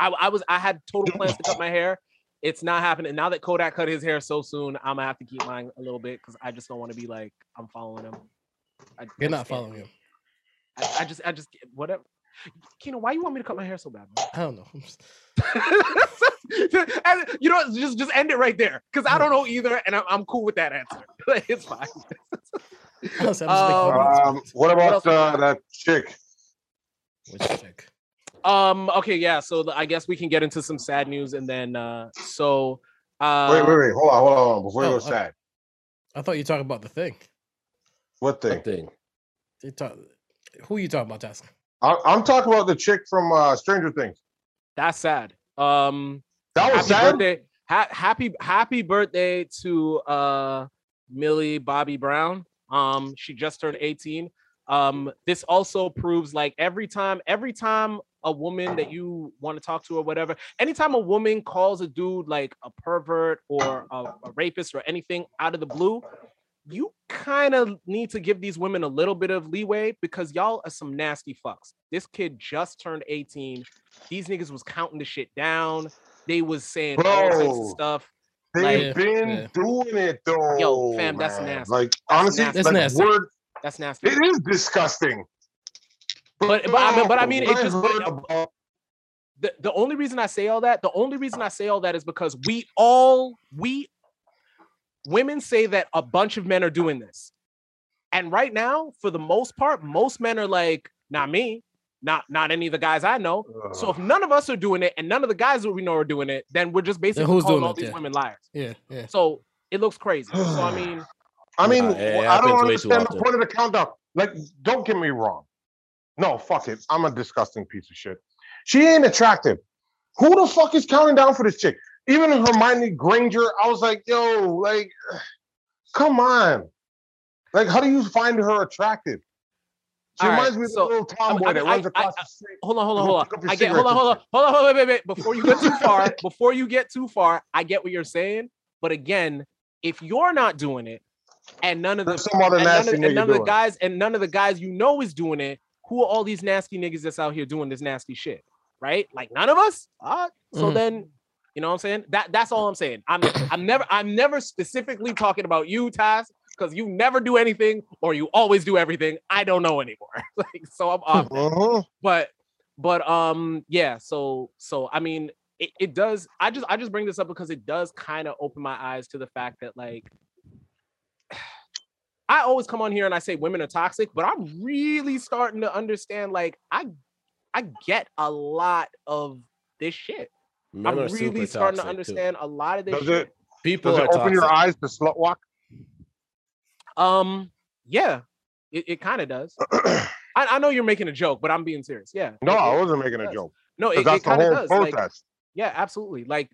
Speaker 2: I, I was I had total plans to cut my hair. It's not happening now that Kodak cut his hair so soon. I'm gonna have to keep mine a little bit because I just don't want to be like I'm following him. I, I
Speaker 1: You're
Speaker 2: just
Speaker 1: not
Speaker 2: can't.
Speaker 1: following him.
Speaker 2: I, I just I just whatever. Keno, why you want me to cut my hair so bad? Man?
Speaker 1: I don't know. I'm just-
Speaker 2: And, you know, just just end it right there because I
Speaker 1: Yeah.
Speaker 2: don't know either, and I'm, I'm cool with that answer. Like, it's fine.
Speaker 1: honestly, I'm just making
Speaker 2: Um,
Speaker 1: comments,
Speaker 4: Um, what about
Speaker 2: else we
Speaker 4: uh, that chick?
Speaker 1: which is sick.
Speaker 2: Um. Okay. Yeah. So the- I guess we can get into some sad news, and then uh, so uh,
Speaker 4: Wait, wait, wait. Hold on, hold on. hold on, Before you
Speaker 1: Oh,
Speaker 4: go
Speaker 1: okay.
Speaker 4: sad,
Speaker 1: I thought you talking about the thing.
Speaker 2: uh,
Speaker 4: what thing?
Speaker 3: Nothing.
Speaker 1: You talk, who you talking about, Task?
Speaker 4: I, I'm talking about the chick from uh, Stranger Things.
Speaker 2: that's sad. Um.
Speaker 4: That
Speaker 2: happy
Speaker 4: was sad.
Speaker 2: birthday. Ha- happy happy birthday to uh Millie Bobby Brown. Um, she just turned 18. Um, this also proves like every time, every time a woman that you want to talk to or whatever, anytime a woman calls a dude like a pervert or a, a rapist or anything out of the blue, you kind of need to give these women a little bit of leeway because y'all are some nasty fucks. This kid just turned 18. These niggas was counting the shit down. They was saying all types of
Speaker 4: Bro.
Speaker 2: stuff.
Speaker 4: They've
Speaker 1: Like-
Speaker 4: been
Speaker 1: Yeah.
Speaker 4: doing it though.
Speaker 2: Yo, fam, that's
Speaker 4: man.
Speaker 2: nasty.
Speaker 4: Like
Speaker 2: That's
Speaker 4: honestly,
Speaker 2: nasty.
Speaker 4: that's
Speaker 1: That's nasty.
Speaker 4: like, word-
Speaker 2: That's nasty.
Speaker 4: it is disgusting.
Speaker 2: But- but I mean- but I
Speaker 4: Bro,
Speaker 2: mean, it
Speaker 4: when I
Speaker 2: just-
Speaker 4: heard about-
Speaker 2: the, the only reason I say all that, the only reason I say all that is because we all we women say that a bunch of men are doing this. And right now, for the most part, most men are like, not me, not not any of the guys I know.
Speaker 4: uh,
Speaker 2: So if none of us are doing it and none of the guys that we know are doing it, then we're just basically
Speaker 1: who's
Speaker 2: calling
Speaker 1: doing
Speaker 2: all
Speaker 1: it?
Speaker 2: these
Speaker 1: Yeah.
Speaker 2: women liars.
Speaker 1: Yeah, yeah.
Speaker 2: So it looks crazy. So I mean,
Speaker 4: I mean,
Speaker 3: Nah, it
Speaker 4: I don't
Speaker 3: happens way too
Speaker 4: understand the
Speaker 3: often.
Speaker 4: point of the countdown. Like, don't get me wrong. No, fuck it. I'm a disgusting piece of shit. She ain't attractive. Who the fuck is counting down for this chick? Even Hermione Granger, I was like, yo, like, come on. Like, how do you find her attractive? She
Speaker 2: All right,
Speaker 4: reminds me of
Speaker 2: so-
Speaker 4: the little tomboy
Speaker 2: I-
Speaker 4: that
Speaker 2: I-
Speaker 4: runs
Speaker 2: I-
Speaker 4: across
Speaker 2: I-
Speaker 4: the street.
Speaker 2: hold on, hold on,
Speaker 4: Go
Speaker 2: hold
Speaker 4: pick up
Speaker 2: on.
Speaker 4: your
Speaker 2: I get hold on, hold on,
Speaker 4: cigarettes
Speaker 2: hold on, hold on, wait, wait, wait. Before you get too far, before you get too far, I get what you're saying. But again, if you're not doing it, and none of the
Speaker 4: There's some other
Speaker 2: and none
Speaker 4: nasty
Speaker 2: of, and
Speaker 4: nigga
Speaker 2: none of the
Speaker 4: doing. it.
Speaker 2: guys and none of the guys you know is doing it, who are all these nasty niggas that's out here doing this nasty shit? Right? Like none of us? Ah, so
Speaker 1: Mhm.
Speaker 2: then you know what I'm saying? That that's all I'm saying. I'm I'm never I'm never specifically talking about you, Taz, because you never do anything or you always do everything. I don't know anymore. like so I'm off
Speaker 4: Mhm.
Speaker 2: but but um yeah so so i mean it, it does i just i just bring this up because it does kind of open my eyes to the fact that like i always come on here and i say women are toxic but i'm really starting to understand like i i get a lot of this shit
Speaker 3: Men
Speaker 2: i'm
Speaker 3: are
Speaker 2: really
Speaker 3: super
Speaker 2: starting to
Speaker 3: toxic, too.
Speaker 2: understand a lot of this
Speaker 4: Does
Speaker 2: shit
Speaker 4: it-
Speaker 3: People
Speaker 4: Does it
Speaker 3: are
Speaker 4: open your
Speaker 3: toxic.
Speaker 4: eyes to slut walk?
Speaker 2: um yeah it, it kind of does I, I know you're making a joke but i'm being serious yeah
Speaker 4: No,
Speaker 2: it-
Speaker 4: I
Speaker 2: it-
Speaker 4: wasn't making a
Speaker 2: does.
Speaker 4: joke.
Speaker 2: no it,
Speaker 4: 'cause
Speaker 2: it
Speaker 4: that's the
Speaker 2: kind of
Speaker 4: whole
Speaker 2: does like,
Speaker 4: protest.
Speaker 2: Yeah, absolutely. Like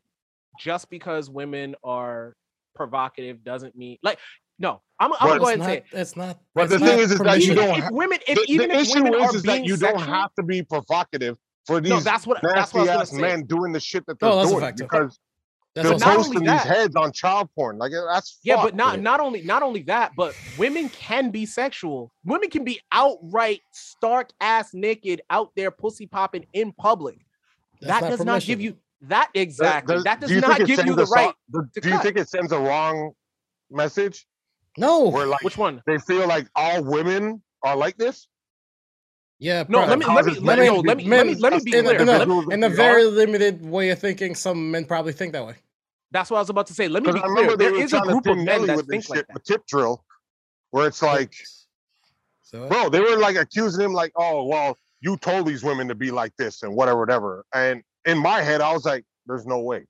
Speaker 2: just because women are provocative doesn't mean like no. I'm, I'm gonna
Speaker 4: But-
Speaker 2: go
Speaker 1: It's
Speaker 2: ahead and say
Speaker 1: not- That's not.
Speaker 4: But the
Speaker 1: that's
Speaker 4: thing
Speaker 1: not
Speaker 4: is, is that you
Speaker 1: permission.
Speaker 2: even
Speaker 4: don't
Speaker 2: if
Speaker 4: ha-
Speaker 2: women if
Speaker 4: the, the
Speaker 2: even if
Speaker 4: issue
Speaker 2: women
Speaker 4: is,
Speaker 2: are
Speaker 4: is
Speaker 2: being
Speaker 4: that you
Speaker 2: sexual,
Speaker 4: don't have to be provocative for these
Speaker 2: no, that's what that's what I
Speaker 4: nasty
Speaker 2: was gonna
Speaker 4: ass
Speaker 2: say.
Speaker 4: men doing the shit that they're
Speaker 1: Oh, that's a
Speaker 4: doing
Speaker 1: fact, too.
Speaker 4: because
Speaker 1: That's
Speaker 4: they're
Speaker 2: But
Speaker 1: also,
Speaker 2: not only
Speaker 4: posting these
Speaker 2: that-
Speaker 4: heads on child porn. Like uh, that's
Speaker 2: Yeah,
Speaker 4: fucked.
Speaker 2: but not
Speaker 3: yeah.
Speaker 2: not only not only that, but women can be sexual. Women can be outright stark ass naked out there pussy popping in public.
Speaker 1: that's
Speaker 2: that
Speaker 1: not
Speaker 2: does not give
Speaker 1: permission.
Speaker 2: you that exactly. that
Speaker 4: do
Speaker 2: does not
Speaker 4: think it
Speaker 2: give you
Speaker 4: sends
Speaker 2: the
Speaker 4: a so-
Speaker 2: right.
Speaker 4: do-
Speaker 2: to
Speaker 4: do you
Speaker 2: cut.
Speaker 4: think it sends a wrong message
Speaker 1: No.
Speaker 4: where like
Speaker 2: Which one?
Speaker 4: they feel like all women are like this?
Speaker 1: Yeah.
Speaker 2: No, let
Speaker 1: probably.
Speaker 2: me let me let me yo, let me let me let me be
Speaker 1: in, a-
Speaker 2: clear.
Speaker 1: in
Speaker 2: Let me-
Speaker 1: a, in a very limited way of thinking, some men probably think that way.
Speaker 2: That's what I was about to say. Let me be
Speaker 4: Because I
Speaker 2: clear.
Speaker 4: remember they
Speaker 2: There
Speaker 4: were
Speaker 2: is a
Speaker 4: trying to
Speaker 2: group of
Speaker 4: pin
Speaker 2: men
Speaker 4: Nelly
Speaker 2: that
Speaker 4: with this
Speaker 2: think
Speaker 4: shit
Speaker 2: like that.
Speaker 4: with tip drill, where it's like,
Speaker 1: So what?
Speaker 4: bro, they were like accusing him like, oh well, you told these women to be like this and whatever, whatever. And in my head, I was like, there's no way.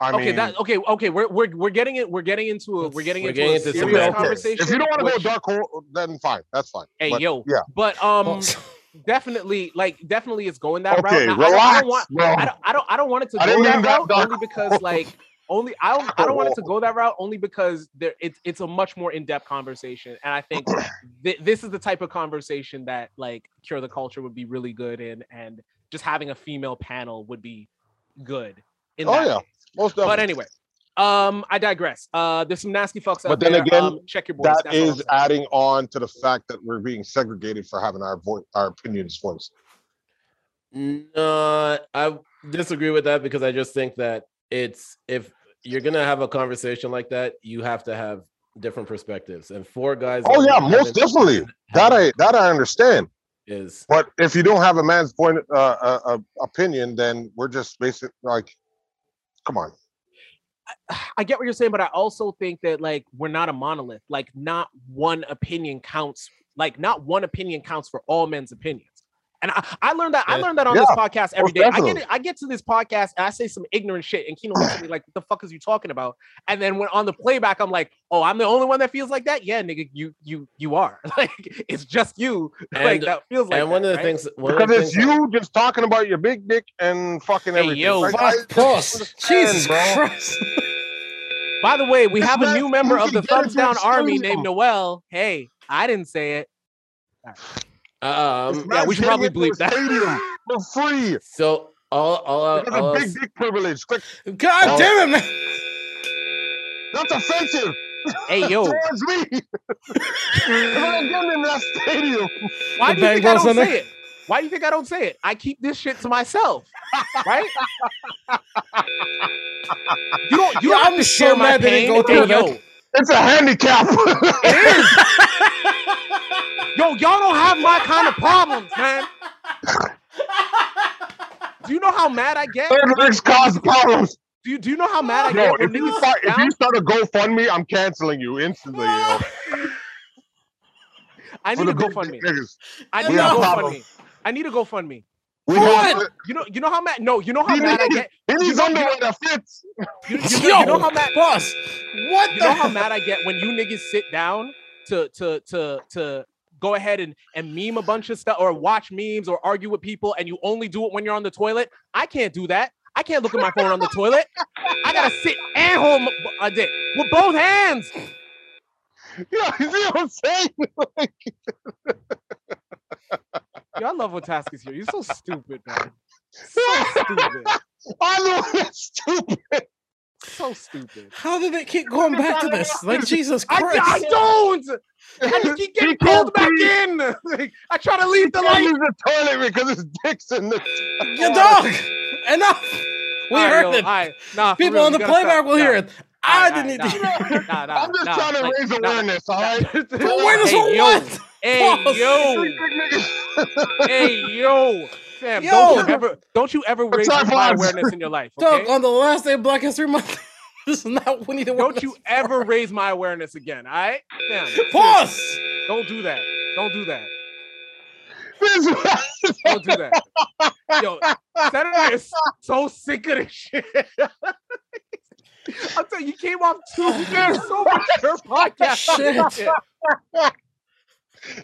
Speaker 4: I
Speaker 2: okay,
Speaker 4: mean,
Speaker 2: that okay, okay. We're we're we're getting it. We're getting into a we're
Speaker 1: Let's-
Speaker 2: getting
Speaker 3: We're
Speaker 2: into
Speaker 3: getting
Speaker 2: a
Speaker 3: into some
Speaker 2: serious
Speaker 3: bad things.
Speaker 2: conversation.
Speaker 4: if you don't want to go
Speaker 2: which-
Speaker 4: dark hole, then fine, that's fine.
Speaker 2: hey
Speaker 4: But
Speaker 2: yo,
Speaker 4: yeah.
Speaker 2: but um,
Speaker 1: Well,
Speaker 2: definitely like definitely it's going that route.
Speaker 4: okay,
Speaker 2: Now, I don't-
Speaker 4: relax,
Speaker 2: I don't want
Speaker 4: bro.
Speaker 2: I don't I don't I don't want it to
Speaker 4: I
Speaker 2: go
Speaker 4: didn't
Speaker 2: that
Speaker 4: mean that
Speaker 2: route
Speaker 4: dark.
Speaker 2: only because like only I don't I don't want it to go that route only because there it's it's a much more in depth conversation and I think th- this is the type of conversation that like cure the culture would be really good in and just having a female panel would be good. In
Speaker 4: Oh,
Speaker 2: that
Speaker 4: yeah.
Speaker 2: way.
Speaker 4: Most definitely.
Speaker 2: But anyway, um, I digress. Uh, there's some nasty fucks out
Speaker 4: But then
Speaker 2: there.
Speaker 4: again,
Speaker 2: um, check your boys.
Speaker 4: that
Speaker 2: That's all I'm
Speaker 4: is
Speaker 2: saying.
Speaker 4: adding on to the fact that we're being segregated for having our voice, our opinions voiced.
Speaker 3: No, I disagree with that because I just think that it's if you're gonna have a conversation like that, you have to have different perspectives. And four guys.
Speaker 4: Oh,
Speaker 3: that
Speaker 4: yeah,
Speaker 3: we haven't-
Speaker 4: most definitely.
Speaker 3: haven't-
Speaker 4: That I
Speaker 3: haven't
Speaker 4: that I understand.
Speaker 3: is
Speaker 4: But if you don't have a man's point uh, uh, uh, opinion, then we're just basically like, come on.
Speaker 2: I get what you're saying, but I also think that like we're not a monolith. Like not one opinion counts. Like not one opinion counts for all men's opinions. And I, I learned that I
Speaker 3: Yeah.
Speaker 2: learned that on this
Speaker 4: Yeah,
Speaker 2: podcast every
Speaker 4: most
Speaker 2: day. I get
Speaker 4: definitely.
Speaker 2: it, I get to this podcast and I say some ignorant shit, and Kino looks at me like, "What the fuck is you talking about?" And then when on the playback, I'm like, "Oh, I'm the only one that feels like that." Yeah, nigga, you you you are. Like it's just you. like
Speaker 3: And-
Speaker 2: that feels like.
Speaker 3: and one
Speaker 2: that,
Speaker 3: of the
Speaker 2: right?
Speaker 3: things one of
Speaker 4: Because
Speaker 3: the
Speaker 4: it's
Speaker 3: things I-
Speaker 4: you just talking about your big dick and fucking
Speaker 2: Hey,
Speaker 4: everything.
Speaker 2: yo,
Speaker 4: Like, I-
Speaker 1: fuck, boss. Jesus
Speaker 4: bro.
Speaker 1: Christ.
Speaker 2: By the way, we
Speaker 4: This
Speaker 2: have a
Speaker 4: man-
Speaker 2: new member
Speaker 4: you
Speaker 2: of
Speaker 4: can
Speaker 2: the
Speaker 4: get it
Speaker 2: Thumbs
Speaker 4: to a
Speaker 2: Down Army
Speaker 4: stadium.
Speaker 2: named Noel. Hey, I didn't say it.
Speaker 3: Um,
Speaker 4: It's
Speaker 2: yeah, we should probably
Speaker 4: Nigeria
Speaker 2: bleep
Speaker 4: to a stadium
Speaker 2: that. Uh,
Speaker 4: For free.
Speaker 3: so all all, I-
Speaker 4: That's
Speaker 3: all
Speaker 4: a
Speaker 3: I
Speaker 4: big
Speaker 3: s-
Speaker 4: dick privilege. Quick,
Speaker 1: God
Speaker 4: Oh.
Speaker 1: damn it, man.
Speaker 4: that's offensive.
Speaker 2: hey yo,
Speaker 4: Towards me. if I get in that stadium,
Speaker 2: why do you
Speaker 1: Bang
Speaker 2: think I
Speaker 1: Bros
Speaker 2: don't
Speaker 1: Center?
Speaker 2: say it? Why do you think I don't say it? I keep this shit to myself, right? you don't. You
Speaker 1: Yeah,
Speaker 2: don't have
Speaker 1: I'm
Speaker 2: to
Speaker 1: so
Speaker 2: share my
Speaker 1: mad they
Speaker 2: pain.
Speaker 1: didn't go
Speaker 2: Hey,
Speaker 1: through
Speaker 2: yo,
Speaker 1: that.
Speaker 4: it's a handicap.
Speaker 2: yo, y'all don't have my kind of problems, man. Do you know how mad I get?
Speaker 4: Third legs cause problems.
Speaker 2: Do you do you know how mad I
Speaker 4: Yo,
Speaker 2: get when
Speaker 4: if
Speaker 2: niggas
Speaker 4: you,
Speaker 2: sit
Speaker 4: start, if
Speaker 2: down?
Speaker 4: you start a GoFundMe, I'm canceling you instantly. Yo.
Speaker 2: I
Speaker 4: For
Speaker 2: need to
Speaker 4: the
Speaker 2: go
Speaker 4: big
Speaker 2: fund me.
Speaker 4: dick niggas.
Speaker 2: I
Speaker 1: We
Speaker 2: need to
Speaker 1: have
Speaker 2: go fund
Speaker 4: problems.
Speaker 2: me. I need to go fund me.
Speaker 4: We
Speaker 1: What?
Speaker 4: have-
Speaker 2: You know, you know how mad. No, you know how
Speaker 4: He
Speaker 2: mad I
Speaker 4: needs-
Speaker 2: get.
Speaker 4: He needs
Speaker 2: know- you
Speaker 4: underwear that fits.
Speaker 2: You, you know,
Speaker 1: Yo,
Speaker 2: you know how mad.
Speaker 1: boss. What
Speaker 2: You
Speaker 1: the
Speaker 2: know how
Speaker 1: hell?
Speaker 2: mad I get when you niggas sit down to to to to go ahead and and meme a bunch of stuff or watch memes or argue with people, and you only do it when you're on the toilet. I can't do that. I can't look at my phone on the toilet. I gotta sit and hold my, a dick with both hands.
Speaker 4: Yeah, you see what I'm saying?
Speaker 2: Yo, I love when Task is here. You're so stupid, man. So stupid.
Speaker 4: I know that's stupid.
Speaker 2: So stupid.
Speaker 1: How did they keep going back to this? Like Jesus
Speaker 2: I,
Speaker 1: Christ.
Speaker 2: I don't. I just keep getting pulled back
Speaker 4: pee.
Speaker 2: in. Like, I try to leave the
Speaker 4: I can't
Speaker 2: light.
Speaker 4: use the toilet because his dick's in the.
Speaker 1: Your dog. Enough. We
Speaker 2: All right,
Speaker 1: heard
Speaker 2: yo,
Speaker 1: it.
Speaker 2: all right. Nah, for
Speaker 1: People
Speaker 2: real,
Speaker 1: on
Speaker 2: you
Speaker 1: the
Speaker 2: gotta stop.
Speaker 1: playback will
Speaker 2: Nah,
Speaker 1: hear it. I
Speaker 2: Alright,
Speaker 1: didn't
Speaker 2: alright,
Speaker 1: need
Speaker 2: nah.
Speaker 1: to.
Speaker 2: Nah, nah,
Speaker 4: I'm just
Speaker 2: nah,
Speaker 4: trying to
Speaker 2: like,
Speaker 4: raise
Speaker 2: nah.
Speaker 4: awareness, all right?
Speaker 1: But wait, this
Speaker 2: Hey,
Speaker 1: for
Speaker 2: yo.
Speaker 1: what?
Speaker 2: Hey
Speaker 1: Pause.
Speaker 2: yo, hey yo, fam! Don't you
Speaker 1: Yo.
Speaker 2: ever, don't you ever raise
Speaker 4: sorry,
Speaker 2: my
Speaker 4: Fonz.
Speaker 2: awareness in your life,
Speaker 1: Doug,
Speaker 2: okay?
Speaker 1: on the last day of Black History Month, this is not we need to
Speaker 2: Don't you ever raise my awareness again, all right? Fam,
Speaker 1: pause?
Speaker 2: don't do that. Don't do that.
Speaker 4: This-
Speaker 2: Don't do that. Yo, Senator is so sick of this shit. I'm telling you, you came off too there's so much your podcast.
Speaker 1: Shit.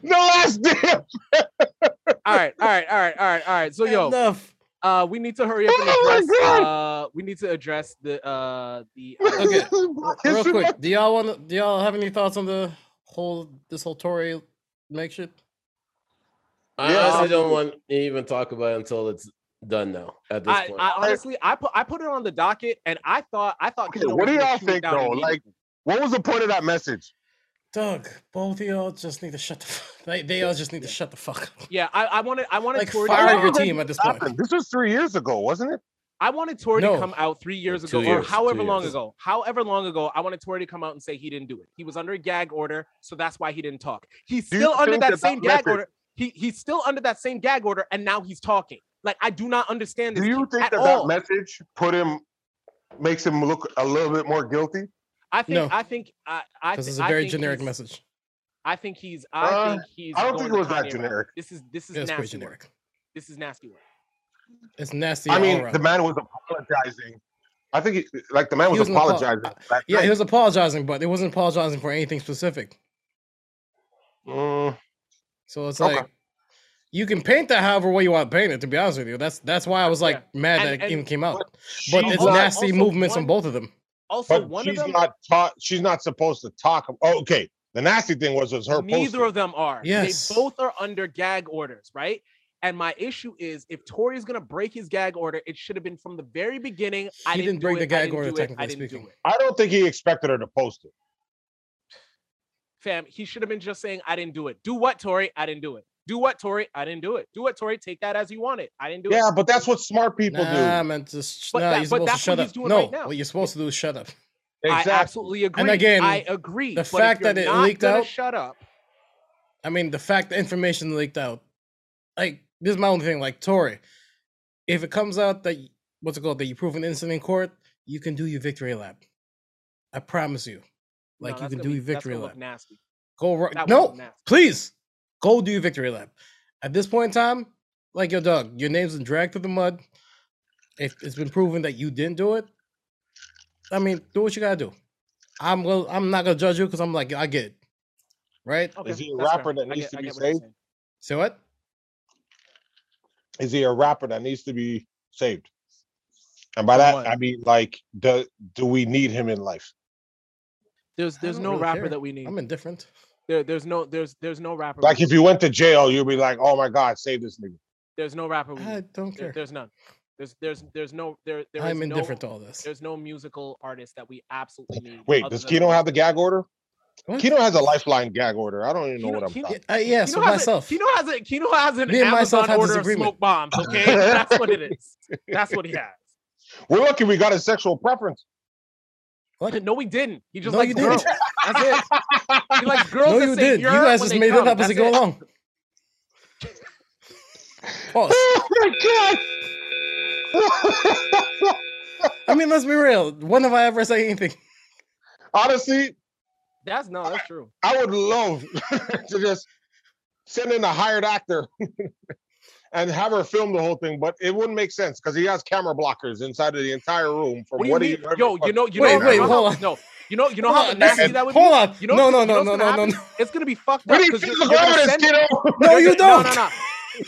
Speaker 4: the last damn.
Speaker 2: All right, all right, all right, all right, all right. So yo,
Speaker 1: Enough.
Speaker 2: uh, we need to hurry up and
Speaker 4: Oh my
Speaker 2: address.
Speaker 4: God.
Speaker 2: uh, we need to address the uh the. uh,
Speaker 1: Okay, Real
Speaker 4: It's-
Speaker 1: quick, do y'all want to? Do y'all have any thoughts on the whole this whole Tory makeshift?
Speaker 3: I
Speaker 4: Yeah.
Speaker 3: honestly don't want to even talk about it until it's done now. At this
Speaker 2: I,
Speaker 3: point,
Speaker 2: I honestly, I put I put it on the docket, and I thought I thought.
Speaker 4: Okay,
Speaker 2: Kino
Speaker 4: what
Speaker 2: was
Speaker 4: do
Speaker 2: gonna
Speaker 4: y'all
Speaker 2: shoot it
Speaker 4: think
Speaker 2: down
Speaker 4: though?
Speaker 2: immediately.
Speaker 4: Like, what was the point of that message?
Speaker 1: Doug, both of y'all just need to shut the. Fuck. They they all just need to shut the fuck up.
Speaker 2: yeah, I, I wanted I wanted
Speaker 1: Like
Speaker 2: Tory.
Speaker 1: fire
Speaker 4: know
Speaker 1: your
Speaker 4: that
Speaker 1: team at this
Speaker 4: Happened.
Speaker 1: point.
Speaker 4: This was three years ago, wasn't it?
Speaker 2: I wanted Tory
Speaker 1: No.
Speaker 2: to come out three years
Speaker 3: Two
Speaker 2: ago, or
Speaker 3: years,
Speaker 2: however
Speaker 3: two
Speaker 2: long
Speaker 3: years.
Speaker 2: ago. However long ago, I wanted Tory to come out and say he didn't do it. He was under a gag order, so that's why he didn't talk. He's
Speaker 4: Do you
Speaker 2: still under
Speaker 4: think
Speaker 2: that
Speaker 4: that
Speaker 2: same
Speaker 4: that
Speaker 2: gag
Speaker 4: method-
Speaker 2: order. He he's still under that same gag order, and now he's talking. Like I do not understand this.
Speaker 4: Do you
Speaker 2: kid
Speaker 4: think
Speaker 2: at
Speaker 4: that
Speaker 2: all.
Speaker 4: that message put him makes him look a little bit more guilty?
Speaker 2: I think
Speaker 1: No.
Speaker 2: I think I I
Speaker 1: This
Speaker 2: thi-
Speaker 1: is a
Speaker 2: I
Speaker 1: very
Speaker 2: think
Speaker 1: generic
Speaker 2: he's-
Speaker 1: message.
Speaker 2: I think he's I
Speaker 4: Uh,
Speaker 2: think he's
Speaker 4: I don't think it
Speaker 2: going
Speaker 4: was
Speaker 2: the
Speaker 4: that
Speaker 2: Kanye route.
Speaker 4: generic.
Speaker 2: This is this is
Speaker 1: It's pretty
Speaker 2: nasty work.
Speaker 1: generic.
Speaker 2: This is nasty work.
Speaker 1: It's nasty.
Speaker 4: I
Speaker 1: all
Speaker 4: mean,
Speaker 1: around.
Speaker 4: the man was apologizing. I think, he, like, the man
Speaker 1: He was
Speaker 4: was,
Speaker 1: an apo- uh,
Speaker 4: apologizing. that
Speaker 1: yeah, he
Speaker 4: night.
Speaker 1: was apologizing, but it wasn't apologizing for anything specific.
Speaker 4: Mm,
Speaker 1: So it's
Speaker 4: Okay.
Speaker 1: like you can paint that however way you want to paint it. To be honest with you, that's that's why I was like mad
Speaker 2: And-
Speaker 1: that it
Speaker 2: and-
Speaker 1: even came out.
Speaker 4: she's
Speaker 1: But it's
Speaker 4: not-
Speaker 1: nasty
Speaker 2: also
Speaker 1: movements on
Speaker 2: one-
Speaker 1: both of them.
Speaker 2: Also,
Speaker 4: but
Speaker 2: one of
Speaker 4: she's
Speaker 2: them,
Speaker 4: not taught. She's not supposed to talk. Oh, okay. The nasty thing was was her
Speaker 2: neither
Speaker 4: posting.
Speaker 2: of them are.
Speaker 1: Yes.
Speaker 2: They both are under gag orders, right? And my issue is, if Tory is gonna break his gag order, it should have been from the very beginning. I
Speaker 1: He
Speaker 2: didn't,
Speaker 1: didn't break
Speaker 2: do
Speaker 1: the
Speaker 2: it, I
Speaker 1: gag
Speaker 2: didn't
Speaker 1: order,
Speaker 2: do it, I
Speaker 1: technically
Speaker 2: didn't
Speaker 1: speaking.
Speaker 2: do it,
Speaker 4: I don't think he expected her to post it.
Speaker 2: fam. He should have been just saying, "I didn't do it." Do what, Tory? I didn't do it. Do what, Tory? I didn't do it. Do what, Tory? Take that as you want it. I didn't do it.
Speaker 4: Yeah, but that's what smart people
Speaker 1: nah, man, just
Speaker 2: But
Speaker 1: nah,
Speaker 2: that-
Speaker 1: you're
Speaker 2: but
Speaker 1: supposed to
Speaker 2: that's what
Speaker 1: shut
Speaker 2: he's
Speaker 1: up.
Speaker 2: doing
Speaker 1: no,
Speaker 2: right now.
Speaker 1: what you're supposed to do is shut up.
Speaker 4: do.
Speaker 2: I
Speaker 4: Exactly.
Speaker 2: absolutely agree.
Speaker 1: again,
Speaker 2: I agree.
Speaker 1: the
Speaker 2: but if
Speaker 1: fact
Speaker 2: you're
Speaker 1: that it
Speaker 2: not
Speaker 1: leaked
Speaker 2: gonna
Speaker 1: out-
Speaker 2: Shut up.
Speaker 1: I mean, the fact the information leaked out, like this is my only thing. Like Tory, if it comes out that y- what's it called that you prove an innocent in court, you can do your victory lap. I promise you.
Speaker 2: No,
Speaker 1: Like you
Speaker 2: that's
Speaker 1: can
Speaker 2: gonna
Speaker 1: do
Speaker 2: be-
Speaker 1: your
Speaker 2: that's
Speaker 1: victory
Speaker 2: gonna look
Speaker 1: lap.
Speaker 2: Nasty.
Speaker 1: Go right.
Speaker 2: That would look
Speaker 1: No,
Speaker 2: nasty.
Speaker 1: please go do your victory lap. At this point in time, like your dog, your name's been dragged through the mud. If it's been proven that you didn't do it, I mean, do what you gotta do. I'm gonna, I'm not gonna judge you because I'm like, I get it, right?
Speaker 2: Okay,
Speaker 4: Is he a
Speaker 2: that's fair.
Speaker 4: rapper that
Speaker 2: I
Speaker 4: needs
Speaker 2: get-
Speaker 4: to
Speaker 2: I
Speaker 4: be
Speaker 2: get what you're
Speaker 4: saved?
Speaker 2: saying.
Speaker 1: So what?
Speaker 4: Is he a rapper that needs to be saved? And by
Speaker 2: From
Speaker 4: that
Speaker 2: what?
Speaker 4: I mean like, do do we need him in life?
Speaker 2: There's
Speaker 1: I
Speaker 2: there's
Speaker 1: don't
Speaker 2: no
Speaker 1: really
Speaker 2: rapper
Speaker 1: care.
Speaker 2: that we need.
Speaker 1: I'm indifferent.
Speaker 2: There, there's no, there's, there's no rapper.
Speaker 4: Like if you went to jail, you'd be like, "Oh my God, save this nigga."
Speaker 2: there's no rapper. we
Speaker 1: I
Speaker 2: need.
Speaker 1: don't
Speaker 2: Oh, There-
Speaker 1: care.
Speaker 2: there's none. There's, there's, there's no, there, there is
Speaker 1: I'm
Speaker 2: no,
Speaker 1: indifferent to all this.
Speaker 2: There's no musical artist that we absolutely need.
Speaker 4: Wait,
Speaker 2: other
Speaker 4: does
Speaker 2: than-
Speaker 4: Kino have the gag order?
Speaker 1: What?
Speaker 4: Kino has a lifeline gag order. I don't even know
Speaker 2: Kino-
Speaker 4: what I'm
Speaker 2: Kino-
Speaker 1: Yeah,
Speaker 4: talking.
Speaker 1: uh, yeah,
Speaker 2: Kino
Speaker 1: so
Speaker 2: has
Speaker 1: myself.
Speaker 2: A, Kino has a, Kino has an
Speaker 1: Me and myself
Speaker 2: Amazon
Speaker 1: have
Speaker 2: order of
Speaker 1: disagreement.
Speaker 2: smoke bombs. Okay, that's what it is. That's what he has.
Speaker 4: We're lucky we got a sexual preference.
Speaker 1: What?
Speaker 2: No, we didn't. He just
Speaker 1: No,
Speaker 2: likes
Speaker 1: you
Speaker 2: girls.
Speaker 1: didn't.
Speaker 2: That's it. He likes girls.
Speaker 1: No,
Speaker 2: that
Speaker 1: you
Speaker 2: say
Speaker 1: did. You
Speaker 2: "Yer"
Speaker 1: guys
Speaker 2: when
Speaker 1: just
Speaker 2: they
Speaker 1: made it
Speaker 2: come.
Speaker 1: up as
Speaker 2: That's
Speaker 1: you go
Speaker 2: it.
Speaker 1: along. Pause.
Speaker 4: Oh my God.
Speaker 1: I mean, let's be real. When have I ever said anything?
Speaker 4: Honestly,
Speaker 2: That's no, that's true.
Speaker 4: I would love to just send in a hired actor and have her film the whole thing, but it wouldn't make sense because he has camera blockers inside of the entire room. From
Speaker 2: What do
Speaker 4: what,
Speaker 2: you
Speaker 4: he-
Speaker 2: mean?
Speaker 4: whatever
Speaker 2: Yo,
Speaker 4: the
Speaker 2: you
Speaker 4: fuck-
Speaker 2: know, you
Speaker 1: Wait,
Speaker 2: know,
Speaker 1: wait,
Speaker 2: you know
Speaker 1: hold
Speaker 2: how-
Speaker 1: on.
Speaker 2: No, you know, you know
Speaker 1: Hold
Speaker 2: how
Speaker 1: on,
Speaker 2: nasty
Speaker 1: listen,
Speaker 2: that would be.
Speaker 1: hold on.
Speaker 2: You know,
Speaker 1: no, no,
Speaker 2: you know
Speaker 1: no,
Speaker 2: what's
Speaker 1: no,
Speaker 2: gonna
Speaker 1: no, no,
Speaker 2: happen?
Speaker 1: no.
Speaker 2: It's gonna be fucked
Speaker 4: We
Speaker 2: up
Speaker 4: need
Speaker 2: because you're,
Speaker 4: physical
Speaker 2: you're gonna
Speaker 4: evidence,
Speaker 2: send.
Speaker 4: Kino.
Speaker 1: No, you
Speaker 2: you're gonna-
Speaker 1: don't.
Speaker 2: No, no, no.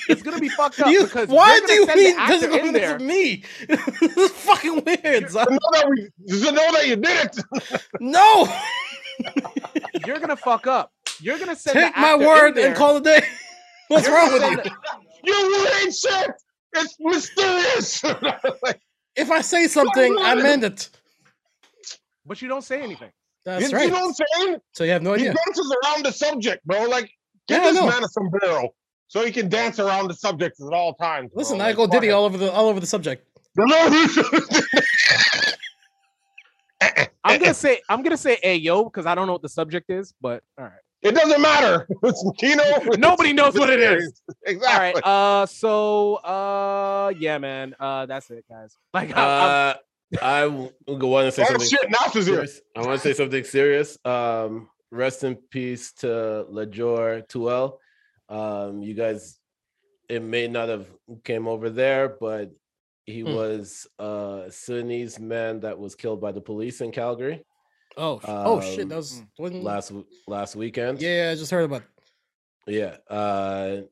Speaker 2: It's gonna be fucked up
Speaker 1: You-
Speaker 2: because
Speaker 1: why do
Speaker 2: you're gonna
Speaker 1: you
Speaker 2: send
Speaker 1: mean
Speaker 2: the actor
Speaker 1: physical
Speaker 2: in
Speaker 1: evidence
Speaker 2: there.
Speaker 1: of me? this is fucking weird.
Speaker 4: To
Speaker 1: son.
Speaker 4: know that we to know that you did it.
Speaker 1: No,
Speaker 2: You're gonna fuck up. You're gonna send.
Speaker 1: take
Speaker 2: the
Speaker 1: my
Speaker 2: actor in
Speaker 1: word
Speaker 2: there.
Speaker 1: and call it a day. What's
Speaker 2: You're
Speaker 1: wrong
Speaker 2: gonna
Speaker 1: with
Speaker 2: send
Speaker 1: you?
Speaker 2: the-
Speaker 4: You ain't shit. It's mysterious.
Speaker 1: If I say something, I meant it.
Speaker 2: But you don't say anything.
Speaker 1: That's
Speaker 4: You know
Speaker 1: right.
Speaker 4: what I'm saying?
Speaker 1: So you have no
Speaker 4: he
Speaker 1: idea.
Speaker 4: dances around the subject, bro. Like,
Speaker 1: Oh, Yeah,
Speaker 4: give
Speaker 1: I
Speaker 4: this
Speaker 1: know.
Speaker 4: man a sombrero so he can dance around the subject at all times. bro.
Speaker 1: Listen, I
Speaker 4: Like,
Speaker 1: go
Speaker 4: fuck
Speaker 1: Diddy
Speaker 4: it.
Speaker 1: all over the all over the subject.
Speaker 2: I'm gonna say I'm gonna say hey yo because I don't know what the subject is, but all right.
Speaker 4: It doesn't matter. It's Kino.
Speaker 2: Nobody knows what it is. All right.
Speaker 4: Exactly.
Speaker 2: Uh so uh yeah, man. Uh that's it, guys. Like I'm- I'm-
Speaker 3: Uh, I want to say
Speaker 4: Oh,
Speaker 3: something.
Speaker 4: shit, Nas is here.
Speaker 3: serious. I want to say something serious. Um, rest in peace to Lajor Tuel. Um, you guys, it may not have came over there, but he
Speaker 1: Hmm.
Speaker 3: was a Sunni's man that was killed by the police in Calgary
Speaker 1: Oh, oh shit,
Speaker 3: Um,
Speaker 1: that was wasn't-
Speaker 3: last w- last weekend.
Speaker 1: yeah. I just heard about. It.
Speaker 3: Yeah. Uh,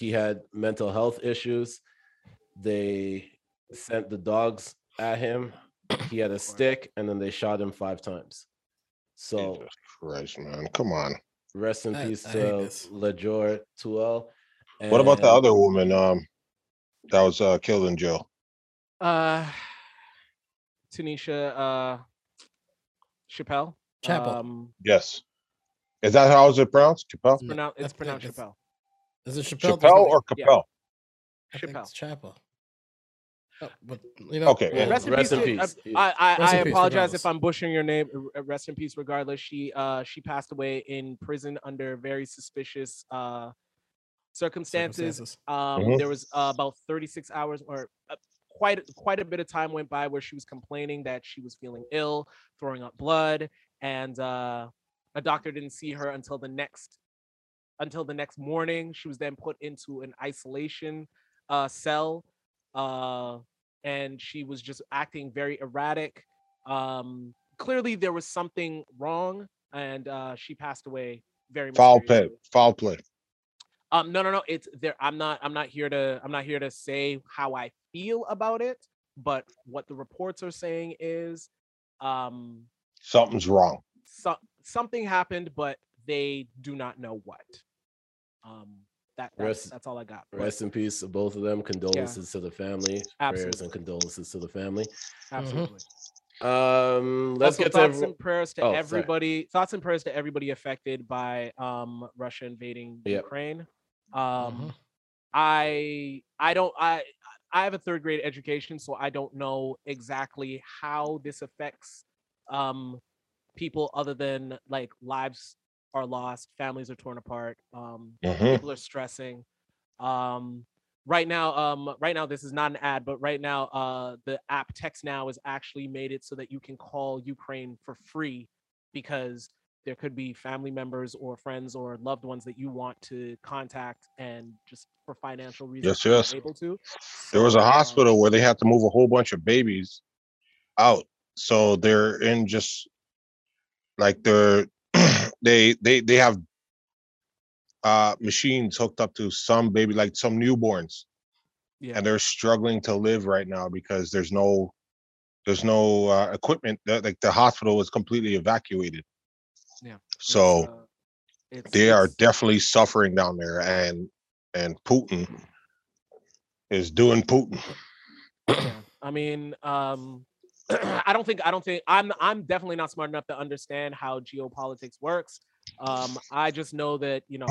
Speaker 3: he had mental health issues. They sent the dogs at him. He had a stick, and then they shot him five times. So
Speaker 4: Jesus Christ, man. Come on.
Speaker 3: rest in
Speaker 1: I-
Speaker 3: peace
Speaker 1: I hate
Speaker 3: to
Speaker 1: this.
Speaker 3: Lajor Tuel.
Speaker 4: What about the
Speaker 3: and-
Speaker 4: other woman um, that was uh, killed in jail?
Speaker 2: uh Tanisha uh Chappelle.
Speaker 1: Chappell.
Speaker 2: Um,
Speaker 4: Yes. Is that how is it pronounced? Chappelle?
Speaker 2: it's pronou-
Speaker 1: I
Speaker 2: it's
Speaker 1: think
Speaker 2: pronounced
Speaker 1: it's-
Speaker 2: Chappelle.
Speaker 1: Is it Chappelle? There's
Speaker 4: Chappelle
Speaker 1: nothing-
Speaker 4: or
Speaker 2: yeah.
Speaker 4: Capel?
Speaker 1: I think
Speaker 2: Chappelle.
Speaker 1: it's Chappelle. Oh, but you know,
Speaker 4: Okay,
Speaker 1: well,
Speaker 4: yeah.
Speaker 2: Rest in peace.
Speaker 3: Rest in
Speaker 2: to- uh,
Speaker 3: peace. Yeah.
Speaker 2: I, I,
Speaker 1: Rest
Speaker 2: I
Speaker 1: in peace,
Speaker 2: apologize if
Speaker 1: regardless.
Speaker 2: I'm butchering your name. R- Rest in peace, regardless. She uh, she passed away in prison under very suspicious uh, circumstances.
Speaker 1: circumstances.
Speaker 2: Um,
Speaker 4: Mhm.
Speaker 2: There was uh, about 36 hours or uh, quite quite a bit of time went by where she was complaining that she was feeling ill, throwing up blood, and uh, a doctor didn't see her until the next until the next morning. She was then put into an isolation uh, cell, uh, and she was just acting very erratic. Um, clearly, there was something wrong, and uh, she passed away very
Speaker 4: Foul play.
Speaker 2: mysteriously.
Speaker 4: Foul play.
Speaker 2: Um, no, no, no. It's there. I'm not. I'm not here to. I'm not here to say how I feel about it. But what the reports are saying is, um,
Speaker 4: Something's wrong.
Speaker 2: so, something happened, but they do not know what. Um, that that's,
Speaker 3: Rest-
Speaker 2: that's all I got. but
Speaker 3: Rest in peace to both of them. Condolences to the family. Prayers
Speaker 2: Absolutely.
Speaker 3: and condolences to the family. Mm-hmm.
Speaker 2: Absolutely.
Speaker 3: Um, let's
Speaker 2: Also,
Speaker 3: get to
Speaker 2: thoughts
Speaker 3: every-
Speaker 2: and prayers to
Speaker 3: Oh, sorry.
Speaker 2: everybody. Thoughts and prayers to everybody affected by um Russia invading
Speaker 3: Yep. Mm-hmm.
Speaker 2: Ukraine. Um, I I don't I I have a third grade education, so I don't know exactly how this affects um people other than like lives are lost, families are torn apart, um
Speaker 4: Mhm.
Speaker 2: people are stressing. Um right now um right now this is not an ad, but right now uh the app Text Now has actually made it so that you can call Ukraine for free because there could be family members or friends or loved ones that you want to contact and just for financial reasons
Speaker 4: Yes,
Speaker 2: you're
Speaker 4: yes.
Speaker 2: able to.
Speaker 4: There was a
Speaker 2: So, um,
Speaker 4: hospital where they had to move a whole bunch of babies out. So they're in just like they're they they they have uh machines hooked up to some baby like some newborns
Speaker 2: yeah.
Speaker 4: and they're struggling to live right now because there's no there's no uh, equipment The- like the hospital was completely evacuated
Speaker 2: Yeah,
Speaker 4: so
Speaker 2: It's, uh, It's,
Speaker 4: they are
Speaker 2: it's-
Speaker 4: definitely suffering down there and and putin is doing putin
Speaker 2: yeah. I mean, um, I don't think I don't think I'm I'm definitely not smart enough to understand how geopolitics works. Um, I just know that you know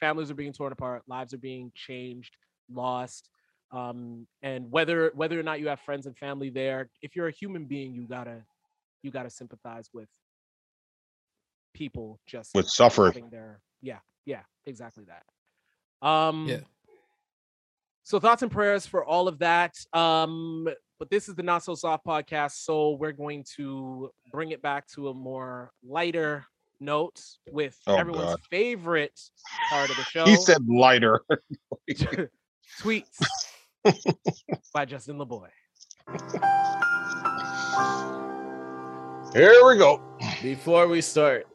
Speaker 2: families are being torn apart, lives are being changed, lost, um, and whether whether or not you have friends and family there, if you're a human being, you gotta you gotta sympathize with people just
Speaker 4: with suffering
Speaker 2: having their yeah yeah exactly that. Um,
Speaker 1: Yeah.
Speaker 2: so thoughts and prayers for all of that. Um, but this is the Not So Soft podcast, so we're going to bring it back to a more lighter note with
Speaker 4: Oh,
Speaker 2: everyone's
Speaker 4: God.
Speaker 2: favorite part of the show.
Speaker 4: he said lighter
Speaker 2: tweets by Justin LeBoy.
Speaker 4: here we go
Speaker 3: Before we start,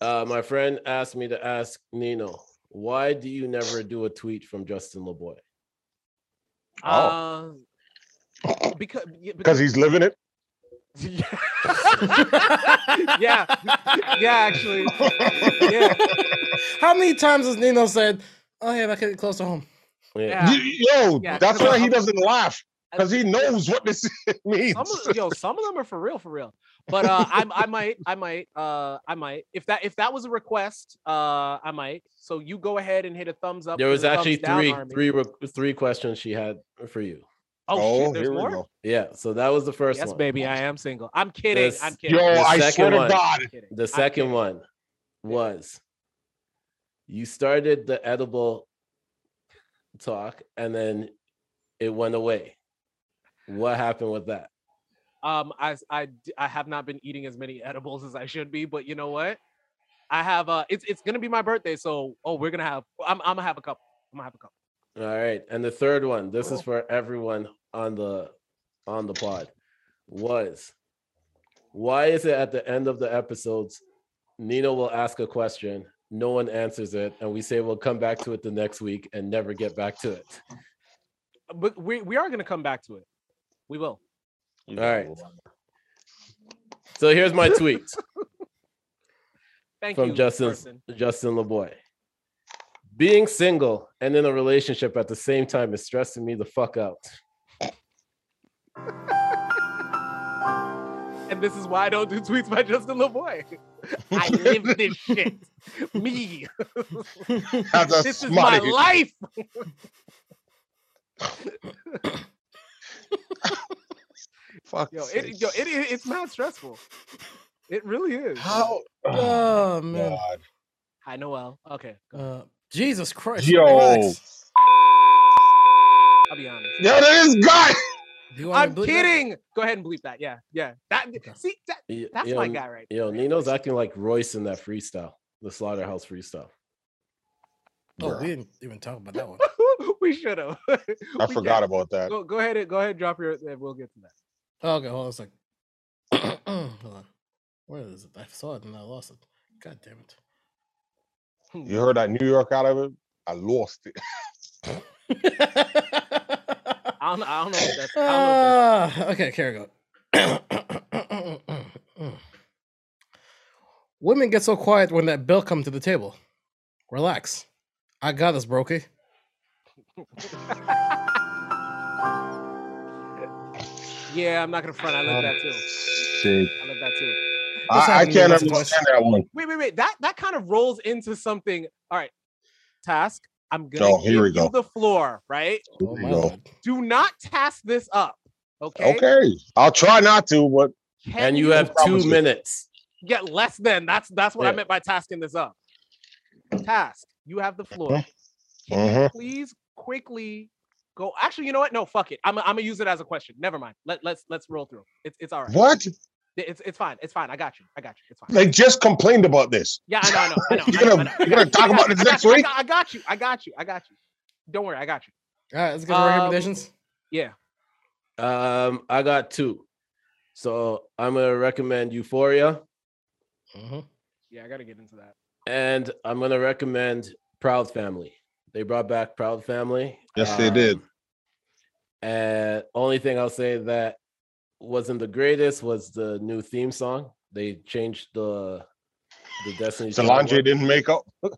Speaker 3: uh, my friend asked me to ask Nino, why do you never do a tweet from Justin LeBoy?
Speaker 2: Oh. Uh, because yeah,
Speaker 4: because he's living it
Speaker 2: yeah. yeah, yeah, actually, yeah,
Speaker 1: How many times has Nino said, "Oh yeah, I could get close to home"?
Speaker 3: Yeah.
Speaker 2: yeah.
Speaker 4: Y- yo
Speaker 2: Yeah,
Speaker 4: that's
Speaker 2: 'cause
Speaker 4: why he
Speaker 2: I'm-
Speaker 4: doesn't laugh because he
Speaker 2: Yeah. oh,
Speaker 4: knows what this means
Speaker 2: some of, yo, some of them are for real, for real. But uh, I, I might, I might, uh, I might. If that, if that was a request, uh, I might. So you go ahead and hit a thumbs up.
Speaker 3: There
Speaker 2: and
Speaker 3: was
Speaker 2: a thumbs
Speaker 3: actually
Speaker 2: down,
Speaker 3: three,
Speaker 2: Army.
Speaker 3: three, re- three questions she had for you.
Speaker 2: Oh, shit, there's
Speaker 4: here we
Speaker 2: more.
Speaker 4: go.
Speaker 3: Yeah, so that was the first
Speaker 2: Yes,
Speaker 3: one.
Speaker 2: baby, I am single. I'm kidding.
Speaker 3: This-
Speaker 2: I'm kidding.
Speaker 4: yo
Speaker 3: The
Speaker 4: i swear
Speaker 3: second
Speaker 4: to
Speaker 3: one.
Speaker 4: god
Speaker 2: I'm kidding.
Speaker 3: The
Speaker 2: I'm
Speaker 3: second
Speaker 2: kidding.
Speaker 3: one was you started the edible talk and then it went away. What happened with that?
Speaker 2: Um, I, I, d- I have not been eating as many edibles as I should be, but you know what? I have. Uh, it's, it's gonna be my birthday, so oh, we're gonna have. I'm, I'm gonna have a couple. I'm gonna have a couple.
Speaker 3: All right. And the third one, this is for everyone on the on the pod, was why is it at the end of the episodes, Nino will ask a question, no one answers it, and we say we'll come back to it the next week and never get back to it.
Speaker 2: But we, we are gonna come back to it. We will.
Speaker 4: all
Speaker 3: right. So here's my tweet.
Speaker 2: Thank
Speaker 3: From
Speaker 2: you,
Speaker 3: Justin's-
Speaker 2: person.
Speaker 3: Justin LeBoy. Being single and in a relationship at the same time is stressing me the fuck out.
Speaker 2: And this is why I don't do tweets by Justin LeBoy. I live this shit. Me.
Speaker 4: That's a
Speaker 2: this is my
Speaker 4: smutty.
Speaker 2: life.
Speaker 4: Fuck's
Speaker 2: Yo, it,
Speaker 4: sake.
Speaker 2: yo it, it- it's mad stressful. It really is.
Speaker 4: how
Speaker 1: Oh man,
Speaker 4: God.
Speaker 2: Hi, Noel. Okay.
Speaker 1: uh, Jesus Christ!
Speaker 4: Yo.
Speaker 1: relax.
Speaker 2: I'll be honest.
Speaker 4: yo that is god
Speaker 1: Do you want me
Speaker 2: I'm
Speaker 1: to bleep that?
Speaker 2: kidding. Go ahead and bleep that. Yeah. Yeah. That see that,
Speaker 3: Y-
Speaker 2: that's
Speaker 3: yo,
Speaker 2: my
Speaker 3: N-
Speaker 2: guy right there.
Speaker 3: Yo, Nino's acting like Royce in that freestyle, the slaughterhouse freestyle.
Speaker 1: Oh,
Speaker 4: Bruh.
Speaker 1: we didn't even talk about that one.
Speaker 2: we should have.
Speaker 4: i forgot about that
Speaker 2: Go, go ahead and go ahead and drop your and we'll get to that.
Speaker 1: Okay, hold on a second. hold on. Where is it? I saw it and I lost it. God damn it.
Speaker 4: you heard that new york out of it i lost it
Speaker 2: I don't I don't know if that's I don't know if that's
Speaker 1: Ah, okay, here we go. Women get so quiet when that bill come to the table. Relax. I got this, brokey.
Speaker 2: Yeah, I'm not gonna front. I love that too.
Speaker 4: Shit.
Speaker 2: I love that too.
Speaker 1: What's
Speaker 4: I, I
Speaker 1: happening in
Speaker 4: can't
Speaker 1: the situation?
Speaker 4: understand that one.
Speaker 2: Wait, wait, wait. That that kind of rolls into something. All right, task. I'm gonna
Speaker 4: Oh, here
Speaker 2: give
Speaker 4: we
Speaker 2: you
Speaker 4: go.
Speaker 2: the floor. Right?
Speaker 4: There
Speaker 1: Oh
Speaker 4: you
Speaker 1: my
Speaker 4: go.
Speaker 1: lord.
Speaker 2: Do not task this up. Okay.
Speaker 4: Okay, I'll try not to, but
Speaker 2: Can
Speaker 3: And you have two
Speaker 4: promise you.
Speaker 3: minutes.
Speaker 2: get less than. That's that's what I
Speaker 3: Yeah.
Speaker 2: meant by tasking this up. Task. You have the floor. Can you
Speaker 4: Mhm.
Speaker 2: please quickly go? Actually, you know what? No, fuck it. I'm I'm gonna use it as a question. Never mind. Let let's let's roll through. It's it's all right.
Speaker 4: what?
Speaker 2: It's it's fine. It's fine. I got you. I got you. It's fine.
Speaker 4: They just complained about this.
Speaker 2: Yeah, I know, I know, I know.
Speaker 4: You're
Speaker 2: I know,
Speaker 4: gonna-
Speaker 2: I know.
Speaker 4: you're gonna talk
Speaker 2: I got
Speaker 4: about
Speaker 2: you,
Speaker 4: this
Speaker 2: I got
Speaker 4: next
Speaker 2: you, I
Speaker 4: week?
Speaker 2: got, I got you. I got you. I got you. Don't worry, I got you.
Speaker 1: All right, let's get the
Speaker 2: Um,
Speaker 1: recommendations.
Speaker 2: Yeah.
Speaker 3: Um, I got two. So I'm gonna recommend Euphoria
Speaker 1: Mhm.
Speaker 2: Yeah, I gotta get into that.
Speaker 3: and I'm gonna recommend Proud Family. They brought back Proud Family.
Speaker 4: Yes, they did.
Speaker 3: Um, And only thing I'll say that wasn't the greatest was the new theme song. They changed the The Destiny
Speaker 4: Solange
Speaker 3: Child
Speaker 4: didn't make up.
Speaker 3: one?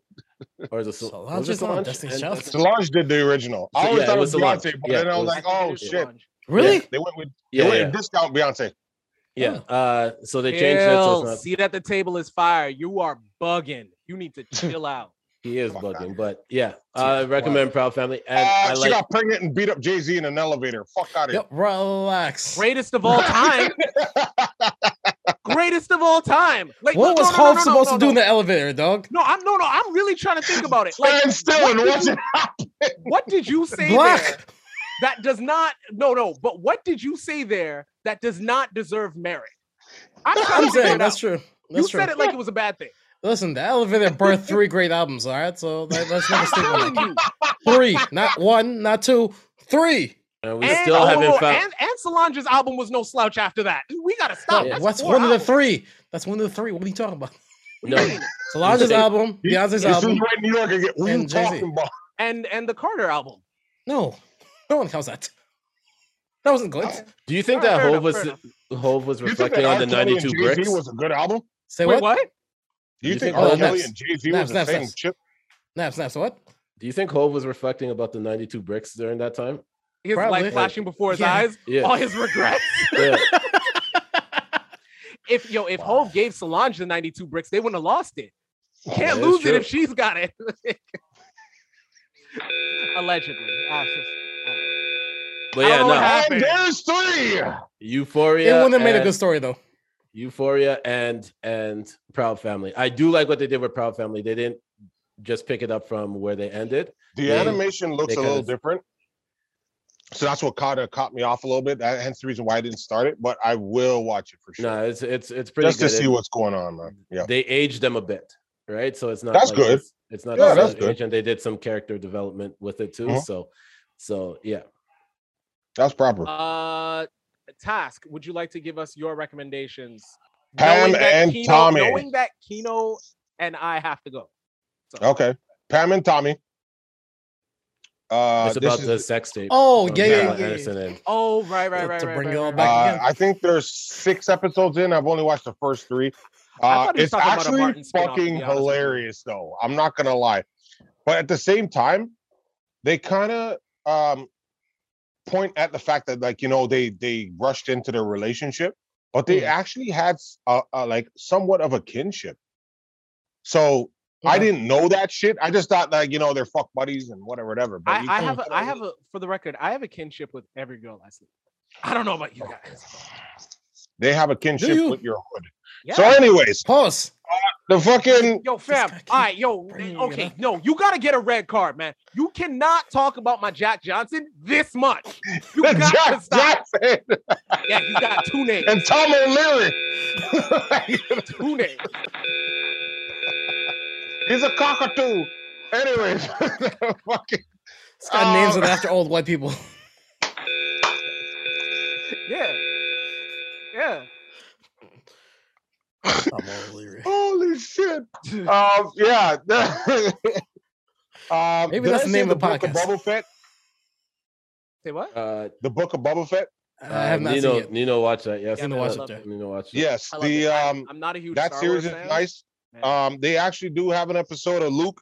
Speaker 3: or is it Sol- was
Speaker 1: Solange's
Speaker 3: it
Speaker 1: on
Speaker 3: Solange?
Speaker 1: Destiny's
Speaker 3: And-
Speaker 1: Child?
Speaker 3: that's-
Speaker 4: Solange did the original. I
Speaker 3: So,
Speaker 4: always
Speaker 3: yeah,
Speaker 4: thought
Speaker 3: it
Speaker 4: it
Speaker 3: was
Speaker 4: was
Speaker 3: Solange.
Speaker 4: Beyonce, but
Speaker 3: Yeah,
Speaker 4: then I
Speaker 3: it
Speaker 4: was
Speaker 3: was-
Speaker 4: like, oh shit,
Speaker 1: Really?
Speaker 4: they went with
Speaker 3: Yeah,
Speaker 4: they went
Speaker 3: yeah,
Speaker 4: with discount Beyonce.
Speaker 3: yeah. Uh, so they changed that. So
Speaker 2: Chill.
Speaker 3: it's not,
Speaker 2: See that the table is fire. You are bugging. You need to chill out.
Speaker 3: he is
Speaker 4: Fuck that.
Speaker 3: bugging, but yeah, I recommend Proud Family. And
Speaker 4: Uh,
Speaker 3: I
Speaker 4: she
Speaker 3: like
Speaker 4: got pregnant and beat up Jay Z in an elevator. Fuck out of
Speaker 1: Yo, relax.
Speaker 2: Greatest of all time. Greatest of all time. Like
Speaker 1: what
Speaker 2: no,
Speaker 1: was
Speaker 2: no, no,
Speaker 1: Hov
Speaker 2: no, no,
Speaker 1: supposed to
Speaker 2: no,
Speaker 1: do
Speaker 2: no.
Speaker 1: in the elevator, dog?
Speaker 2: No, I'm no, no. I'm really trying to think about it.
Speaker 4: here.
Speaker 2: Like,
Speaker 4: Stand still and
Speaker 2: what
Speaker 4: watch
Speaker 2: did
Speaker 4: it.
Speaker 2: what did you say there
Speaker 1: Block.
Speaker 2: that does not? No, no. But what did you say there that does not deserve merit? I'm,
Speaker 1: I'm
Speaker 2: trying to figure
Speaker 1: saying
Speaker 2: it
Speaker 1: that's
Speaker 2: out.
Speaker 1: true.
Speaker 2: You
Speaker 1: That's true.
Speaker 2: said it like it was a bad thing.
Speaker 1: Listen, the elevator birthed three great albums. All right, so let, us never
Speaker 2: I'm
Speaker 1: sleep on
Speaker 2: telling
Speaker 1: that.
Speaker 2: you.
Speaker 1: Three, not one, not two, three.
Speaker 3: And we
Speaker 2: and,
Speaker 3: still
Speaker 2: oh,
Speaker 3: haven't
Speaker 2: oh,
Speaker 3: found.
Speaker 2: and, and Solange's album was no slouch after that. We gotta stop.
Speaker 3: Yeah.
Speaker 2: That's
Speaker 1: What's
Speaker 2: four
Speaker 1: one of the
Speaker 2: albums.
Speaker 1: three? That's one of the three. What are you talking about?
Speaker 3: no,
Speaker 1: Solange's
Speaker 3: saying-
Speaker 1: album, Beyonce's
Speaker 4: This is
Speaker 1: album.
Speaker 4: right in New York again. What are you
Speaker 1: And Jay-Z.
Speaker 4: talking about?
Speaker 2: And and the Carter album.
Speaker 1: No, no one counts that. That wasn't good.
Speaker 3: do you think
Speaker 2: All right,
Speaker 3: that
Speaker 2: fair
Speaker 3: Hove
Speaker 2: enough, fair
Speaker 3: was
Speaker 2: enough.
Speaker 3: Hove was
Speaker 4: You think that
Speaker 3: reflecting on
Speaker 4: R.
Speaker 3: the
Speaker 4: Kelly and
Speaker 3: '92
Speaker 4: Jay-Z
Speaker 3: bricks?
Speaker 4: was a good album?
Speaker 1: Say
Speaker 2: Wait,
Speaker 1: what?
Speaker 2: what?
Speaker 4: Do you,
Speaker 3: You
Speaker 4: think,
Speaker 3: think-
Speaker 4: R.
Speaker 1: Oh,
Speaker 4: Kelly
Speaker 1: Naps.
Speaker 4: and Jay Z
Speaker 1: Naps,
Speaker 4: was the
Speaker 1: Naps,
Speaker 4: same
Speaker 1: Naps.
Speaker 4: chip?
Speaker 1: Snap, snap. So what?
Speaker 3: Do you think Hove was reflecting about the '92 bricks during that time?
Speaker 2: His
Speaker 1: Probably.
Speaker 2: life flashing before his
Speaker 1: Yeah.
Speaker 2: eyes, all
Speaker 3: Yeah,
Speaker 2: his regrets.
Speaker 3: yeah.
Speaker 2: if yo, if
Speaker 3: Wow.
Speaker 2: Hove gave Solange the 92 bricks, they wouldn't have lost it. Can't
Speaker 3: that is
Speaker 2: lose it if
Speaker 3: true.
Speaker 2: she's got it. Allegedly. Ah, it's just-
Speaker 3: but
Speaker 2: I
Speaker 3: yeah,
Speaker 2: don't know
Speaker 3: no.
Speaker 2: how-
Speaker 4: And there's three.
Speaker 3: Euphoria.
Speaker 1: it wouldn't have made a
Speaker 3: and-
Speaker 1: good story though.
Speaker 3: Euphoria and and Proud Family. I do like what they did with Proud Family. They didn't just pick it up from where they ended.
Speaker 4: The
Speaker 3: They-
Speaker 4: animation looks
Speaker 3: they
Speaker 4: a little
Speaker 3: kinda-
Speaker 4: different. So that's what caught caught me off a little bit. That, hence the reason why I didn't start it, but I will watch it for sure.
Speaker 3: No, it's it's it's pretty
Speaker 4: Just to
Speaker 3: good.
Speaker 4: see
Speaker 3: It-
Speaker 4: what's going on, man. Yeah.
Speaker 3: they aged them a bit, right? So it's not
Speaker 4: That's
Speaker 3: like
Speaker 4: good.
Speaker 3: It's, it's not
Speaker 4: Yeah,
Speaker 3: just
Speaker 4: that's
Speaker 3: that
Speaker 4: good.
Speaker 3: age, and they did some character development with it too.
Speaker 4: Mhm.
Speaker 3: So, so yeah,
Speaker 4: That's proper.
Speaker 2: Uh Task, would you like to give us your recommendations?
Speaker 4: Pam
Speaker 2: Knowing that
Speaker 4: and
Speaker 2: Kino,
Speaker 4: Tommy.
Speaker 2: Knowing that Kino and I have to go.
Speaker 4: Okay. Pam and Tommy. Uh,
Speaker 3: it's
Speaker 4: this
Speaker 3: about
Speaker 4: is-
Speaker 3: the sex tape.
Speaker 1: Oh
Speaker 3: from
Speaker 1: yeah, yeah,
Speaker 3: Pamela
Speaker 1: yeah. yeah.
Speaker 3: Anderson and
Speaker 2: Oh, right, right,
Speaker 1: To
Speaker 2: right, right.
Speaker 1: bring
Speaker 2: right,
Speaker 1: it all
Speaker 2: right,
Speaker 1: back
Speaker 2: right.
Speaker 4: uh,
Speaker 1: again.
Speaker 4: I think there's six episodes in. I've only watched the first three.
Speaker 2: I
Speaker 4: Uh,
Speaker 2: thought he was
Speaker 4: it's
Speaker 2: talking about a
Speaker 4: actually
Speaker 2: Martin spin-off, to
Speaker 4: fucking
Speaker 2: be honest with you.
Speaker 4: hilarious, though. I'm not gonna lie, but at the same time, they kind of um, point at the fact that, like, you know, they they rushed into their relationship, but they
Speaker 2: Hmm.
Speaker 1: Mm.
Speaker 4: actually had s- uh uh like somewhat of a kinship. So I
Speaker 1: Okay.
Speaker 4: didn't know that shit. I just thought, like, you know, they're fuck buddies and whatever, whatever. But you
Speaker 2: I, I
Speaker 4: can
Speaker 2: have a,
Speaker 4: kinda
Speaker 2: I have a for the record, I have a kinship with every girl I sleep. with. I don't know about you guys.
Speaker 4: they have a kinship
Speaker 1: you?
Speaker 4: with your hood.
Speaker 2: Yeah.
Speaker 4: So, anyways,
Speaker 1: Pause.
Speaker 4: the fucking
Speaker 2: Yo, fam.
Speaker 1: guy keep
Speaker 2: All right, yo.
Speaker 1: bringing it
Speaker 2: Okay,
Speaker 1: up.
Speaker 2: no, you gotta get a red card, man. You cannot talk about my Jack Johnson this much. You got to
Speaker 4: Jack
Speaker 2: stop.
Speaker 4: Jackson
Speaker 2: Yeah, he got two names.
Speaker 4: and Tom O'Leary.
Speaker 2: Two names.
Speaker 4: He's a cockatoo. Anyways, fucking
Speaker 1: It's got names
Speaker 4: Oh.
Speaker 1: named after old white people.
Speaker 2: Yeah. Yeah.
Speaker 1: I'm all leery.
Speaker 4: holy shit. Um, yeah. um,
Speaker 1: Maybe that's
Speaker 4: did I
Speaker 1: the
Speaker 4: say
Speaker 1: name of the
Speaker 4: Book of
Speaker 1: podcast.
Speaker 4: Boba Fett.
Speaker 2: Say what?
Speaker 3: uh,
Speaker 4: The book of Boba Fett.
Speaker 1: I have
Speaker 3: uh,
Speaker 1: not
Speaker 3: Nino
Speaker 1: seen it.
Speaker 3: Nino watch that. Yes,
Speaker 2: Yeah,
Speaker 1: Nino
Speaker 2: man, I
Speaker 1: watch it,
Speaker 2: love
Speaker 1: Jay.
Speaker 3: Nino watch that.
Speaker 4: Yes,
Speaker 2: I love
Speaker 4: the
Speaker 2: it. I-
Speaker 4: um,
Speaker 2: I'm not a huge
Speaker 4: that
Speaker 2: Star Wars
Speaker 4: series is
Speaker 2: fan.
Speaker 4: nice.
Speaker 2: Man.
Speaker 4: Um, they actually do have an episode of Luke,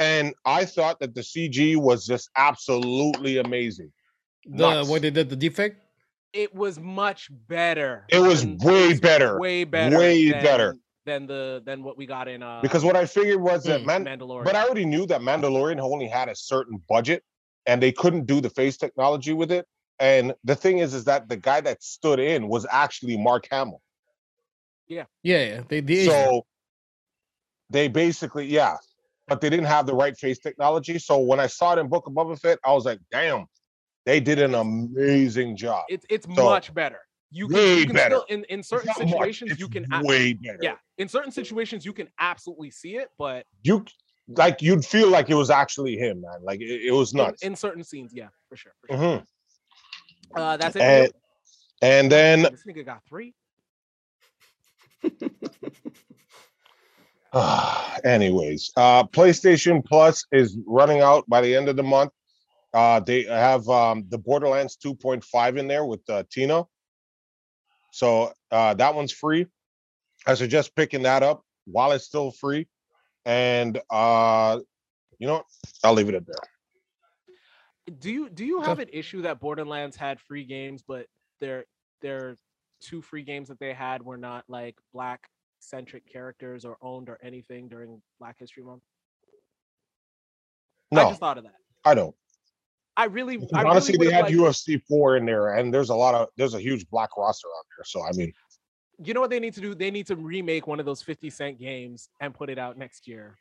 Speaker 4: and I thought that the CG was just absolutely amazing.
Speaker 1: The
Speaker 4: Nuts.
Speaker 1: when they did the defect.
Speaker 2: It was much better.
Speaker 4: It was
Speaker 2: than-
Speaker 4: way better.
Speaker 2: Way better.
Speaker 4: Way
Speaker 2: than-
Speaker 4: better.
Speaker 2: than the than what we got in uh
Speaker 4: Because what I figured was that
Speaker 1: Hmm.
Speaker 4: man,
Speaker 2: Mandalorian.
Speaker 4: But I already knew that Mandalorian only had a certain budget, and they couldn't do the face technology with it. And the thing is, is that the guy that stood in was actually Mark Hamill.
Speaker 1: Yeah, yeah. They did.
Speaker 4: So they basically, yeah, but they didn't have the right face technology. So when I saw it in Book of Boba Fett, I was like, damn, they did an amazing job.
Speaker 2: it's it's
Speaker 4: So,
Speaker 2: much better. You can,
Speaker 4: way
Speaker 2: you can
Speaker 4: better.
Speaker 2: still in, in
Speaker 4: It's
Speaker 2: certain
Speaker 4: not much,
Speaker 2: situations
Speaker 4: it's
Speaker 2: you can ab-
Speaker 4: way better.
Speaker 2: yeah in certain situations you can absolutely see it, but
Speaker 4: you like you'd feel like it was actually him, man. Like it, it was
Speaker 2: in-
Speaker 4: nuts.
Speaker 2: in, certain scenes, yeah, for sure. For sure.
Speaker 4: Mhm.
Speaker 2: Uh, that's it. for you?
Speaker 4: And and then
Speaker 2: this nigga got three.
Speaker 4: Anyways, uh, PlayStation Plus is running out by the end of the month. Uh, they have um, the Borderlands 2.5 in there with uh, Tino, so uh, that one's free. I suggest picking that up. while it's still free. And uh, you know, what? I'll leave it at there.
Speaker 2: Do you do you have an issue that Borderlands had free games, but their their two free games that they had were not like black centric characters or owned or anything during Black History Month? I
Speaker 4: No,
Speaker 2: just thought of that.
Speaker 4: I don't.
Speaker 2: I really,
Speaker 4: Because
Speaker 2: I really
Speaker 4: honestly,
Speaker 2: would've
Speaker 4: they had
Speaker 2: liked-
Speaker 4: UFC four in there, and there's a lot of there's a huge black roster out there. So I mean,
Speaker 2: you know what they need to do? They need to remake one of those 50 Cent games and put it out next year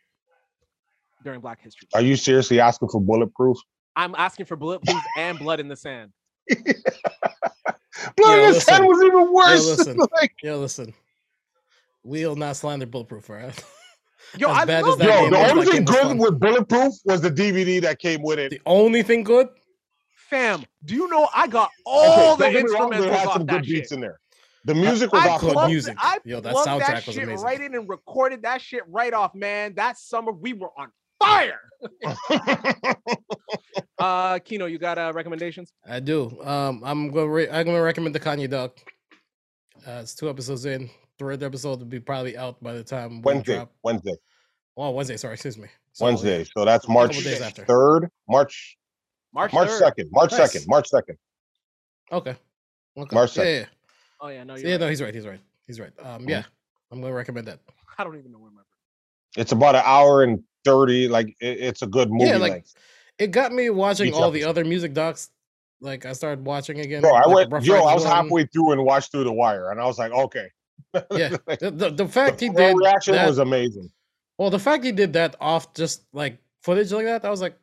Speaker 2: during Black History.
Speaker 4: are you seriously asking for bulletproof?
Speaker 2: I'm asking for bulletproof and blood in the sand.
Speaker 4: Blood
Speaker 1: Yeah,
Speaker 4: in his hand
Speaker 1: listen.
Speaker 4: was even worse.
Speaker 1: listen.
Speaker 4: like,
Speaker 1: Yo, listen. We'll not slander Bulletproof, all right?
Speaker 2: Yo,
Speaker 1: As
Speaker 2: I
Speaker 1: bad as
Speaker 2: love
Speaker 1: that
Speaker 2: that
Speaker 4: yo,
Speaker 1: game
Speaker 4: the
Speaker 1: was-
Speaker 4: only
Speaker 1: that
Speaker 4: thing
Speaker 1: game was fun.
Speaker 4: good with bulletproof was the DVD that came with it.
Speaker 1: The only thing good,
Speaker 2: fam. Do you know I got all
Speaker 4: Okay,
Speaker 2: the
Speaker 4: don't get me
Speaker 2: instrumentals
Speaker 4: wrong, They had
Speaker 2: off
Speaker 4: some
Speaker 2: that
Speaker 4: good
Speaker 2: shit.
Speaker 4: beats in there. The music was
Speaker 2: I
Speaker 1: Good
Speaker 4: awesome.
Speaker 2: plugged,
Speaker 1: music.
Speaker 2: I
Speaker 1: Yo, that
Speaker 2: plugged that
Speaker 1: soundtrack was
Speaker 2: shit
Speaker 1: amazing.
Speaker 2: right in and recorded that shit right off, man. That summer we were on fire. Uh, Kino, you got uh, recommendations?
Speaker 1: I do. Um, I'm gonna re- I'm gonna recommend the Kanye Duck. Uh, it's two episodes in. Third episode will be probably out by the time we
Speaker 4: Wednesday,
Speaker 1: drop.
Speaker 4: Wednesday,
Speaker 1: Oh, Wednesday. Sorry, excuse me. So, yeah,
Speaker 4: Wednesday. So that's March
Speaker 1: days after.
Speaker 4: third, March,
Speaker 2: March,
Speaker 4: March
Speaker 2: 3rd.
Speaker 4: second, March
Speaker 1: Nice.
Speaker 4: second, March second.
Speaker 1: Okay. Okay.
Speaker 4: March Mm-hmm.
Speaker 1: yeah, yeah,
Speaker 4: 2nd.
Speaker 1: yeah.
Speaker 2: Oh yeah, no,
Speaker 1: So,
Speaker 2: you're
Speaker 1: yeah,
Speaker 2: right.
Speaker 1: no, he's right. He's right. He's right. Um, yeah, I'm gonna recommend that.
Speaker 2: I don't even know where my.
Speaker 4: It's about an hour and thirty. Like it- it's a good movie.
Speaker 1: Yeah, like,
Speaker 4: length.
Speaker 1: It got me watching
Speaker 4: Each
Speaker 1: all the
Speaker 4: episode.
Speaker 1: other music docs. Like I started watching again.
Speaker 4: bro, I
Speaker 1: like,
Speaker 4: went.
Speaker 1: Rough
Speaker 4: Yo,
Speaker 1: Riders
Speaker 4: I was
Speaker 1: one.
Speaker 4: halfway through and watched through the wire, and I was like, okay.
Speaker 1: Yeah,
Speaker 4: Like,
Speaker 1: the, the, the
Speaker 4: the
Speaker 1: fact he
Speaker 4: full
Speaker 1: did
Speaker 4: reaction
Speaker 1: that,
Speaker 4: was uh, amazing.
Speaker 1: well, the fact he did that off just like footage like that, I was like,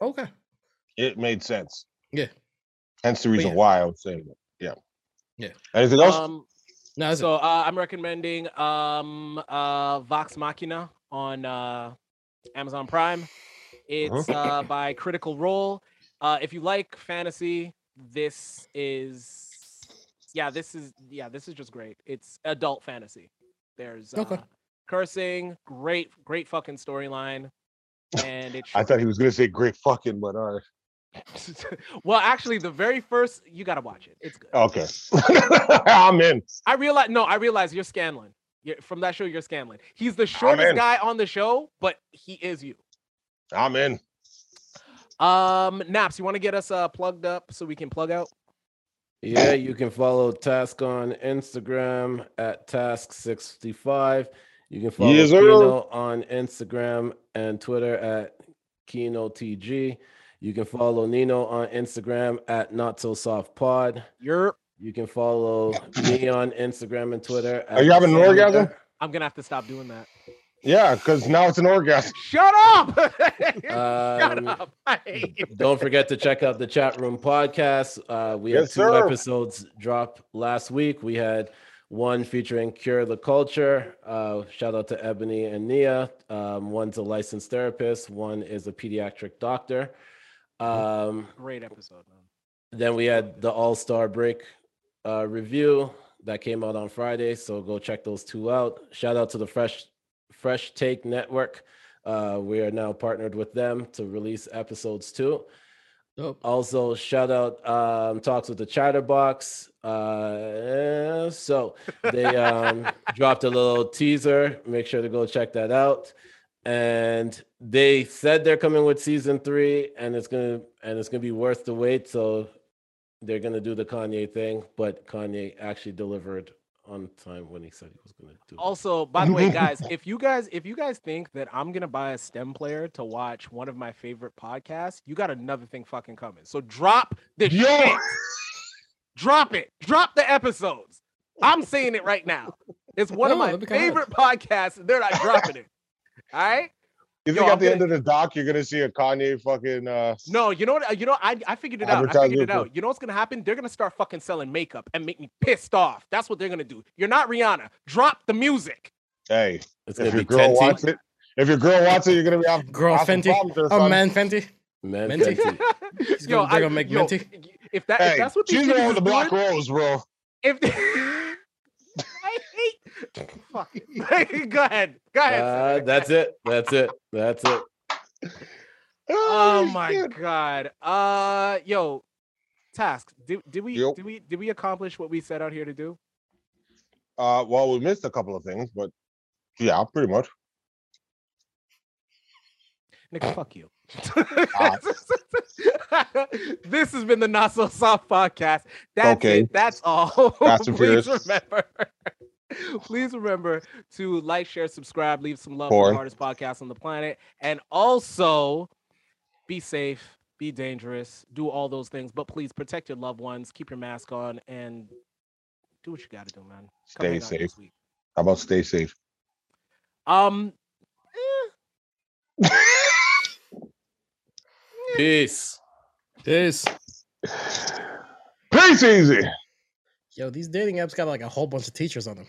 Speaker 1: okay,
Speaker 4: It made sense.
Speaker 1: Yeah.
Speaker 4: Hence the reason
Speaker 1: yeah.
Speaker 4: why I was saying it. Yeah.
Speaker 1: Yeah.
Speaker 4: Anything else?
Speaker 2: Um,
Speaker 1: now that's it.
Speaker 2: so uh, I'm recommending um uh Vox Machina on uh Amazon Prime. It's uh by Critical Role. Uh if you like fantasy, this is yeah, this is yeah, this is just great. It's adult fantasy. There's uh,
Speaker 1: Okay.
Speaker 2: cursing, great great fucking storyline. And it's
Speaker 4: I thought he was gonna say great fucking, but all right.
Speaker 2: well, actually, the very first you gotta watch it. It's good.
Speaker 4: Okay. I'm in.
Speaker 2: I realize no, I realize you're Scanlan. You're, from that show, you're Scanlan. He's the shortest
Speaker 4: in.
Speaker 2: guy on the show, but he is you.
Speaker 4: I'm in.
Speaker 2: Um, Naps, you want to get us uh plugged up so we can plug out?
Speaker 3: Yeah, you can follow Task on Instagram at Task65. You can follow
Speaker 4: Yes, sir.
Speaker 3: Kino on Instagram and Twitter at KinoTG. You can follow Nino on Instagram at Not So Soft Pod.
Speaker 2: You're
Speaker 3: You can follow me on Instagram and Twitter.
Speaker 4: Are you having an orgasm?
Speaker 2: I'm gonna have to stop doing that.
Speaker 4: Yeah, because now it's an orgasm.
Speaker 2: Shut up! Shut
Speaker 3: Um,
Speaker 2: up! I hate you.
Speaker 3: Don't forget to check out the chat room podcast. Uh, we had
Speaker 4: Yes,
Speaker 3: two
Speaker 4: sir.
Speaker 3: episodes drop last week. We had one featuring Cure the Culture. Uh, shout out to Ebony and Nia. Um, one's a licensed therapist. One is a pediatric doctor. Um,
Speaker 2: Great episode, man.
Speaker 3: then we had the All Star Break uh, review that came out on Friday. So go check those two out. Shout out to the Fresh Fresh Take Network. Uh, we are now partnered with them to release episodes too.
Speaker 1: Dope.
Speaker 3: Also, shout out um, talks with the Chatterbox. Uh, eh, so they um, dropped a little teaser. Make sure to go check that out. And they said they're coming with season three, and it's gonna and it's gonna be worth the wait. So they're gonna do the Kanye thing, but Kanye actually delivered on time when he said he was gonna do. it.
Speaker 2: Also, by the way, guys, if you guys if you guys think that I'm gonna buy a stem player to watch one of my favorite podcasts, you got another thing fucking coming. So drop this
Speaker 4: Yo.
Speaker 2: shit. Drop it. Drop the episodes. I'm saying it right now. It's one
Speaker 1: No,
Speaker 2: of
Speaker 1: that'd be
Speaker 2: my
Speaker 1: kinda
Speaker 2: favorite podcasts. and They're not dropping it. All right.
Speaker 4: You
Speaker 2: Yo,
Speaker 4: think
Speaker 2: I'm
Speaker 4: at the end
Speaker 2: gonna-
Speaker 4: of the doc you're gonna see a Kanye fucking uh
Speaker 2: No, you know what? You know, I, I figured it out. I
Speaker 4: Advertise
Speaker 2: figured
Speaker 4: it
Speaker 2: it
Speaker 4: for-
Speaker 2: out. You know what's gonna happen? They're gonna start fucking selling makeup and make me pissed off. That's what they're gonna do. You're not Rihanna. Drop the music.
Speaker 4: hey,
Speaker 3: It's
Speaker 4: if
Speaker 3: gonna
Speaker 4: your
Speaker 3: be
Speaker 4: girl
Speaker 3: Tenti,
Speaker 4: wants it, if your girl wants it, you're gonna be having
Speaker 1: Girl
Speaker 4: awesome
Speaker 1: Fenty.
Speaker 4: problems there,
Speaker 1: Oh,
Speaker 4: son.
Speaker 1: man, Fenty.
Speaker 3: man.
Speaker 1: Menti.
Speaker 3: Tenti.
Speaker 1: She's gonna- they're gonna make minty.
Speaker 2: If that if
Speaker 4: Hey,
Speaker 2: that's what these
Speaker 4: she's the
Speaker 2: niggas
Speaker 4: one
Speaker 2: is
Speaker 4: with the black
Speaker 2: doing,
Speaker 4: rose, bro.
Speaker 2: if I hate fuck it. go ahead. Go ahead.
Speaker 3: Uh,
Speaker 2: Cedric.
Speaker 3: that's it. That's it. That's it.
Speaker 2: Oh
Speaker 4: Holy
Speaker 2: my
Speaker 4: shit.
Speaker 2: god. Uh yo, task. Did, did we
Speaker 4: Yo.
Speaker 2: did we did we accomplish what we set out here to do?
Speaker 4: Uh well we missed a couple of things, but Yeah, pretty much.
Speaker 2: Nigga, fuck you.
Speaker 4: Ah.
Speaker 2: this has been the Not So Soft podcast. That's
Speaker 4: Okay.
Speaker 2: it. That's all.
Speaker 4: Fast and
Speaker 2: Please
Speaker 4: furious.
Speaker 2: remember. Please remember to like, share, subscribe, leave some love for
Speaker 4: Porn.
Speaker 2: the hardest podcast on the planet. And also be safe, be dangerous, do all those things. But please protect your loved ones, keep your mask on, and do what you gotta do, man. Come
Speaker 4: Stay
Speaker 2: hang out
Speaker 4: safe.
Speaker 2: this week.
Speaker 4: How about stay safe?
Speaker 2: Um
Speaker 3: Peace.
Speaker 6: Peace.
Speaker 4: Peace easy.
Speaker 1: Yo, these dating apps got like a whole bunch of teachers on them.